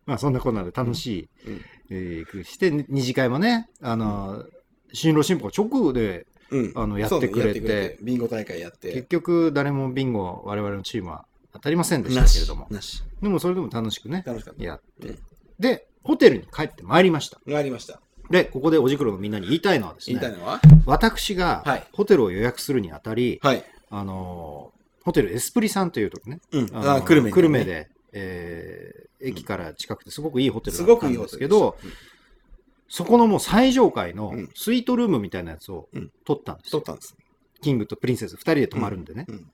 [SPEAKER 1] まあそんなこんなで楽しい、
[SPEAKER 2] うん
[SPEAKER 1] えーくして、二次会もね、あの、新郎新婦が直で、
[SPEAKER 2] うん
[SPEAKER 1] あのやってくれて
[SPEAKER 2] そうねやビンゴ大会やっ
[SPEAKER 1] 結
[SPEAKER 2] て。
[SPEAKER 1] 局誰もビンゴ、我々のチームは当たりませんでした
[SPEAKER 2] な
[SPEAKER 1] けれ
[SPEAKER 2] し
[SPEAKER 1] ども。。
[SPEAKER 2] なし。
[SPEAKER 1] でもそれでも楽しくね、
[SPEAKER 2] 楽しかった。
[SPEAKER 1] やって。
[SPEAKER 2] うん
[SPEAKER 1] で、ホテルに帰ってまいりました。
[SPEAKER 2] やりました。
[SPEAKER 1] で、ここでおじくろのみんなに言いたいのはです
[SPEAKER 2] 言いたい
[SPEAKER 1] ね、
[SPEAKER 2] のは
[SPEAKER 1] 私が
[SPEAKER 2] はい
[SPEAKER 1] ホテルを予約するにあたり、
[SPEAKER 2] はい。
[SPEAKER 1] あのーホテルエスプリさんというとこね、
[SPEAKER 2] うん。
[SPEAKER 1] のー
[SPEAKER 2] あ、久留米。
[SPEAKER 1] 久留米。で、えー駅から近くてすごくいいホテルだ
[SPEAKER 2] す
[SPEAKER 1] っ
[SPEAKER 2] ご
[SPEAKER 1] た
[SPEAKER 2] くい
[SPEAKER 1] ん
[SPEAKER 2] いホ
[SPEAKER 1] で
[SPEAKER 2] テ
[SPEAKER 1] す
[SPEAKER 2] ル
[SPEAKER 1] け
[SPEAKER 2] でした
[SPEAKER 1] ど、、そこのもう最上階の
[SPEAKER 2] うん
[SPEAKER 1] スイートルームみたいなやつを
[SPEAKER 2] うん
[SPEAKER 1] 取ったんですよ、
[SPEAKER 2] 取ったんです。
[SPEAKER 1] キングとプリンセス2人で泊まるんでね、
[SPEAKER 2] うん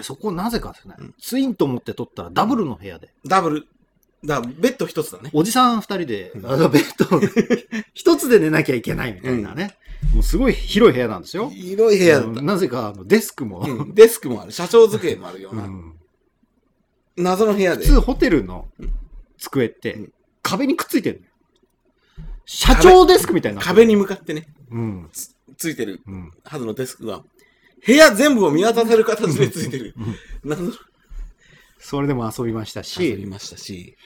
[SPEAKER 1] そこをなぜかですね、
[SPEAKER 2] うん
[SPEAKER 1] ツインと思って取ったらダブルの部屋で、
[SPEAKER 2] ダブル。だベッド一つだね。
[SPEAKER 1] おじさん2人で、
[SPEAKER 2] うん
[SPEAKER 1] あのベッドを *laughs* 一つで寝なきゃいけないみたいなね、もうすごい広い部屋なんですよ。
[SPEAKER 2] 広い部屋だっ
[SPEAKER 1] あの
[SPEAKER 2] た。
[SPEAKER 1] なぜかあのデスクも、 *laughs*
[SPEAKER 2] うんデスクもある。社長机もあるよう
[SPEAKER 1] う
[SPEAKER 2] な。
[SPEAKER 1] ん
[SPEAKER 2] 謎の部屋
[SPEAKER 1] 普
[SPEAKER 2] で。
[SPEAKER 1] 通ホテルの
[SPEAKER 2] うん
[SPEAKER 1] 机って
[SPEAKER 2] うん
[SPEAKER 1] 壁にくっついてるのよ社長デスクみたいになってる
[SPEAKER 2] 壁に向かってね、
[SPEAKER 1] うん
[SPEAKER 2] つついてる
[SPEAKER 1] うん
[SPEAKER 2] はずのデスクが、部屋全部を見渡せる形でついてる。謎の
[SPEAKER 1] それでも遊びました
[SPEAKER 2] 遊び
[SPEAKER 1] し
[SPEAKER 2] ましたし、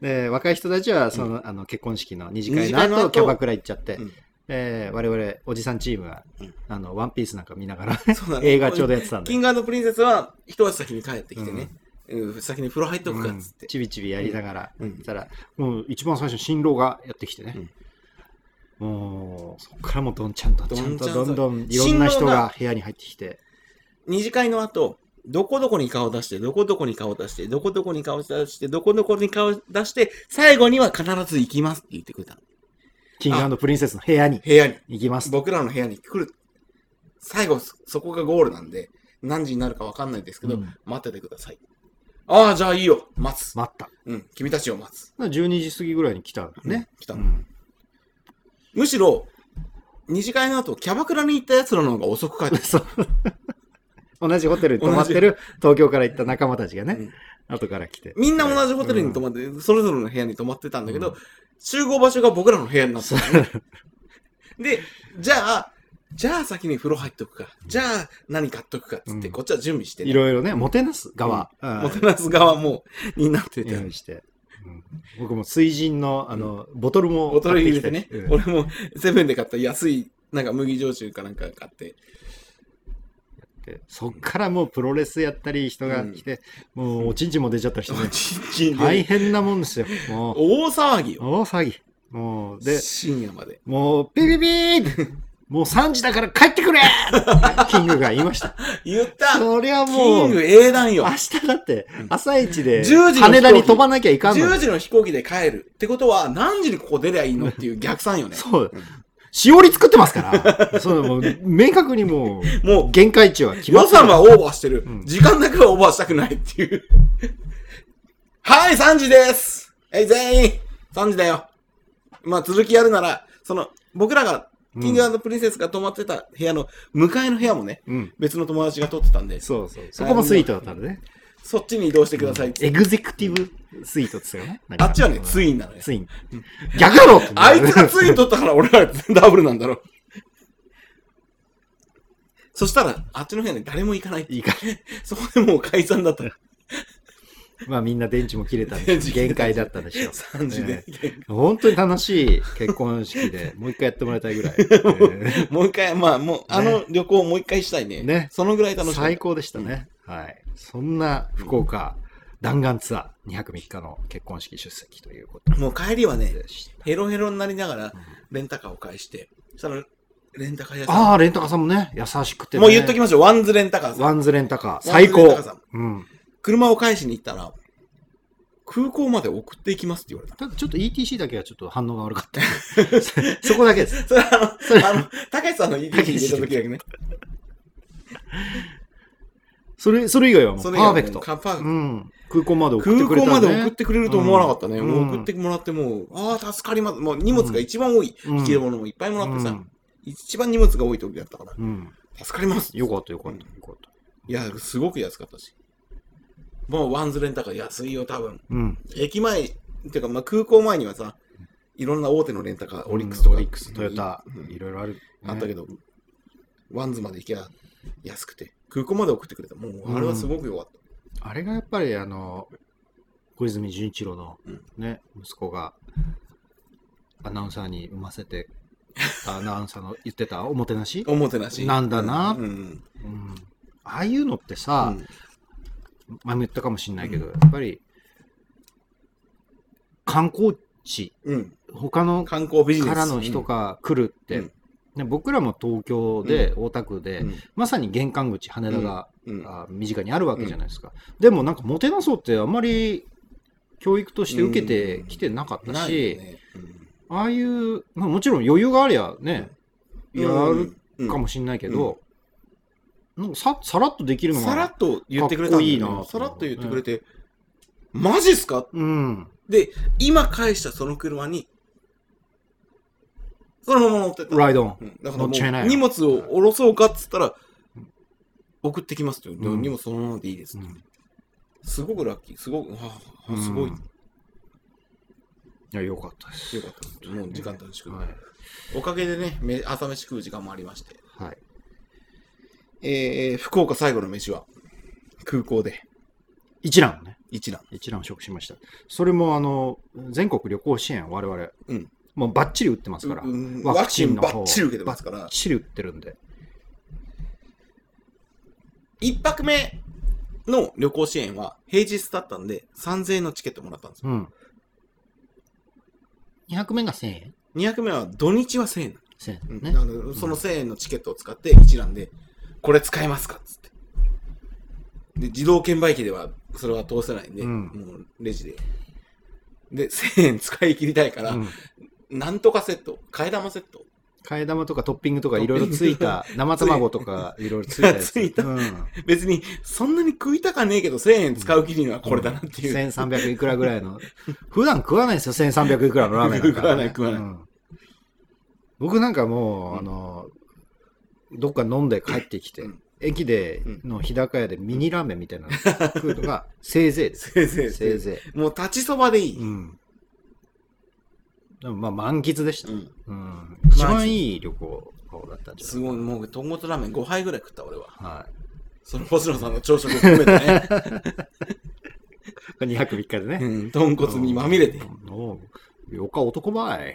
[SPEAKER 1] で若い人たちはその,、あの結婚式の二次
[SPEAKER 2] 二
[SPEAKER 1] 会
[SPEAKER 2] 次
[SPEAKER 1] の
[SPEAKER 2] 会の
[SPEAKER 1] 後
[SPEAKER 2] 後
[SPEAKER 1] キャバクラ行っちゃって、
[SPEAKER 2] うん
[SPEAKER 1] えー我々おじさんチームは、
[SPEAKER 2] うん
[SPEAKER 1] あのワンピースなんか見ながら
[SPEAKER 2] *laughs* そうなの
[SPEAKER 1] 映画ちょうどやってたんで
[SPEAKER 2] キングプリンセスは一足先に帰ってきてね、うん先に風呂入っとくかっつって。
[SPEAKER 1] ちびちびやりながら、
[SPEAKER 2] うん
[SPEAKER 1] やってたらもう一番最初新郎がやってきてね、もうそこからもうどんちゃんと
[SPEAKER 2] ど
[SPEAKER 1] ちゃん
[SPEAKER 2] んち
[SPEAKER 1] と
[SPEAKER 2] ゃ
[SPEAKER 1] ど
[SPEAKER 2] んと
[SPEAKER 1] んどんいろんな人
[SPEAKER 2] 新郎
[SPEAKER 1] が
[SPEAKER 2] が
[SPEAKER 1] 部屋に入ってきて
[SPEAKER 2] 二次会の後、どこどこに顔出して、どこどこに顔出して、どこどこに顔出して、どこどこに顔出して、最後には必ず行きますって言ってくれたの。
[SPEAKER 1] キングプリンセスの部屋に
[SPEAKER 2] 部屋に。
[SPEAKER 1] 行きます
[SPEAKER 2] *laughs* 僕らの部屋に来る。最後、そそこがゴールなんで、何時になるかわかんないですけ
[SPEAKER 1] う
[SPEAKER 2] ど、
[SPEAKER 1] ん
[SPEAKER 2] 待っててください。ああ、じゃあいいよ。待つ。
[SPEAKER 1] 待った
[SPEAKER 2] うん、君たちを待つ。
[SPEAKER 1] 12時過ぎぐらいに来たんだね、
[SPEAKER 2] 来た
[SPEAKER 1] う
[SPEAKER 2] の
[SPEAKER 1] ん
[SPEAKER 2] むしろ、二次会の後、キャバクラに行った奴らの方が遅く帰ってき
[SPEAKER 1] *laughs* そ
[SPEAKER 2] た
[SPEAKER 1] う。同じホテルに泊まってる東京から行った仲間たちがね、後から来て。
[SPEAKER 2] みんな同じホテルに泊まって、それぞれの部屋に泊まってたんだけど、集合場所が僕らの部屋になったのね。 *laughs* で、じゃあ、じゃあ先に風呂入っとくか。じゃあ何買っとくかっつって、
[SPEAKER 1] うん
[SPEAKER 2] こっちは準備して
[SPEAKER 1] い
[SPEAKER 2] ね、
[SPEAKER 1] ろいろね、もてなす側。うん
[SPEAKER 2] もてなす側も、になってて
[SPEAKER 1] 用。意して。うん僕も水人の、あの、ボトルも。
[SPEAKER 2] ボトル入れてね、
[SPEAKER 1] うん
[SPEAKER 2] 俺もセブンで買った安い、なんか麦焼酎かなんか買って、
[SPEAKER 1] でそっからもうプロレスやったり、人が来て、もうおちんちんも出ちゃった人ね。
[SPEAKER 2] ちんちんで
[SPEAKER 1] 大変なもんですよ。もう、
[SPEAKER 2] 大騒ぎよ。
[SPEAKER 1] 大騒ぎ。もう、で、
[SPEAKER 2] 深夜まで。
[SPEAKER 1] もう、ピピピーってもう3時だから帰ってくれってキングが言いました。
[SPEAKER 2] 言った
[SPEAKER 1] そりゃ
[SPEAKER 2] キ
[SPEAKER 1] も
[SPEAKER 2] ン
[SPEAKER 1] う、
[SPEAKER 2] グ英断よ
[SPEAKER 1] 明。日だって
[SPEAKER 2] うん、
[SPEAKER 1] 朝一で、
[SPEAKER 2] 10時の飛行機
[SPEAKER 1] 羽田に飛ばなきゃいかんのよ
[SPEAKER 2] 10時の飛行機で帰る。ってことは、何時にここ出りゃいいのっていう逆算よね。
[SPEAKER 1] そう。しおり作ってますから。そう、もう、明確にもう、
[SPEAKER 2] もう、
[SPEAKER 1] 限界値は決ま
[SPEAKER 2] 予
[SPEAKER 1] ってる
[SPEAKER 2] 算はオーバーしてる。
[SPEAKER 1] うん
[SPEAKER 2] 時間だけはオーバーしたくないっていう。 *laughs* はい、3時ですえい、全員 !3 時だよ。まあ、続きやるなら、その、僕らが、
[SPEAKER 1] うん
[SPEAKER 2] キングプリンセスが泊まってた部屋の向かいの部屋もね、
[SPEAKER 1] うん。
[SPEAKER 2] 別の友達が取ってたんで、そ
[SPEAKER 1] そうそう。そこもスイートだったんでね。
[SPEAKER 2] っちに移動してくださいって。
[SPEAKER 1] エグゼクティブスイートですよね。
[SPEAKER 2] あっちはね、
[SPEAKER 1] イ
[SPEAKER 2] ツインなのよ。
[SPEAKER 1] ツイン。逆だろって
[SPEAKER 2] あいつがツイン取ったから俺らダブルなんだろう。そしたら、あっちの部屋に誰も行かないって。
[SPEAKER 1] *laughs* いいか。
[SPEAKER 2] そこでもう解散だった。
[SPEAKER 1] まあみんな電池も切れたんで、
[SPEAKER 2] 電池切れた
[SPEAKER 1] 限界だったでしょう。
[SPEAKER 2] 3時で。
[SPEAKER 1] 本当に楽しい結婚式
[SPEAKER 2] *laughs*
[SPEAKER 1] で、もう一回やってもらいたいぐらい。えー
[SPEAKER 2] もう一回、まあ、もう、あの旅行をもう一回したいね。
[SPEAKER 1] ね
[SPEAKER 2] そのぐらい楽しかっ
[SPEAKER 1] 最
[SPEAKER 2] た。
[SPEAKER 1] 高でしたね。はい。そんな福岡弾丸ツアー2泊3日の結婚式出席ということ
[SPEAKER 2] もう帰りはね、
[SPEAKER 1] でした。
[SPEAKER 2] ヘロヘロになりながら、レンタカーを返して、その、レンタカー屋さん。
[SPEAKER 1] ああ、レンタカーさんもね、優しくて、ね。
[SPEAKER 2] もう言っときましょう。ワンズレンタカーさん。
[SPEAKER 1] ワンズレンタカー、最
[SPEAKER 2] ワンズレン
[SPEAKER 1] 高
[SPEAKER 2] タカーさん。
[SPEAKER 1] うん。
[SPEAKER 2] 車を返しに行ったら、空港まで送っていきますって言われた。
[SPEAKER 1] ただちょっと ETC だけはちょっと反応が悪かった。 *laughs* そこだけです。
[SPEAKER 2] それあの、あの、たけしさんの ED に入れた時だけね。
[SPEAKER 1] それ、それ以外はもう
[SPEAKER 2] そ
[SPEAKER 1] パ
[SPEAKER 2] れ以
[SPEAKER 1] ー
[SPEAKER 2] 外
[SPEAKER 1] フ
[SPEAKER 2] はも
[SPEAKER 1] ェ
[SPEAKER 2] う
[SPEAKER 1] クト。
[SPEAKER 2] パーフェクト
[SPEAKER 1] うん。空港まで送って
[SPEAKER 2] 空
[SPEAKER 1] くれた
[SPEAKER 2] 港
[SPEAKER 1] ら
[SPEAKER 2] ま
[SPEAKER 1] ね
[SPEAKER 2] で送ってくれると思わなかったね。
[SPEAKER 1] うん
[SPEAKER 2] もう送ってもらってもう、ああ、助かります。もう荷物が一番多い。
[SPEAKER 1] うん
[SPEAKER 2] 引き出物もいっぱいもらってさ、
[SPEAKER 1] うん
[SPEAKER 2] 一番荷物が多い時だったから、
[SPEAKER 1] うん。
[SPEAKER 2] 助かります。
[SPEAKER 1] よかったよかったよかった。
[SPEAKER 2] いや、すごく安かったし。もうワンズレンタカー安いよ、多分。
[SPEAKER 1] うん。
[SPEAKER 2] 駅前、っていうか、まあ、空港前にはさ、いろんな大手のレンタカー、オリックスと
[SPEAKER 1] と
[SPEAKER 2] か、
[SPEAKER 1] オリックス、トヨタ
[SPEAKER 2] う、ん
[SPEAKER 1] いろいろある。
[SPEAKER 2] あったけ
[SPEAKER 1] ど。
[SPEAKER 2] ど、ワンズまで行けば安くて、空港まで送ってくれた。もう、あれはすごく良かった。
[SPEAKER 1] あれがやっぱり、あの、小泉純一郎の
[SPEAKER 2] うん
[SPEAKER 1] ね、息子がアナウンサーに産ませ
[SPEAKER 2] *laughs*
[SPEAKER 1] て、アナウンサーの言ってたおもてなし、
[SPEAKER 2] おもてなし。
[SPEAKER 1] なんだな
[SPEAKER 2] うんうん
[SPEAKER 1] うん、ああいうのってさ、
[SPEAKER 2] うん
[SPEAKER 1] 前も言ったかもしれないけど、やっぱり観光地、
[SPEAKER 2] うん。
[SPEAKER 1] 他のか
[SPEAKER 2] 観光ビジネス。
[SPEAKER 1] らの人が来るって、
[SPEAKER 2] うん
[SPEAKER 1] ね僕らも東京で、大田区で、
[SPEAKER 2] うん
[SPEAKER 1] まさに玄関口、羽田が、
[SPEAKER 2] うん
[SPEAKER 1] あ身近にあるわけじゃないですか、でもなんかもてなそうってあんまり教育として受けてきてなかった
[SPEAKER 2] ない
[SPEAKER 1] し、
[SPEAKER 2] よね
[SPEAKER 1] ああいう、まあ、もちろん余裕がありゃね、
[SPEAKER 2] うん
[SPEAKER 1] やる
[SPEAKER 2] うん
[SPEAKER 1] かもしれないけど、なんかささらっとできるのが
[SPEAKER 2] さらっと言ってくれたんだよね
[SPEAKER 1] かっこいいな
[SPEAKER 2] さらっと言ってくれて、マジっすか
[SPEAKER 1] うん、
[SPEAKER 2] で、今返したその車に、そのまま乗ってった。
[SPEAKER 1] ライドオン
[SPEAKER 2] う。んだからも
[SPEAKER 1] 乗っちゃいな
[SPEAKER 2] う
[SPEAKER 1] よ
[SPEAKER 2] 荷物を下ろそうかっつったら、送ってきますって言う、
[SPEAKER 1] うん
[SPEAKER 2] 荷物そのままでいいですって、
[SPEAKER 1] うん
[SPEAKER 2] すごくラッキー。すごく、はあ、はあすごい。
[SPEAKER 1] うんいや、よかったです。
[SPEAKER 2] よかった。もう時間短縮、
[SPEAKER 1] はい。
[SPEAKER 2] おかげでね、め朝飯食う時間もありまして。
[SPEAKER 1] はい、
[SPEAKER 2] えー、福岡最後の飯は、空港で、
[SPEAKER 1] 一覧ね。
[SPEAKER 2] 一覧。
[SPEAKER 1] 一覧食しました。それも、あの、全国旅行支援、我々、
[SPEAKER 2] うん
[SPEAKER 1] もうばっちり打ってますから、
[SPEAKER 2] うん
[SPEAKER 1] ワ
[SPEAKER 2] ワ
[SPEAKER 1] ク
[SPEAKER 2] ク
[SPEAKER 1] チ
[SPEAKER 2] チ
[SPEAKER 1] ン
[SPEAKER 2] ン
[SPEAKER 1] の
[SPEAKER 2] ば
[SPEAKER 1] 方
[SPEAKER 2] っちり受けてますか
[SPEAKER 1] ば
[SPEAKER 2] ら
[SPEAKER 1] っ、ちり打ってるんで。
[SPEAKER 2] 一泊目の旅行支援は平日だったんで、3000円のチケットもらったんですよ。
[SPEAKER 1] うん。200名が1000円
[SPEAKER 2] 2泊目は土日は1000円。
[SPEAKER 1] ?1000
[SPEAKER 2] う
[SPEAKER 1] 円
[SPEAKER 2] ん
[SPEAKER 1] ね。
[SPEAKER 2] なのでその1000円のチケットを使って一覧で、これ使えますかっつって。で、自動券売機ではそれは通せないんで、
[SPEAKER 1] うん
[SPEAKER 2] もうレジで。で、1000円使い切りたいから、
[SPEAKER 1] うん
[SPEAKER 2] なんとかセット、替え玉セット、
[SPEAKER 1] 替え玉とかトッピングとかいろいろつい
[SPEAKER 2] *laughs*
[SPEAKER 1] た、生卵とかいろいろついたやつ。
[SPEAKER 2] ついた
[SPEAKER 1] うん、
[SPEAKER 2] 別にそんなに食いたかねえけど1000円使う気にはこれだなっていう、
[SPEAKER 1] 1300いくらぐらいの。普段食わないですよ、1300いくらのラーメンなんか、
[SPEAKER 2] 食わない食わない
[SPEAKER 1] ん僕なんかもう、あの、どっか飲んで帰ってきて、
[SPEAKER 2] うん
[SPEAKER 1] 駅での日高屋でミニラーメンみたいなの食うの
[SPEAKER 2] *laughs*
[SPEAKER 1] がせいぜいです。
[SPEAKER 2] せいぜい
[SPEAKER 1] せいぜ
[SPEAKER 2] もう立ちそばでい
[SPEAKER 1] い。
[SPEAKER 2] い、
[SPEAKER 1] うん。でもまあ満喫でした
[SPEAKER 2] う。ん、
[SPEAKER 1] うん。一番いい旅行だったんじゃ
[SPEAKER 2] す
[SPEAKER 1] ない
[SPEAKER 2] ごい、もう豚骨ラーメン5杯ぐらい食った俺は。
[SPEAKER 1] はい。
[SPEAKER 2] その星野さんの朝食含めて *laughs* ね。
[SPEAKER 1] これ2泊3日でね。
[SPEAKER 2] うん、豚骨にまみれて。
[SPEAKER 1] おうよか男ばい。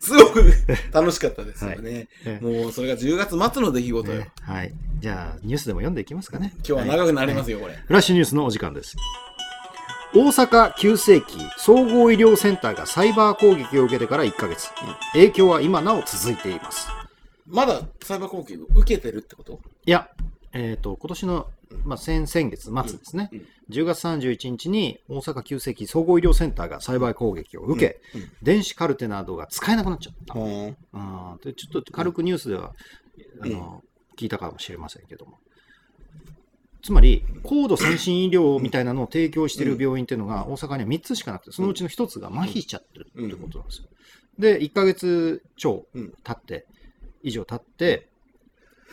[SPEAKER 2] すごく楽しかったですよね。
[SPEAKER 1] はい
[SPEAKER 2] もうそれが10月末の出来事よ。
[SPEAKER 1] ねはい。じゃあ、ニュースでも読んでいきますかね。
[SPEAKER 2] 今日は長くなりますよ、これ。
[SPEAKER 1] フラッシュニュースのお時間です。大阪急性期総合医療センターがサイバー攻撃を受けてから1ヶ月
[SPEAKER 2] うん。
[SPEAKER 1] 影響は今なお続いています。
[SPEAKER 2] まだサイバー攻撃を受けてるってこと
[SPEAKER 1] いや、えっ、と、今年の、まあ、先先月末ですね、
[SPEAKER 2] うんうん
[SPEAKER 1] 10月31日に大阪急性期総合医療センターがサイバー攻撃を受け、電子カルテなどが使えなくなっちゃった。
[SPEAKER 2] うん。うん
[SPEAKER 1] あーでちょっと軽くニュースでは、あの聞いたかもしれませんけども。つまり、高度先進医療みたいなのを提供している病院っていうのが、大阪には3つしかなくて、そのうちの1つが麻痺しちゃってるってことなんですよ。で、1ヶ月超
[SPEAKER 2] うん
[SPEAKER 1] 経って、以上経って、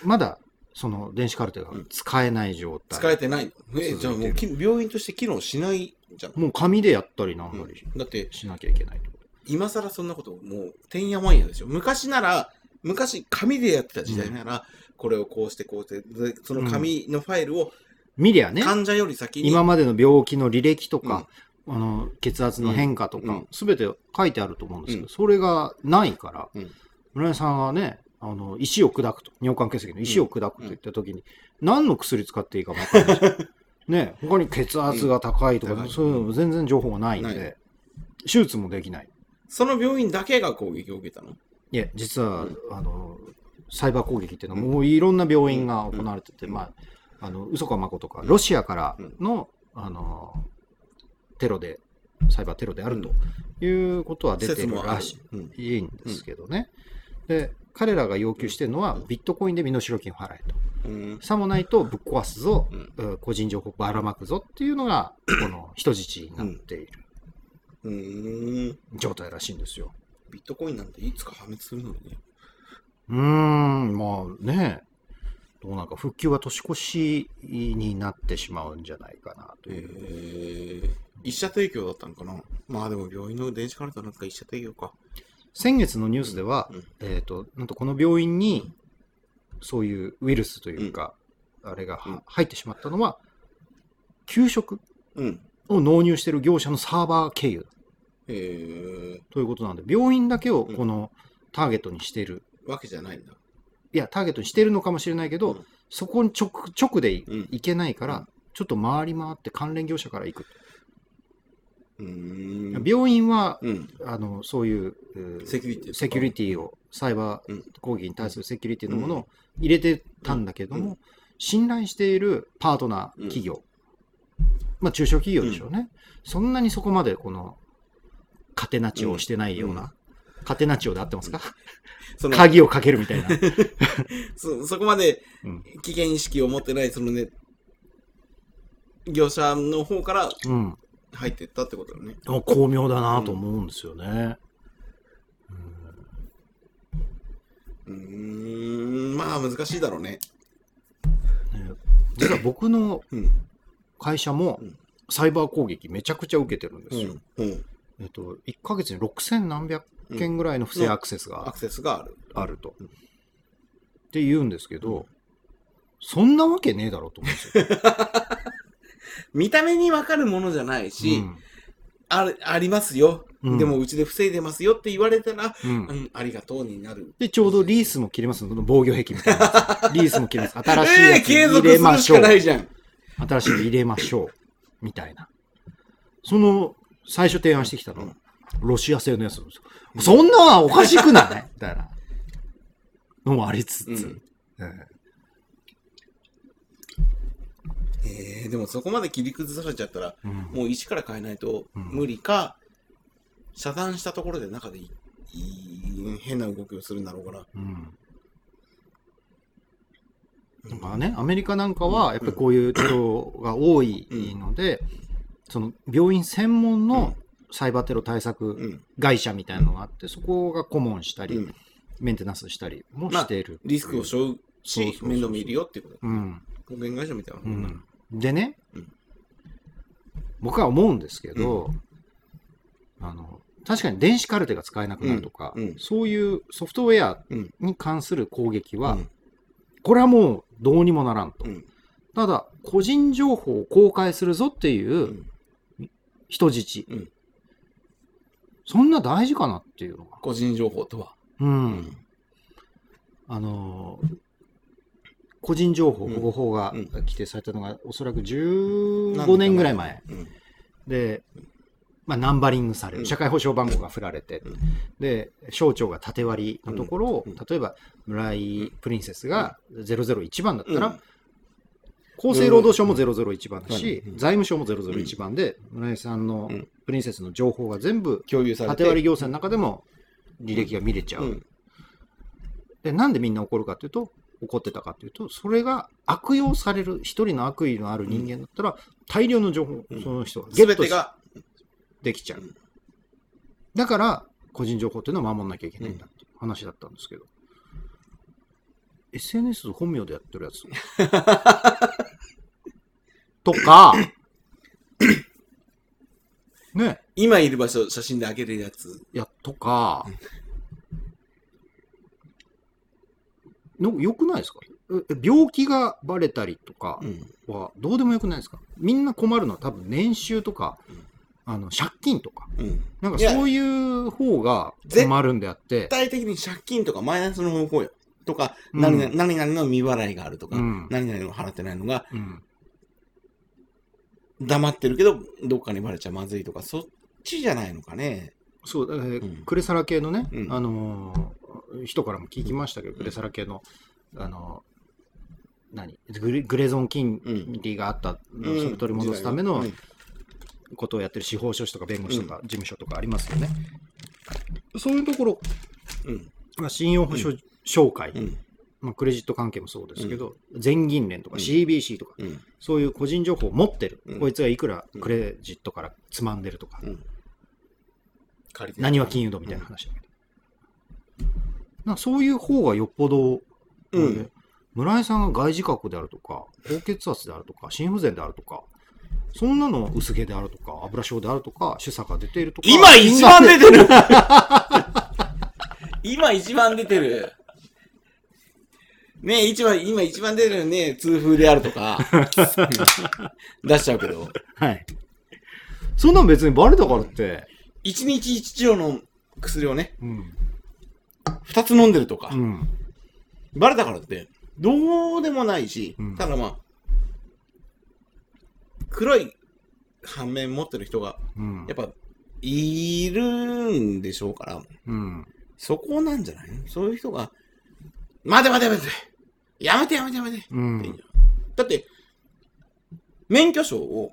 [SPEAKER 1] まだその電子カルテが使えない状態。
[SPEAKER 2] 使えてない。え、
[SPEAKER 1] 続いてる
[SPEAKER 2] じゃあもうき病院として機能しないじゃん。
[SPEAKER 1] もう紙でやったりなんだり
[SPEAKER 2] だって、
[SPEAKER 1] しなきゃいけないってこと。
[SPEAKER 2] 今更そんなこと、もう、てんやわんやでしょ。昔なら、昔、紙でやってた時代なら、これをこうして、こうして、でその紙のファイルを
[SPEAKER 1] 見りゃね、
[SPEAKER 2] 患者より先に、
[SPEAKER 1] 今までの病気の履歴とか、あの血圧の変化と
[SPEAKER 2] う
[SPEAKER 1] か
[SPEAKER 2] ん、
[SPEAKER 1] す、べ、て書いてあると思うんですけど、
[SPEAKER 2] うん
[SPEAKER 1] それがないから、
[SPEAKER 2] うん
[SPEAKER 1] 村井さんはね、あの石を砕くと、尿管結石の石を砕くといったときに、何の薬使っていいか分からない
[SPEAKER 2] *laughs*
[SPEAKER 1] しね、他に血圧が高いとか、
[SPEAKER 2] うん
[SPEAKER 1] そういうの全然情報がないん
[SPEAKER 2] な
[SPEAKER 1] で、手術もできない。
[SPEAKER 2] その病院だけが攻撃を受けたの。
[SPEAKER 1] いや、実は、
[SPEAKER 2] うん
[SPEAKER 1] あのサイバー攻撃っていうのは、
[SPEAKER 2] うん
[SPEAKER 1] もういろんな病院が行われてて、
[SPEAKER 2] うん
[SPEAKER 1] まあ、あの嘘かまことか、ロシアからの,、あのテロで、サイバーテロであるということは出て
[SPEAKER 2] 説
[SPEAKER 1] る
[SPEAKER 2] もあ
[SPEAKER 1] ら
[SPEAKER 2] る
[SPEAKER 1] し。
[SPEAKER 2] うん
[SPEAKER 1] いんですけどね。で彼らが要求してるのは、ビットコインで身代金を払えと。
[SPEAKER 2] うん。
[SPEAKER 1] さもないとぶっ壊すぞ、
[SPEAKER 2] うん
[SPEAKER 1] うん個人情報ばらまくぞっていうのが、この人質になっている
[SPEAKER 2] うーん。
[SPEAKER 1] 状態らしいんですよ。
[SPEAKER 2] ビットコインなんていつか破滅するのにね。
[SPEAKER 1] うーん、まあね、どうなんか復旧は年越しになってしまうんじゃないかなと
[SPEAKER 2] え
[SPEAKER 1] いう。
[SPEAKER 2] ー、一社提供だったのかなまあでも病院の電子カルテなんか一社提供か。
[SPEAKER 1] 先月のニュースでは、
[SPEAKER 2] うん
[SPEAKER 1] えっ、と、なんとこの病院に、そういうウイルスというか、あれがは
[SPEAKER 2] うん
[SPEAKER 1] 入ってしまったのは、給食
[SPEAKER 2] うん。
[SPEAKER 1] を納入している業者のサーバー経由
[SPEAKER 2] えー、
[SPEAKER 1] ということなんで、病院だけを
[SPEAKER 2] うん
[SPEAKER 1] このターゲットにしている、
[SPEAKER 2] わけじゃないんだ。
[SPEAKER 1] いや、ターゲットにしているのかもしれないけど、
[SPEAKER 2] うん
[SPEAKER 1] そこに直直でい
[SPEAKER 2] うん
[SPEAKER 1] いけないから、
[SPEAKER 2] うん
[SPEAKER 1] ちょっと回り回って関連業者から行く。
[SPEAKER 2] うーん。
[SPEAKER 1] 病院は
[SPEAKER 2] うん。
[SPEAKER 1] あのそういうえー
[SPEAKER 2] セキュリティとか
[SPEAKER 1] セキュリティをサイバ
[SPEAKER 2] うん
[SPEAKER 1] ー攻撃に対するセキュリティのものを入れてたんだけども、
[SPEAKER 2] うんう
[SPEAKER 1] 信頼しているパートナー企業、まあ中小企業でしょうね、そんなにそこまでこのカテナチオをしてないような、
[SPEAKER 2] うん
[SPEAKER 1] カテナチオで合ってますか、
[SPEAKER 2] その
[SPEAKER 1] 鍵をかけるみたいな、
[SPEAKER 2] そそこまで
[SPEAKER 1] うん
[SPEAKER 2] 危険意識を持ってない、そのね、業者の方から
[SPEAKER 1] うん、
[SPEAKER 2] 入ってったってことだよね。
[SPEAKER 1] あ巧妙だなと思うんですよね。うん
[SPEAKER 2] うーん、まあ難しいだろうね。
[SPEAKER 1] ね実は僕の
[SPEAKER 2] うん。
[SPEAKER 1] 会社も
[SPEAKER 2] うん
[SPEAKER 1] サイバー攻撃めちゃくちゃ受けてるんです
[SPEAKER 2] う
[SPEAKER 1] よ。
[SPEAKER 2] ん。うん。
[SPEAKER 1] えっと、1ヶ月に6000何百件ぐらいの不正アクセス
[SPEAKER 2] ア
[SPEAKER 1] が
[SPEAKER 2] クセスがある。
[SPEAKER 1] あると。
[SPEAKER 2] うん
[SPEAKER 1] って言うんですけど、そんなわけねえだろうと思うんですよ。
[SPEAKER 2] 見た目にわかるものじゃないし、
[SPEAKER 1] うん
[SPEAKER 2] あるありますよ、
[SPEAKER 1] うん
[SPEAKER 2] でもうちで防いでますよって言われたら、
[SPEAKER 1] うん
[SPEAKER 2] *laughs* うん、ありがとうになる。
[SPEAKER 1] で、ちょうどリースも切れますこの防御壁みたいな
[SPEAKER 2] *laughs*
[SPEAKER 1] やつ。リースも切れます。新しい
[SPEAKER 2] え
[SPEAKER 1] や
[SPEAKER 2] え
[SPEAKER 1] つ
[SPEAKER 2] 継
[SPEAKER 1] 入
[SPEAKER 2] 続
[SPEAKER 1] れ
[SPEAKER 2] す
[SPEAKER 1] ま
[SPEAKER 2] る
[SPEAKER 1] し
[SPEAKER 2] し
[SPEAKER 1] ょう
[SPEAKER 2] か。ないじゃん。
[SPEAKER 1] 新しいの入れましょう。みたいな。その、最初提案してきたのは、ロシア製のやつなんですよ。そんなはおかしく
[SPEAKER 2] *laughs*
[SPEAKER 1] ないみたいなのもありつつ。
[SPEAKER 2] うん
[SPEAKER 1] え
[SPEAKER 2] ええでもそこまで切り崩されちゃったら、
[SPEAKER 1] えうん
[SPEAKER 2] もう一から変えないと
[SPEAKER 1] うん
[SPEAKER 2] 無理か、遮断したところで中でいい変な動きをするんだろうから。
[SPEAKER 1] うんなんかね、アメリカなんかは、やっぱりこういうテロが多いので、その病院専門のサイバーテロ対
[SPEAKER 2] う
[SPEAKER 1] 策
[SPEAKER 2] ん。
[SPEAKER 1] 会社みたいなのがあって、そこが顧問した
[SPEAKER 2] う
[SPEAKER 1] り、
[SPEAKER 2] ん。
[SPEAKER 1] メンテナンスしたりもしている。
[SPEAKER 2] リスクを背負
[SPEAKER 1] そ
[SPEAKER 2] う
[SPEAKER 1] うそう
[SPEAKER 2] し
[SPEAKER 1] そう、そう
[SPEAKER 2] 面倒見るよっていうこと。
[SPEAKER 1] うん
[SPEAKER 2] 保険会社みたいな
[SPEAKER 1] う
[SPEAKER 2] もんなの。
[SPEAKER 1] ん、でね、
[SPEAKER 2] うん
[SPEAKER 1] 僕は思うんですけど、あの確かに電子カルテが使えなくなるとか、
[SPEAKER 2] うんうん
[SPEAKER 1] そういうソフトウェア
[SPEAKER 2] うん。
[SPEAKER 1] に関する攻撃は、
[SPEAKER 2] うん
[SPEAKER 1] これはもうどうにもならんと。
[SPEAKER 2] うん。。
[SPEAKER 1] ただ、個人情報を公開するぞっていううん人質。
[SPEAKER 2] うん
[SPEAKER 1] そんな大事かなっていうのが。
[SPEAKER 2] 個人情報とは。
[SPEAKER 1] うん。
[SPEAKER 2] うん。
[SPEAKER 1] あのー個人情報
[SPEAKER 2] うん
[SPEAKER 1] 保護法が
[SPEAKER 2] うん
[SPEAKER 1] 規定されたのが、おそらく15年ぐらい前
[SPEAKER 2] うん。
[SPEAKER 1] で、まあ、ナンバリングされ
[SPEAKER 2] う
[SPEAKER 1] る、
[SPEAKER 2] ん
[SPEAKER 1] 社会保障番号が振られて、
[SPEAKER 2] うん
[SPEAKER 1] で、省庁が縦割りのところを、
[SPEAKER 2] うんうん
[SPEAKER 1] 例えば村井プリンセスが001番だった
[SPEAKER 2] う
[SPEAKER 1] ら、
[SPEAKER 2] ん
[SPEAKER 1] 厚生労働省も001番だし、
[SPEAKER 2] うん
[SPEAKER 1] 財務省も001番で、村井さんの
[SPEAKER 2] うん
[SPEAKER 1] プリンセスの情報が全部、
[SPEAKER 2] 共有されて
[SPEAKER 1] 縦割り行政の中でも履歴が見れちゃう。
[SPEAKER 2] うん
[SPEAKER 1] で、なんでみんな怒るかというと、怒ってたかというと、それが悪用される、一人の悪意のある人間だったら、大量の情報
[SPEAKER 2] う、ん
[SPEAKER 1] その人がゲ
[SPEAKER 2] 全
[SPEAKER 1] ット
[SPEAKER 2] て
[SPEAKER 1] し
[SPEAKER 2] が、
[SPEAKER 1] できちゃ
[SPEAKER 2] う。
[SPEAKER 1] うんだから、個人情報っていうのは守んなきゃいけないんだっていう話だったんですけど、SNS 本名でやってるやつ。とか、ね、
[SPEAKER 2] 今いる場所写真で開けるやつ。
[SPEAKER 1] いや、とか、のよくないですかえ病気がバレたりとか
[SPEAKER 2] うん
[SPEAKER 1] はどうでもよくないですかみんな困るのは多分年収とか
[SPEAKER 2] うん、
[SPEAKER 1] あの借金とか、
[SPEAKER 2] うん絶
[SPEAKER 1] なんかそういう方が困るんであって、
[SPEAKER 2] 対的に借金とかマイナスの方向よ。とか、
[SPEAKER 1] うん
[SPEAKER 2] 何々何々の未払いがあるとか、
[SPEAKER 1] うん
[SPEAKER 2] 何々の払ってないのが
[SPEAKER 1] うん、
[SPEAKER 2] 黙ってるけど、どっかにバレちゃまずいとか、そっちじゃないのかね。
[SPEAKER 1] そう、えー
[SPEAKER 2] うん
[SPEAKER 1] クレサラ系のね、
[SPEAKER 2] うん
[SPEAKER 1] あのー人からも聞きましたけど、クレサラ系の、あのー何グレグレゾン金利があったのをそれ取り戻すための、
[SPEAKER 2] うん
[SPEAKER 1] ことをやってる司法書士とか弁護士とか事務所とかありますよね。そういうところ、
[SPEAKER 2] うん。
[SPEAKER 1] まあ、信用保証紹介、
[SPEAKER 2] うん。
[SPEAKER 1] まあ、クレジット関係もそうですけど、全銀連とか CBC とか、
[SPEAKER 2] うん。
[SPEAKER 1] そういう個人情報を持ってる、
[SPEAKER 2] うん
[SPEAKER 1] こいつはいくらクレジットからつまんでるとか、
[SPEAKER 2] うん。借りて
[SPEAKER 1] 何は金融度みたいな話だけど、なんかそういう方がよっぽど、
[SPEAKER 2] うん
[SPEAKER 1] 村井さんが外耳覚であるとか高血圧であるとか心不全であるとかそんなの薄毛であるとか油症であるとか主査が出ているとか
[SPEAKER 2] 今一番出てる *laughs* 今一番出てる。ねえ、一番、今一番出てるね、痛風であると *laughs* か。出しちゃうけど。
[SPEAKER 1] はい。そんなん別にバレたからって。
[SPEAKER 2] 一日一錠の薬をね、
[SPEAKER 1] うん。
[SPEAKER 2] 二つ飲んでるとか。
[SPEAKER 1] うん。
[SPEAKER 2] バレたからって、どうでもないし、
[SPEAKER 1] うん
[SPEAKER 2] ただまあ、黒い反面持ってる人が、
[SPEAKER 1] うん
[SPEAKER 2] やっ。ぱ、いるんでしょうから。
[SPEAKER 1] うん。
[SPEAKER 2] そこなんじゃないそういう人が、待て待て待てやめてやめてやめてって
[SPEAKER 1] う
[SPEAKER 2] 言うん
[SPEAKER 1] ん
[SPEAKER 2] じ。ゃんだって、免許証を、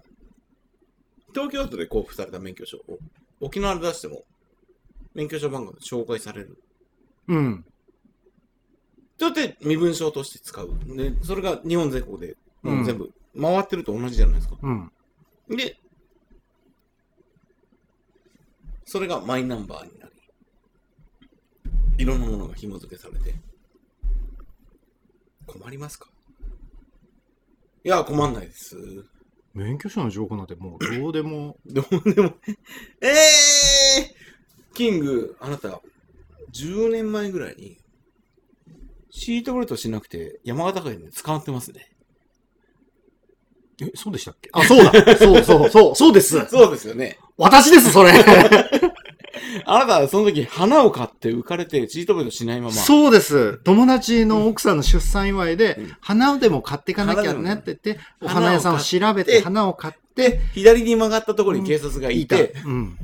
[SPEAKER 2] 東京都で交付された免許証を、沖縄で出しても、免許証番号で紹介される。
[SPEAKER 1] うん。
[SPEAKER 2] だって身分証として使う。で、それが日本全国で、
[SPEAKER 1] う
[SPEAKER 2] も
[SPEAKER 1] ん
[SPEAKER 2] う全部回ってると同じじゃないですか。
[SPEAKER 1] うん。
[SPEAKER 2] で、それがマイナンバーになり、いろんなものが紐付けされて、困りますかいや、困んないです。
[SPEAKER 1] 免許証の情報なんてもうどうでも。
[SPEAKER 2] どうでも、えー、キング、あなた、10年前ぐらいに、シートベルトしなくて、山形県で捕まってますね。
[SPEAKER 1] え、そうでしたっけあ、そうだ。そうそうそう、そうです。
[SPEAKER 2] そうですよね。
[SPEAKER 1] 私です、それ。
[SPEAKER 2] あなた、その時、花を買って浮かれて、シートベルトしないまま。
[SPEAKER 1] そうです。友達の奥さんの出産祝いで
[SPEAKER 2] うん、
[SPEAKER 1] 花でも買っていかなきゃねって言って、お花屋さんを調べて、花を買って、
[SPEAKER 2] 左に曲がったところに警察が
[SPEAKER 1] い
[SPEAKER 2] い
[SPEAKER 1] た
[SPEAKER 2] て、。
[SPEAKER 1] うん。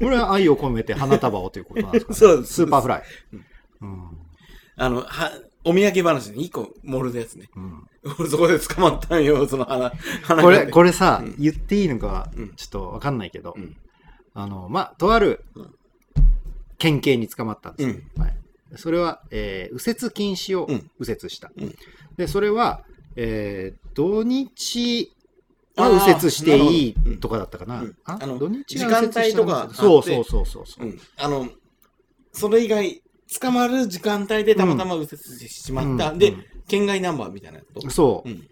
[SPEAKER 1] これは愛を込めて花束をということなんですかね。
[SPEAKER 2] そうです
[SPEAKER 1] スーパーフライ。うん。
[SPEAKER 2] あの、は、お土産話に一個盛るやつね。 *laughs*
[SPEAKER 1] うん
[SPEAKER 2] 俺そこで捕まったんよ、その花、花
[SPEAKER 1] こ
[SPEAKER 2] が
[SPEAKER 1] れ
[SPEAKER 2] ね
[SPEAKER 1] これさ、
[SPEAKER 2] うん
[SPEAKER 1] 言っていいのか
[SPEAKER 2] うん
[SPEAKER 1] ちょっとわかんないけど、
[SPEAKER 2] うん
[SPEAKER 1] あのまあとある
[SPEAKER 2] うん
[SPEAKER 1] 県警に捕まったんですよ、はい、それは、えー右折禁止を
[SPEAKER 2] うん
[SPEAKER 1] 右折した、
[SPEAKER 2] うん
[SPEAKER 1] でそれは、えー土日は右折してい
[SPEAKER 2] あーなるほどう
[SPEAKER 1] い
[SPEAKER 2] ん
[SPEAKER 1] とかだったかな、
[SPEAKER 2] うん
[SPEAKER 1] あ
[SPEAKER 2] あの
[SPEAKER 1] 土日は右折し
[SPEAKER 2] 時
[SPEAKER 1] た
[SPEAKER 2] 間帯とかあって。
[SPEAKER 1] そうそうそうそうそううん
[SPEAKER 2] あの、それ以外、捕まる時間帯でたまたま右折してしまった。
[SPEAKER 1] うん
[SPEAKER 2] で、県外ナンバーみたいなこと
[SPEAKER 1] うん。そう
[SPEAKER 2] う、ん。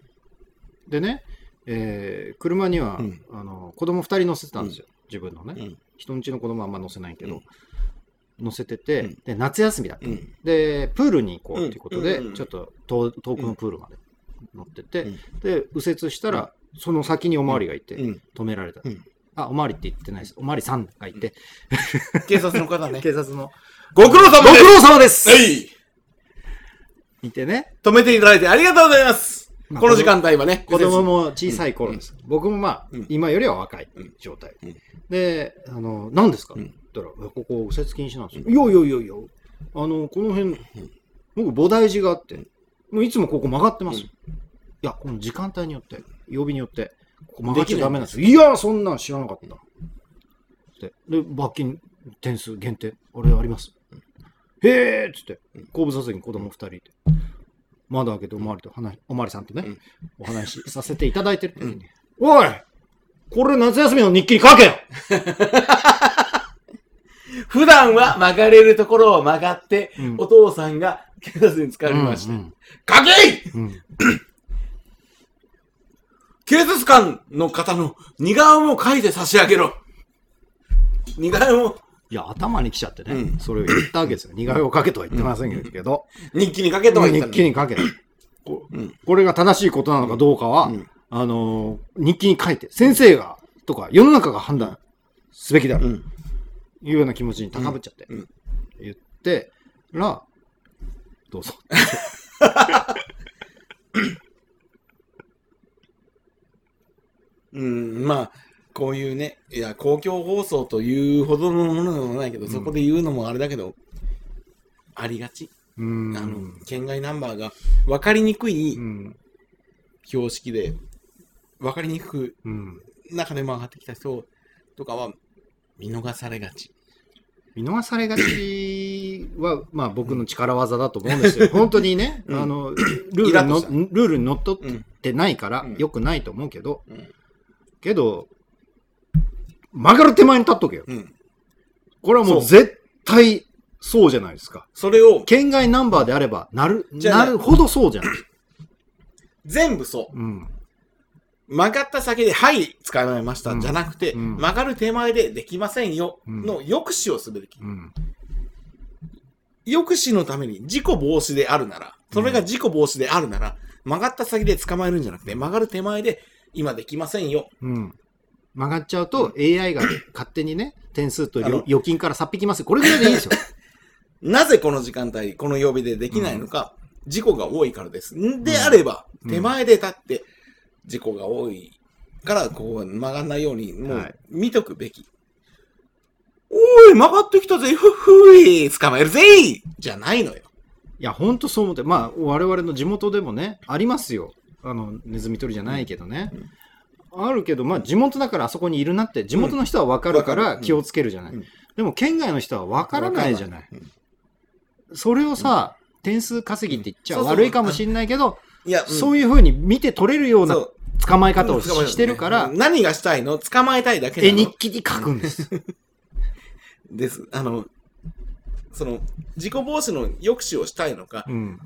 [SPEAKER 1] でね、えー車には、
[SPEAKER 2] うん
[SPEAKER 1] あの子供2人乗せてたんですよ、自分のね、
[SPEAKER 2] うん
[SPEAKER 1] 人んちの子供はあんま乗せないけど、
[SPEAKER 2] うん
[SPEAKER 1] 乗せてて、
[SPEAKER 2] うん
[SPEAKER 1] で夏休みだった、
[SPEAKER 2] うん。
[SPEAKER 1] でプールに行こう
[SPEAKER 2] うん
[SPEAKER 1] ということで、
[SPEAKER 2] うんうん
[SPEAKER 1] ちょっと遠遠くのプールまで乗ってて、
[SPEAKER 2] うん
[SPEAKER 1] で右折したら、その先におまわりがいて、
[SPEAKER 2] うん。
[SPEAKER 1] 止められた、
[SPEAKER 2] うん
[SPEAKER 1] あおまわりって言ってないですおまわりさんがいて、
[SPEAKER 2] 警察
[SPEAKER 1] *laughs*
[SPEAKER 2] の方ね。
[SPEAKER 1] 警察の
[SPEAKER 2] ご苦労様
[SPEAKER 1] ご
[SPEAKER 2] で
[SPEAKER 1] 苦労様です
[SPEAKER 2] すはい
[SPEAKER 1] いてね
[SPEAKER 2] 止めていただいてありがとうございます
[SPEAKER 1] まあ
[SPEAKER 2] この時間帯はね。
[SPEAKER 1] 子供も小さい頃です。僕もまあ、
[SPEAKER 2] うん
[SPEAKER 1] 今よりは若い状態。
[SPEAKER 2] うん
[SPEAKER 1] で、あの、何ですか、
[SPEAKER 2] うん
[SPEAKER 1] って言ったら、ここ右折禁止なんですよ。
[SPEAKER 2] うん
[SPEAKER 1] いやいやいやいや、あの、この辺、僕、菩提寺があって、もういつもここ曲がってますよ。いや、この時間帯によって、曜日によって、ここ曲がっちゃダメなんですよ。いや、そんなん知らなかった。ってで、罰金、点数、限定、あれあります。へえっつって
[SPEAKER 2] うん、
[SPEAKER 1] 後部座席に子供2人いて、窓開けておまわりと話、おまわりさんとね、お話しさせていただいてる時に、おいこれ夏休みの日記に書けよ
[SPEAKER 2] 普段は曲がれるところを曲がって、
[SPEAKER 1] うん
[SPEAKER 2] お父さんが警察に疲れました。
[SPEAKER 1] うん
[SPEAKER 2] かけい
[SPEAKER 1] うんうん
[SPEAKER 2] *coughs* 警察官の方の似顔絵を書いて差し上げろ。似顔絵を
[SPEAKER 1] いや、頭に来ちゃってね、
[SPEAKER 2] うん
[SPEAKER 1] それを言ったわけですよ。似顔絵を書けとは言ってませんけど、
[SPEAKER 2] 日記にかけとは言った
[SPEAKER 1] 日
[SPEAKER 2] の
[SPEAKER 1] 記に書け。こ
[SPEAKER 2] うん
[SPEAKER 1] これが正しいことなのかどうかは、
[SPEAKER 2] うん
[SPEAKER 1] あのー日記に書いて、先生が、とか、世の中が判断すべきだ
[SPEAKER 2] う
[SPEAKER 1] と
[SPEAKER 2] ん。
[SPEAKER 1] いうような気持ちに高ぶっちゃって、
[SPEAKER 2] うんうん
[SPEAKER 1] 言ってら、どうぞ。
[SPEAKER 2] うん、まあ、こういうね、いや、公共放送というほどのものでもないけど、
[SPEAKER 1] うん
[SPEAKER 2] そこで言うのもあれだけど、ありがち。
[SPEAKER 1] う
[SPEAKER 2] あ
[SPEAKER 1] ん
[SPEAKER 2] の、県外ナンバーが分かりにくい
[SPEAKER 1] うん。
[SPEAKER 2] 標識で、分かりにく
[SPEAKER 1] うん。
[SPEAKER 2] く中で曲がってきた人とかは、見逃されがち。
[SPEAKER 1] 見逃されがちは、まあ僕の力技だと思うんですよ。本当にね、
[SPEAKER 2] うん
[SPEAKER 1] あの、ルー
[SPEAKER 2] イ
[SPEAKER 1] ル
[SPEAKER 2] ラッ
[SPEAKER 1] に
[SPEAKER 2] と
[SPEAKER 1] の
[SPEAKER 2] した
[SPEAKER 1] ルールにのっとっ
[SPEAKER 2] うん。
[SPEAKER 1] てないから
[SPEAKER 2] うん、
[SPEAKER 1] 良くないと思うけど、
[SPEAKER 2] うん。
[SPEAKER 1] けど、曲がる手前に立っとけよ。
[SPEAKER 2] うん。
[SPEAKER 1] これはもう
[SPEAKER 2] そう
[SPEAKER 1] 絶対そうじゃないですか。
[SPEAKER 2] それを、
[SPEAKER 1] 県外ナンバーであれば、なる、
[SPEAKER 2] じゃあ
[SPEAKER 1] な
[SPEAKER 2] ね
[SPEAKER 1] るほどそうじゃないですか。
[SPEAKER 2] 全部そう。
[SPEAKER 1] うん。
[SPEAKER 2] 曲がった先で、はい、使われました、
[SPEAKER 1] うん
[SPEAKER 2] じゃなくて、
[SPEAKER 1] うん
[SPEAKER 2] 曲がる手前でできませんよ、
[SPEAKER 1] うん
[SPEAKER 2] の抑止をすべき。
[SPEAKER 1] うん。
[SPEAKER 2] 抑止のために事故防止であるなら、それが事故防止であるなら、曲がった先で捕まえるんじゃなくて、曲がる手前で、今できませんよ。
[SPEAKER 1] うん。曲がっちゃうと AI が勝手にね、点数と
[SPEAKER 2] あの
[SPEAKER 1] 預金からさっ引きます。これぐらいでいいですよ。
[SPEAKER 2] なぜこの時間帯、この曜日でできないのか、事故が多いからです。んであれば、
[SPEAKER 1] うん
[SPEAKER 2] 手前で立って、事故が多いから、ここは曲がんないように、も、
[SPEAKER 1] はいう
[SPEAKER 2] 見とくべき。おい、曲がってきたぜ、ふっふい、捕まえるぜいじゃないのよ。
[SPEAKER 1] いや、ほんとそう思って、まあ、我々の地元でもね、ありますよ。あの、ネズミ捕りじゃないけどね。あるけど、まあ、地元だからあそこにいるなって、地元の人は分かるか
[SPEAKER 2] わからる
[SPEAKER 1] 気をつけるじゃない。
[SPEAKER 2] うん
[SPEAKER 1] でも、県外の人は分からないじゃない。
[SPEAKER 2] わかんない。うん
[SPEAKER 1] それをさ、点数稼ぎって言っちゃ
[SPEAKER 2] そうそう
[SPEAKER 1] 悪いかもしんないけど、
[SPEAKER 2] いや、
[SPEAKER 1] そう
[SPEAKER 2] いう
[SPEAKER 1] いうふうに見て取れるような
[SPEAKER 2] そう
[SPEAKER 1] 捕まえ方を
[SPEAKER 2] 捕まえる
[SPEAKER 1] してるから、
[SPEAKER 2] ね何がしたいの捕まえたいだけな
[SPEAKER 1] 絵
[SPEAKER 2] の
[SPEAKER 1] 日記に書くんです。
[SPEAKER 2] です。あの、その、自己防止の抑止をしたいのか、
[SPEAKER 1] うん。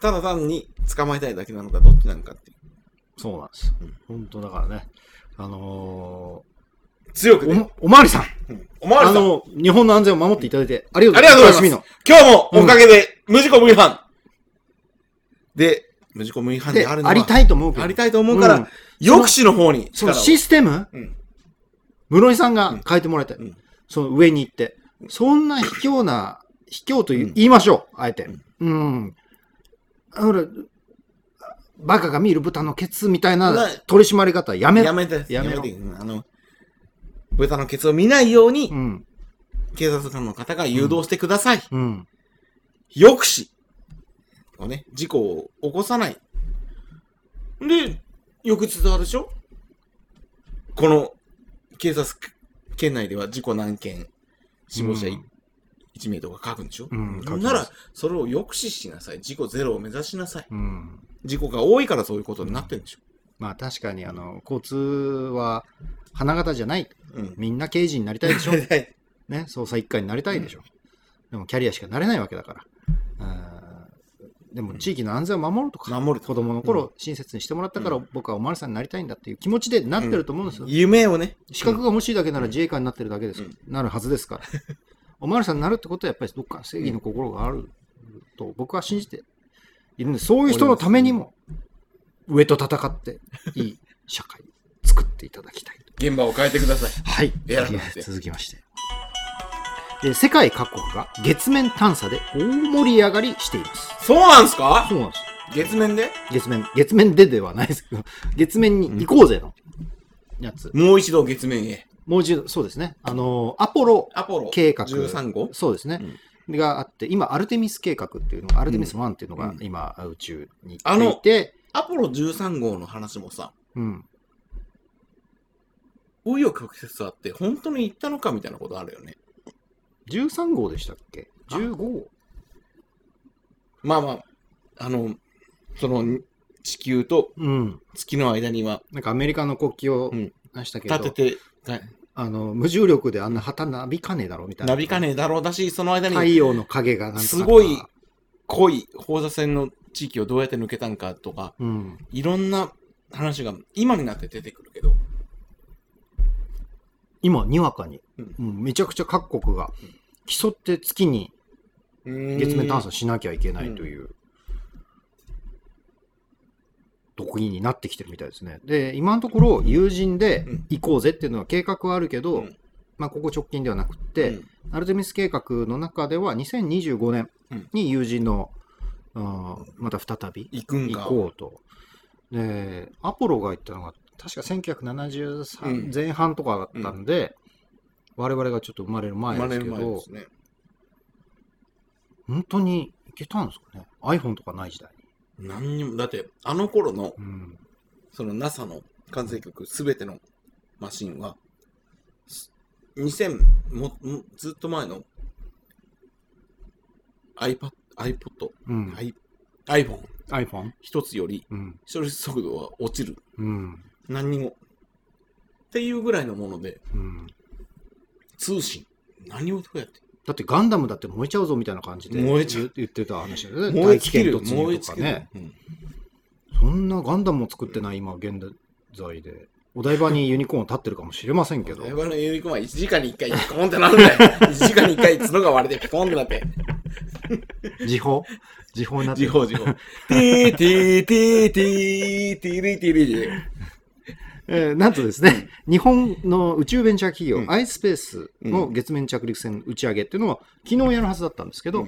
[SPEAKER 2] ただ単に捕まえたいだけなのか、どっちなのかっていう。
[SPEAKER 1] そうなんです
[SPEAKER 2] うん。
[SPEAKER 1] ほんとだからね。あの
[SPEAKER 2] 強く
[SPEAKER 1] ー
[SPEAKER 2] ね。
[SPEAKER 1] お、おまわりさん。
[SPEAKER 2] うんおまわ
[SPEAKER 1] あ
[SPEAKER 2] りさん、
[SPEAKER 1] の、日本の安全を守っていただいて、ありがとうございます。
[SPEAKER 2] ありがとうございます
[SPEAKER 1] お休みの
[SPEAKER 2] 今日もおかげで無事故無違反。で、無事故無違反
[SPEAKER 1] で
[SPEAKER 2] であるのは、
[SPEAKER 1] ありたいと思うけど。
[SPEAKER 2] ありたいと思うから、
[SPEAKER 1] うん
[SPEAKER 2] 抑止の方に
[SPEAKER 1] その
[SPEAKER 2] 力を。
[SPEAKER 1] システム、
[SPEAKER 2] うん
[SPEAKER 1] 室井さんが変えてもらいたい。
[SPEAKER 2] うん
[SPEAKER 1] その上に行って。そんな卑怯な、卑怯という言いましょう、あえて。うん。ほら、バカが見る豚のケツみたいな
[SPEAKER 2] な
[SPEAKER 1] 取り締まり方はやめ
[SPEAKER 2] やめて、
[SPEAKER 1] や
[SPEAKER 2] や
[SPEAKER 1] め
[SPEAKER 2] め
[SPEAKER 1] ろ
[SPEAKER 2] て。うんあの、豚のケツを見ないように
[SPEAKER 1] う、ん。
[SPEAKER 2] 警察官の方が誘導してください。
[SPEAKER 1] うん。
[SPEAKER 2] 抑止をね、事故を起こさない。で、翌日あれでしょこの警察県内では事故何件、死亡者
[SPEAKER 1] うん
[SPEAKER 2] 1名とか書くんでしょ、
[SPEAKER 1] うん書きます
[SPEAKER 2] なら、それを抑止しなさい。事故ゼロを目指しなさい。
[SPEAKER 1] うん。
[SPEAKER 2] 事故が多いからそういうことになってるんでしょ、
[SPEAKER 1] まあ確かに、あの、交通は花形じゃない。
[SPEAKER 2] うん、
[SPEAKER 1] みんな刑事になりたいでしょ。
[SPEAKER 2] はい
[SPEAKER 1] ね、捜査一課になりたいでしょ。でもキャリアしかなれないわけだから。あーでも地域の安全を守るとか、
[SPEAKER 2] 守ると
[SPEAKER 1] 子供の頃親切にしてもらったから、
[SPEAKER 2] う
[SPEAKER 1] 僕はおまるさんになりたいんだっていう気持ちでなってると思うんですよ。
[SPEAKER 2] *laughs* 夢をね、
[SPEAKER 1] 資格が欲しいだけなら自衛官になってるだけです、
[SPEAKER 2] うん
[SPEAKER 1] なるはずですから。おまるさんになるってことはやっぱりどっか正義の心があると僕は信じているんで、そういう人のためにも上と戦っていい社会作っていただきたい。
[SPEAKER 2] 現場を変えてください。
[SPEAKER 1] はい。
[SPEAKER 2] 偉くなって
[SPEAKER 1] 続きまして。えー世界各国が月面探査で大盛り上がりしています。
[SPEAKER 2] そうなんすか
[SPEAKER 1] そうなんです。
[SPEAKER 2] 月面で
[SPEAKER 1] 月面、月面でではないですけど、 *laughs* 月面に行こうぜのやつ。
[SPEAKER 2] もう一度月面へ。
[SPEAKER 1] もう一度、そうですね。あの、アポロ、
[SPEAKER 2] アポロ
[SPEAKER 1] 計画
[SPEAKER 2] 13号
[SPEAKER 1] そうですね。があって、今、アルテミス計画っていうのが、アルテミス1っていうのが
[SPEAKER 2] うん
[SPEAKER 1] 今、宇宙に行っていて、
[SPEAKER 2] アポロ13号の話もさ、
[SPEAKER 1] うん。
[SPEAKER 2] 紆余曲折あって、本当に行ったのかみたいなことあるよね。
[SPEAKER 1] 13号でしたっけ ?15 号
[SPEAKER 2] まあまあ、あの、その、地球と
[SPEAKER 1] うん。
[SPEAKER 2] 月の間には
[SPEAKER 1] なんかアメリカの国旗を
[SPEAKER 2] うん
[SPEAKER 1] 出したけど、
[SPEAKER 2] 立てて、はい
[SPEAKER 1] あの、無重力であんな旗なびかねえだろみたいな。
[SPEAKER 2] なびかねえだろうだし、その間
[SPEAKER 1] 太
[SPEAKER 2] に
[SPEAKER 1] 陽の影がなんとかとか
[SPEAKER 2] すごい濃い放射線の地域をどうやって抜けたんかとか、
[SPEAKER 1] うん。
[SPEAKER 2] いろんな話が今になって出てくるけど、
[SPEAKER 1] 今、にわかに、
[SPEAKER 2] う
[SPEAKER 1] うんんめちゃくちゃ各国が競って月に月
[SPEAKER 2] 月
[SPEAKER 1] 面探査しなきゃいけないという、得意になってきてるみたいですね。で、今のところ友人で
[SPEAKER 2] うん
[SPEAKER 1] 行こうぜっていうのは計画はあるけど、
[SPEAKER 2] うん
[SPEAKER 1] まあ、ここ直近ではなくって、アルテミス計画の中では2025年に友人の、うんまた再び
[SPEAKER 2] 行くん
[SPEAKER 1] 行
[SPEAKER 2] か。
[SPEAKER 1] こうと。で、アポロが言ったのが、確か1973
[SPEAKER 2] うん
[SPEAKER 1] 前半とかだったんで、我々がちょっと生まれる前ですけど、
[SPEAKER 2] すね。
[SPEAKER 1] 本当に行けたんですかね ?iPhone とかない時代に。
[SPEAKER 2] 何にも、だって、あの頃の、
[SPEAKER 1] うん。
[SPEAKER 2] その NASA の完成曲、すべてのマシンは、す2000も、もずっと前の iPad、iPod、
[SPEAKER 1] うん、
[SPEAKER 2] i iPhone、
[SPEAKER 1] iPhone?
[SPEAKER 2] 一つより
[SPEAKER 1] うん。
[SPEAKER 2] 処理速度は落ちる。
[SPEAKER 1] うん。
[SPEAKER 2] 何にも。っていうぐらいのもので、
[SPEAKER 1] うん。
[SPEAKER 2] 通信。何をどうやって。
[SPEAKER 1] だってガンダムだって燃えちゃうぞみたいな感じで
[SPEAKER 2] 燃えちゃう
[SPEAKER 1] 言言ってた話だよね。
[SPEAKER 2] 燃え尽きる、
[SPEAKER 1] 大気圏突入
[SPEAKER 2] 燃え
[SPEAKER 1] と
[SPEAKER 2] 尽
[SPEAKER 1] か
[SPEAKER 2] きる
[SPEAKER 1] ね。。
[SPEAKER 2] うん
[SPEAKER 1] そんなガンダムも作ってない今現在で。お台場にユニコーン立ってるかもしれませんけど
[SPEAKER 2] 台。湾のユニコーンは1時間に1回、ピコンってなるんだよ。1時間に1回角が割れて、ピコンってなって。
[SPEAKER 1] 時報時報になって
[SPEAKER 2] 時
[SPEAKER 1] る。
[SPEAKER 2] 報時報。てーてーてーてーてーれいてーれいてー
[SPEAKER 1] えーなんとですね、日本の宇宙ベンチャー企業、
[SPEAKER 2] うん
[SPEAKER 1] アイスペースの月面着陸船打ち上げっていうのは、昨日やるはずだったんですけど、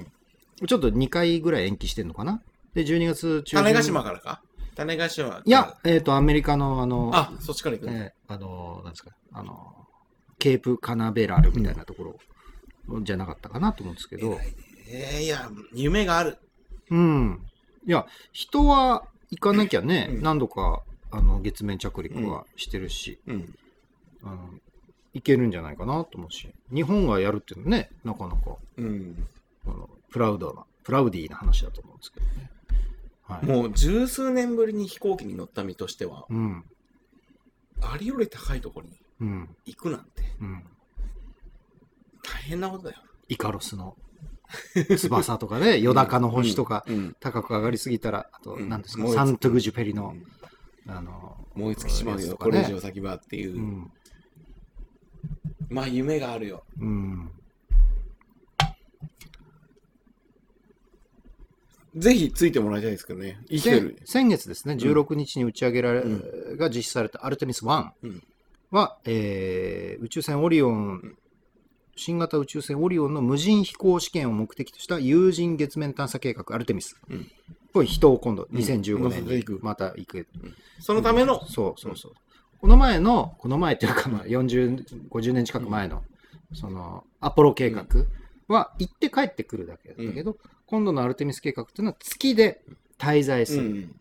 [SPEAKER 1] ちょっと2回ぐらい延期してるのかな。で、12月中
[SPEAKER 2] 種子島からか種子島から。
[SPEAKER 1] いや、、えっ、と、アメリカの、あの、
[SPEAKER 2] あ、そっちから行くの
[SPEAKER 1] えーあの、なんですか、あの、ケープカナベラルみたいなところじゃなかったかなと思うんですけど、
[SPEAKER 2] 偉いねえーいや、夢がある。
[SPEAKER 1] うん。いや、人は行かなきゃね、
[SPEAKER 2] うん
[SPEAKER 1] 何度か、あの、月面着陸はしてるし、
[SPEAKER 2] うん。
[SPEAKER 1] あのいけるんじゃないかなと思うし、日本がやるっていうのね、なかなか、
[SPEAKER 2] うん。
[SPEAKER 1] あのプラウドな、プラウディーな話だと思うんですけどね。はい。
[SPEAKER 2] もう十数年ぶりに飛行機に乗った身としては、
[SPEAKER 1] うん、
[SPEAKER 2] ありより高いところに
[SPEAKER 1] うん、
[SPEAKER 2] 行くなんて
[SPEAKER 1] うん。
[SPEAKER 2] 大変なことだよ。
[SPEAKER 1] イカロスの翼とか
[SPEAKER 2] *laughs*
[SPEAKER 1] ね、ヨダカの星とか、
[SPEAKER 2] うん、
[SPEAKER 1] 高く上がりすぎたら、あと、
[SPEAKER 2] うん
[SPEAKER 1] 何ですか、
[SPEAKER 2] もう一つ
[SPEAKER 1] サントゥグジュペリの
[SPEAKER 2] うん、
[SPEAKER 1] あの、
[SPEAKER 2] 燃え尽きしまう
[SPEAKER 1] やつ
[SPEAKER 2] よ、
[SPEAKER 1] とか
[SPEAKER 2] こ
[SPEAKER 1] ね
[SPEAKER 2] れ以上先はっていう。
[SPEAKER 1] うん、
[SPEAKER 2] まあ、夢があるよ。
[SPEAKER 1] うん、
[SPEAKER 2] ぜひついてもらいたいですけどね。生きて
[SPEAKER 1] で
[SPEAKER 2] る。
[SPEAKER 1] 先月ですね、16日に打ち上げられ、
[SPEAKER 2] う
[SPEAKER 1] が実施されたアルテミス1
[SPEAKER 2] うん
[SPEAKER 1] は、えー宇宙船オリオン、新型宇宙船オリオンの無人飛行試験を目的とした有人月面探査計画、アルテミス。
[SPEAKER 2] うん
[SPEAKER 1] これ人を今度、
[SPEAKER 2] うん
[SPEAKER 1] 2015
[SPEAKER 2] 乗せ
[SPEAKER 1] 年
[SPEAKER 2] てい
[SPEAKER 1] に
[SPEAKER 2] く
[SPEAKER 1] また行く。
[SPEAKER 2] そのための、
[SPEAKER 1] そうそうそう。この前の、この前っていうか、まあ40、50年近く前の、その、アポロ計画は行って帰ってくるだけだったけど、今度のアルテミス計画っていうのは月で滞在す
[SPEAKER 2] う
[SPEAKER 1] る。
[SPEAKER 2] ん、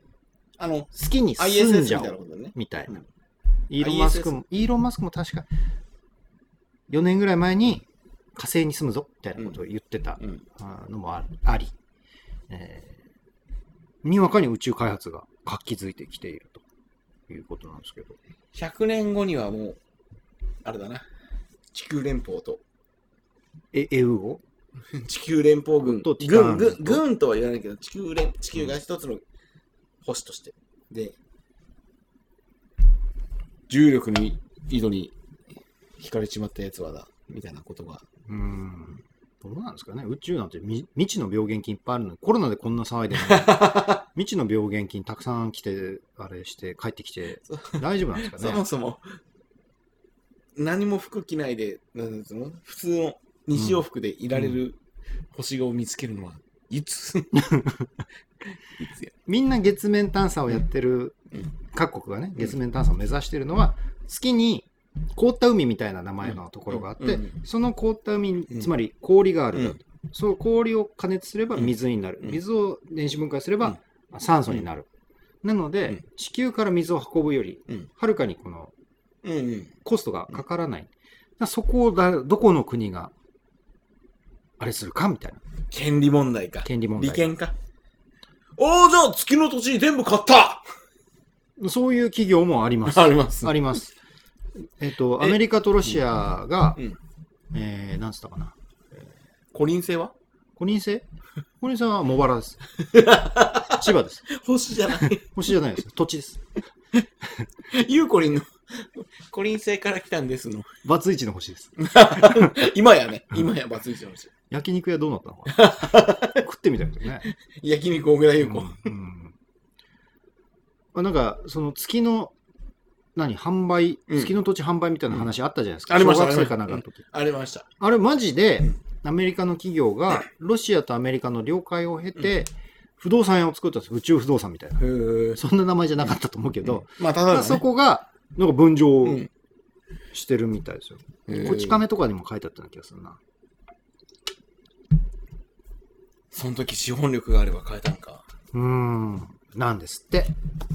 [SPEAKER 2] あの、
[SPEAKER 1] 月に住ん
[SPEAKER 2] ISS み
[SPEAKER 1] じ
[SPEAKER 2] た
[SPEAKER 1] ゃ
[SPEAKER 2] いな
[SPEAKER 1] お
[SPEAKER 2] こ
[SPEAKER 1] う
[SPEAKER 2] とだね。
[SPEAKER 1] みたいな。
[SPEAKER 2] うん
[SPEAKER 1] イーロン・マスクも、イーロン・マスクも確か4年ぐらい前に火星に住むぞみたいなことを言ってた
[SPEAKER 2] うん、
[SPEAKER 1] あのもああり、えーにわかに宇宙開発が活気づいてきているということなんですけど。
[SPEAKER 2] 100年後にはもう、あれだな、地球連邦と、
[SPEAKER 1] え、エウゴ
[SPEAKER 2] 地球連邦軍、
[SPEAKER 1] とティター
[SPEAKER 2] 軍
[SPEAKER 1] ン
[SPEAKER 2] 軍軍とは言わないけど、地球連地球が一つの星として、で、重力に井戸に惹かれちまったやつはだ、みたいなことが。
[SPEAKER 1] うん。どうなんですかね宇宙なんてみ未知の病原菌いっぱいあるのに、コロナでこんな騒いでるのに
[SPEAKER 2] *laughs*
[SPEAKER 1] 未知の病原菌たくさん来て、あれして、帰ってきて、大丈夫なん
[SPEAKER 2] *laughs*
[SPEAKER 1] ですか
[SPEAKER 2] そ
[SPEAKER 1] ね
[SPEAKER 2] もそも、何も服着ないで、なんですの普通の日曜服で
[SPEAKER 1] *laughs*
[SPEAKER 2] いられる星を見つけるのは、いついつや
[SPEAKER 1] みんな月面探査をやってる
[SPEAKER 2] うん
[SPEAKER 1] 各国がね月面探査を目指してるのは月に凍った海みたいな名前のところがあっ
[SPEAKER 2] うんう
[SPEAKER 1] て
[SPEAKER 2] ん
[SPEAKER 1] その凍った海に
[SPEAKER 2] うん
[SPEAKER 1] つまり氷があ
[SPEAKER 2] う
[SPEAKER 1] るだ
[SPEAKER 2] ん
[SPEAKER 1] その氷を加熱すれば水になる
[SPEAKER 2] うん
[SPEAKER 1] 水を電子分解すれ
[SPEAKER 2] う
[SPEAKER 1] ば
[SPEAKER 2] ん
[SPEAKER 1] 酸素になるなの
[SPEAKER 2] う
[SPEAKER 1] で
[SPEAKER 2] ん
[SPEAKER 1] 地球から水を運ぶより
[SPEAKER 2] うん
[SPEAKER 1] はるかにこの
[SPEAKER 2] うんうん
[SPEAKER 1] コストがかからないだからそこをだどこの国があれするかみたいな
[SPEAKER 2] 権利問題か。
[SPEAKER 1] 権利問
[SPEAKER 2] 利
[SPEAKER 1] 題
[SPEAKER 2] 権か。おー、じゃあ月の土地全部買った
[SPEAKER 1] そういう企業もあります
[SPEAKER 2] あります
[SPEAKER 1] あります。えっと、
[SPEAKER 2] え
[SPEAKER 1] アメリカとロシアが、
[SPEAKER 2] うん
[SPEAKER 1] えー、なんつったかな。
[SPEAKER 2] コリン星は
[SPEAKER 1] 五人制五人制は茂原
[SPEAKER 2] *laughs*
[SPEAKER 1] です。千葉です。
[SPEAKER 2] 星じゃない。 *laughs*
[SPEAKER 1] 星じゃないです。土地です。
[SPEAKER 2] ゆうこりんの、コリン星から来たんですの。
[SPEAKER 1] バツイチの星です。
[SPEAKER 2] 今やね、今やバツイチの星。
[SPEAKER 1] 焼肉屋どうなったのか
[SPEAKER 2] *laughs*
[SPEAKER 1] な食ってみたいですよね。
[SPEAKER 2] 焼肉小倉優
[SPEAKER 1] う
[SPEAKER 2] 子。
[SPEAKER 1] んうんあなんか、その月の、何、販売、
[SPEAKER 2] うん
[SPEAKER 1] 月の土地販売みたいな話あったじゃないですか。
[SPEAKER 2] ありまし
[SPEAKER 1] 小
[SPEAKER 2] た
[SPEAKER 1] 学生かなんかの時。
[SPEAKER 2] ありました。
[SPEAKER 1] あれ、マジで
[SPEAKER 2] うん、
[SPEAKER 1] アメリカの企業
[SPEAKER 2] *laughs*
[SPEAKER 1] が、ロシアとアメリカの了解を経て、不動産屋を作ったんです宇宙不動産みたいな。
[SPEAKER 2] へー
[SPEAKER 1] そんな名前じゃなかったと思うけど、
[SPEAKER 2] まあ、ただ
[SPEAKER 1] まあ
[SPEAKER 2] のね
[SPEAKER 1] そこが、なんか分譲
[SPEAKER 2] う
[SPEAKER 1] を
[SPEAKER 2] ん
[SPEAKER 1] してるみたいですよ。
[SPEAKER 2] へー
[SPEAKER 1] こち亀とかにも書いてあったような気がするな。
[SPEAKER 2] その時資本力があれば買えたのか。
[SPEAKER 1] うーん、なんですって。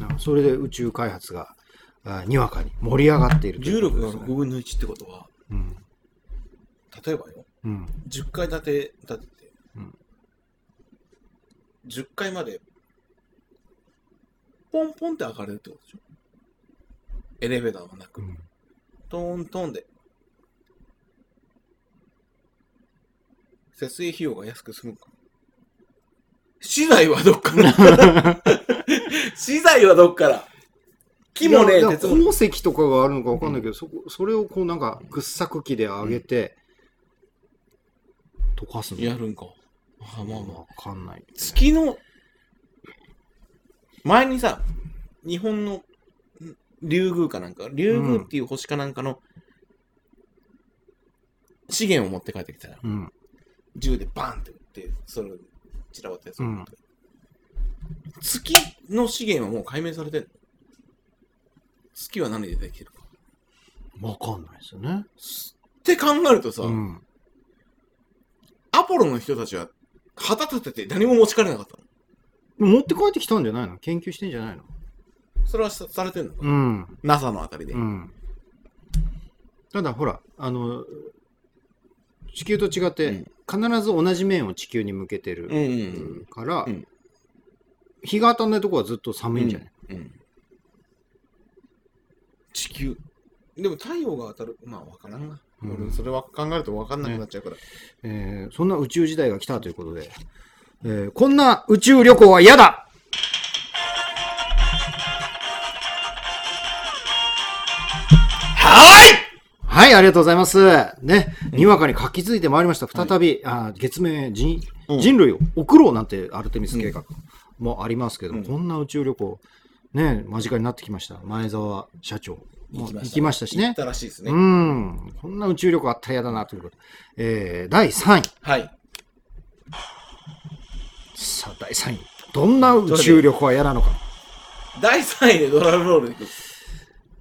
[SPEAKER 1] うんそれで宇宙開発が、あにわかに盛り上がっているとい
[SPEAKER 2] 重
[SPEAKER 1] うこと
[SPEAKER 2] 力が
[SPEAKER 1] ですね
[SPEAKER 2] 6分の1ってことは、
[SPEAKER 1] うん。
[SPEAKER 2] 例えばよ、
[SPEAKER 1] うん。
[SPEAKER 2] 10階建て建てて、
[SPEAKER 1] うん
[SPEAKER 2] 10階まで、ポンポンって上がれるってことでしょエレベーターはなく、
[SPEAKER 1] うん
[SPEAKER 2] トントンで。設営費用が安く済むか。資材はどっから *laughs* 資材はどっから木もね
[SPEAKER 1] い
[SPEAKER 2] え、
[SPEAKER 1] や
[SPEAKER 2] 鉄もねえ
[SPEAKER 1] 鉱石とかがあるのかわかんないけど、そこそれをこうなんか掘削機で上げて、溶かすの
[SPEAKER 2] やるんか。あまあまあ
[SPEAKER 1] わ。かんない。
[SPEAKER 2] 月の、前にさ、日本のん竜宮かなんか、竜宮っていう星かなんかの資源を持って帰ってきたら、
[SPEAKER 1] うん。
[SPEAKER 2] 銃でバーンって撃って、それを散らばったやつを持って帰って、月の資源はもう解明されてる月は何でできてるか。
[SPEAKER 1] わかんないですよね。
[SPEAKER 2] って考えるとさ、
[SPEAKER 1] うん。
[SPEAKER 2] アポロの人たちは旗立てて何も持ち帰れなかったの。
[SPEAKER 1] 持って帰ってきたんじゃないの研究してんじゃないの
[SPEAKER 2] それはさされてるのか、
[SPEAKER 1] うん。
[SPEAKER 2] ?NASA のあたりで。
[SPEAKER 1] うん。ただほら、あの、地球と違って、必ず同じ面を地球に向けて
[SPEAKER 2] うん
[SPEAKER 1] る
[SPEAKER 2] うんうん
[SPEAKER 1] から、
[SPEAKER 2] うん
[SPEAKER 1] 日が当たんないとこはずっと寒いんじゃない、
[SPEAKER 2] うん。地球。でも太陽が当たる。まあ、わからんな。
[SPEAKER 1] うん
[SPEAKER 2] 俺、それは考えるとわかんなくなっちゃうから。
[SPEAKER 1] えーそんな宇宙時代が来たということで、えーこんな宇宙旅行は嫌だ
[SPEAKER 2] は
[SPEAKER 1] はい、ありがとうございます。ね、にわかに活気づいてまいりました。再び、あー月面へ人,、
[SPEAKER 2] うん
[SPEAKER 1] 人類を送ろうなんてアルテミス計画もありますけども、
[SPEAKER 2] うん
[SPEAKER 1] こんな宇宙旅行、ね、間近になってきました。前澤社長も
[SPEAKER 2] い
[SPEAKER 1] 行きましたし
[SPEAKER 2] 行っ
[SPEAKER 1] ね。
[SPEAKER 2] たらしいです
[SPEAKER 1] う
[SPEAKER 2] ね。
[SPEAKER 1] ん、こんな宇宙旅行あったら嫌だなということ。えー第3位。
[SPEAKER 2] はい。
[SPEAKER 1] さあ、第3位。どんな宇宙旅行は嫌なのか。
[SPEAKER 2] 第3位でドラムロールでいく。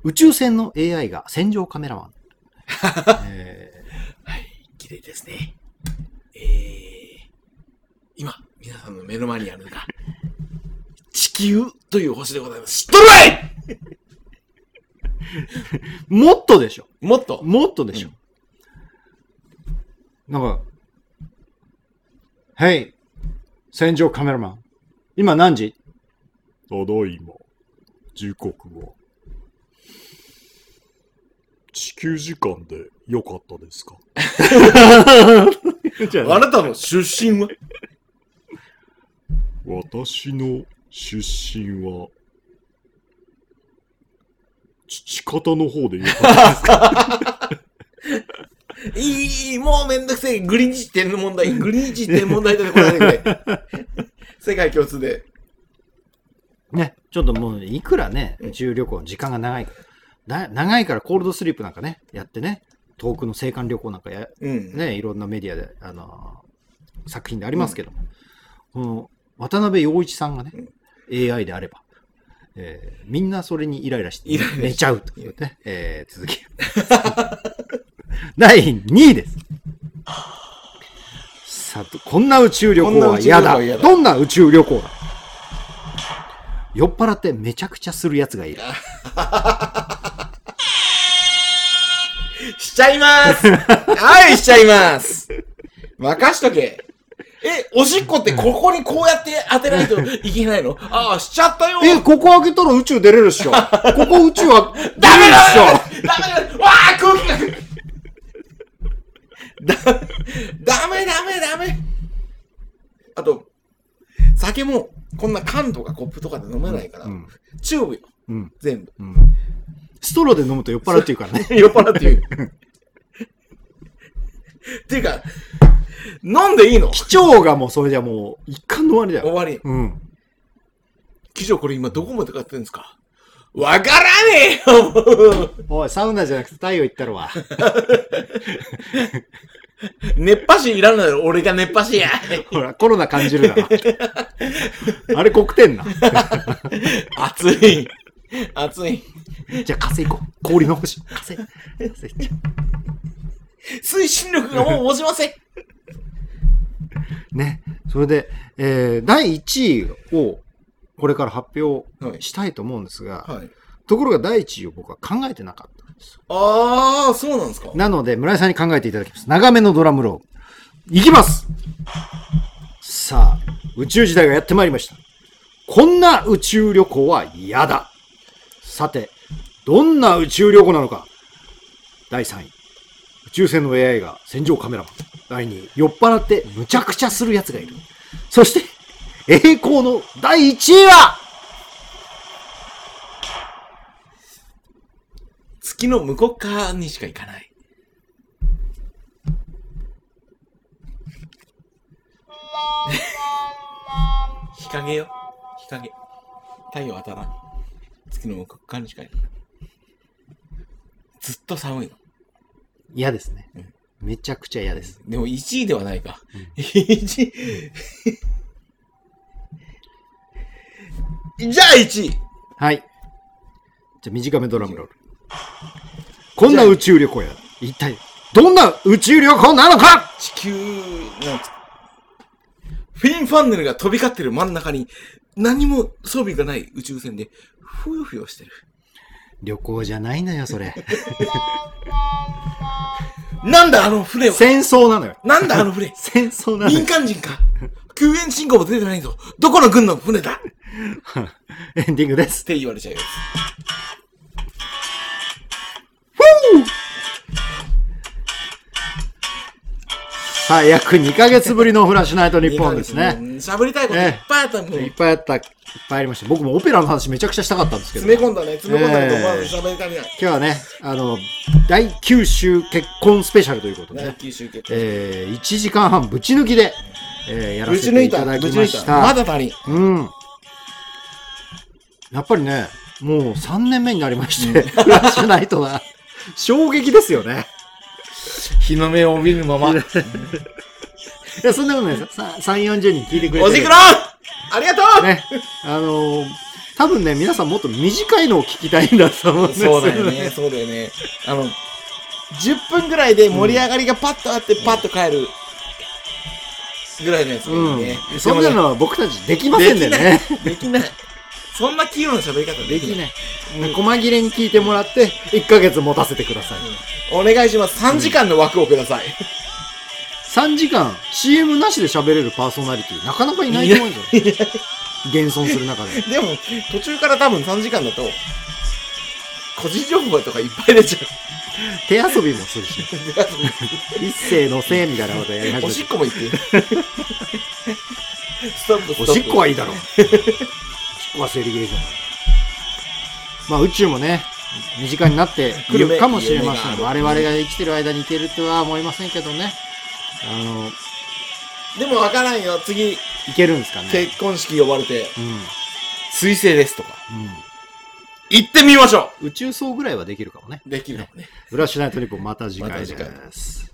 [SPEAKER 1] 宇宙船の AI が戦場カメラマン。え
[SPEAKER 2] はい。綺麗ですね。えー、今、皆さんの目の前にあるのが、地球という星でございます。知っとるわい
[SPEAKER 1] ーもっとでしょ。
[SPEAKER 2] もっと。
[SPEAKER 1] もっとでしょ。なんか、Hey! 戦場カメラマン。今何時
[SPEAKER 3] ただいま、時刻は。地球時間でよかったですか
[SPEAKER 2] あなたの出身は
[SPEAKER 3] 私の出身は、父方の方でよかったですか
[SPEAKER 2] いい、もうめんどくせえ。グリーン時点の問題、グリーン時点問題とか来ないでくれ。 *laughs* 世界共通で。
[SPEAKER 1] ね、ちょっともういくらね、
[SPEAKER 2] うん
[SPEAKER 1] 宇宙旅行、時間が長いから。だ長いからコールドスリープなんかね、やってね、遠くの青函旅行なんかや、
[SPEAKER 2] うん
[SPEAKER 1] ね、いろんなメディアで、あのー作品でありますけども、この渡辺陽一さんがね、
[SPEAKER 2] うん
[SPEAKER 1] AI であれば、えーみんなそれにイライラして
[SPEAKER 2] イライラして
[SPEAKER 1] 寝ちゃうということでね、えー続き。第2位です。さあ、こんな宇宙旅行は嫌だ。
[SPEAKER 2] こんな宇宙旅行
[SPEAKER 1] どんな宇宙
[SPEAKER 2] は嫌だ
[SPEAKER 1] 旅行だ酔っ払ってめちゃくちゃするやつがいる。
[SPEAKER 2] しちゃいますはい、しちゃいます任しとけえ、おしっこってここにこうやって当てないといけ *laughs* ないのああ、しちゃったよ
[SPEAKER 1] *laughs* え、ここ開けたら宇宙出れるっ *laughs* しょ。ここ宇宙は出れるっ
[SPEAKER 2] ダメ
[SPEAKER 1] しょ。
[SPEAKER 2] だダメだわあ空気がだダメダメダメあと酒もこんな缶とかコップとかで飲めないから、
[SPEAKER 1] うん
[SPEAKER 2] チューブよ
[SPEAKER 1] うん
[SPEAKER 2] 全部
[SPEAKER 1] うんストローで飲むと酔っ払うっていうからね。
[SPEAKER 2] 酔っ払っていうっていうか飲んでいいの
[SPEAKER 1] 機長がもうそれじゃもう一貫の終わりだ
[SPEAKER 2] 終
[SPEAKER 1] よ。
[SPEAKER 2] わり
[SPEAKER 1] うん。
[SPEAKER 2] 記事これ今どこまで買ってるんですかわからねえよもう
[SPEAKER 1] おい、サウナじゃなくて太陽行ったろわ。 *laughs*
[SPEAKER 2] 熱波師いらんのよ俺が熱波師や
[SPEAKER 1] ほら、コロナ感じるだろ。 *laughs* あれ、黒点な。
[SPEAKER 2] 熱い熱い
[SPEAKER 1] じゃあ、風行こう。氷の星。風。風行っちゃ
[SPEAKER 2] 推進力がもう持ちません。
[SPEAKER 1] うね。それで、えー、第1位を、これから発表
[SPEAKER 2] はい
[SPEAKER 1] したいと思うんですが、
[SPEAKER 2] はい。
[SPEAKER 1] ところが第1位を僕は考えてなかった。
[SPEAKER 2] ああ、そうなんですか。
[SPEAKER 1] なので、村井さんに考えていただきます。長めのドラムロール。いきますさあ、宇宙時代がやってまいりました。こんな宇宙旅行は嫌だ。さて、どんな宇宙旅行なのか。第3位。宇宙船の AI が戦場カメラマン。第2位。酔っ払ってむちゃくちゃする奴がいる。そして、栄光の第1位は
[SPEAKER 2] 月の向こう側にしか行かない。 *laughs* 日陰よ。日陰。太陽当たらん。月の向こう側にしか行かない。ずっと寒いの。
[SPEAKER 1] 嫌ですね
[SPEAKER 2] うん。
[SPEAKER 1] めちゃくちゃ嫌です。
[SPEAKER 2] でも1位ではないか。
[SPEAKER 1] うん
[SPEAKER 2] *laughs* 1位。じゃあ1位。
[SPEAKER 1] はい。じゃあ短めドラムロール。こんな宇宙旅行や。一体、どんな宇宙旅行なのか
[SPEAKER 2] 地球なんつフィンファンネルが飛び交ってる真ん中に何も装備がない宇宙船でふよふよしてる。
[SPEAKER 1] 旅行じゃないのよ、それ。
[SPEAKER 2] なんだあの船は
[SPEAKER 1] *laughs* 戦争なのよ。
[SPEAKER 2] なんだあ
[SPEAKER 1] *laughs*
[SPEAKER 2] の船
[SPEAKER 1] 戦争なの
[SPEAKER 2] 民
[SPEAKER 1] よ。
[SPEAKER 2] 間人か救援信号も出てないぞどこの軍の船だっ
[SPEAKER 1] エンディングです。
[SPEAKER 2] て言われちゃうよ。
[SPEAKER 1] さあ、約2ヶ月ぶりのフラッシュナイト日本ですね。
[SPEAKER 2] いい感じ。喋りたいこといっぱいあったもん。
[SPEAKER 1] いっぱいあった、いっぱいありました。僕もオペラの話めちゃくちゃしたかったんですけど。
[SPEAKER 2] 詰め込んだね、詰め込んだね、
[SPEAKER 1] ええ
[SPEAKER 2] 思わず喋りたくない。
[SPEAKER 1] 今日はね、あの、第九州結婚スペシャルということで
[SPEAKER 2] 大
[SPEAKER 1] ね、
[SPEAKER 2] 九州決定。
[SPEAKER 1] えー、1時間半ぶち抜きで、えー、やら
[SPEAKER 2] ぶ
[SPEAKER 1] せ
[SPEAKER 2] ち
[SPEAKER 1] て
[SPEAKER 2] 抜
[SPEAKER 1] い
[SPEAKER 2] い
[SPEAKER 1] た
[SPEAKER 2] た、
[SPEAKER 1] だき
[SPEAKER 2] ぶち
[SPEAKER 1] ま
[SPEAKER 2] 抜
[SPEAKER 1] し
[SPEAKER 2] い
[SPEAKER 1] た。
[SPEAKER 2] た。まだ足りん。
[SPEAKER 1] うん。やっぱりね、もう3年目になりまして、 *laughs* フラッシュナイトは、衝撃ですよね。
[SPEAKER 2] 日の目を見るまま。
[SPEAKER 1] いや、そんなことないです。さ3、40人聞いてくれてる。
[SPEAKER 2] おじくろありがとう
[SPEAKER 1] ね。あのー多分ね、皆さんもっと短いのを聞きたいんだと思うんです
[SPEAKER 2] *laughs* そうだよね、。そうだよね。あの、10分ぐらいで盛り上がりがパッとあって、パッと帰るぐらいのやつがいいね。
[SPEAKER 1] うん。そんなのは僕たちできません
[SPEAKER 2] で
[SPEAKER 1] で
[SPEAKER 2] きない
[SPEAKER 1] ね。。
[SPEAKER 2] できない。そんな器用な喋り方で
[SPEAKER 1] で
[SPEAKER 2] き
[SPEAKER 1] き
[SPEAKER 2] ない。
[SPEAKER 1] ない。細切れに聞いてもらって、1ヶ月持たせてください。
[SPEAKER 2] お願いします。3時間の枠をください。
[SPEAKER 1] 3時間 CM なしで喋れるパーソナリティ、なかなかいないと思うんですよ。現存する中で。
[SPEAKER 2] でも、途中から多分3時間だと、個人情報とかいっぱい出ちゃ
[SPEAKER 1] *laughs*
[SPEAKER 2] う。
[SPEAKER 1] 手遊びもするし、一世のせいみたいなことやり始
[SPEAKER 2] お
[SPEAKER 1] め。
[SPEAKER 2] しってこも行って
[SPEAKER 1] *laughs*
[SPEAKER 2] いいストップ、ストッ
[SPEAKER 1] おし
[SPEAKER 2] プ。
[SPEAKER 1] っこはいいだろ。おしっこは生理ゲーじゃん。まあ宇宙もね、身近になってくるかもしれません。
[SPEAKER 2] 夢があ
[SPEAKER 1] 我
[SPEAKER 2] る
[SPEAKER 1] 々が生きてる間に行けるとは思いませんけどね。あの、
[SPEAKER 2] でもわからんよ。次、
[SPEAKER 1] 行けるんですかね。
[SPEAKER 2] 結婚式呼ばれて、
[SPEAKER 1] うん。
[SPEAKER 2] 水星ですとか。
[SPEAKER 1] う
[SPEAKER 2] 行ってみましょ
[SPEAKER 1] ん。宇宙層ぐらいはできるかもね。
[SPEAKER 2] うできるかもね。
[SPEAKER 1] ブラッシュナイトリポまた次回
[SPEAKER 2] また次
[SPEAKER 1] です。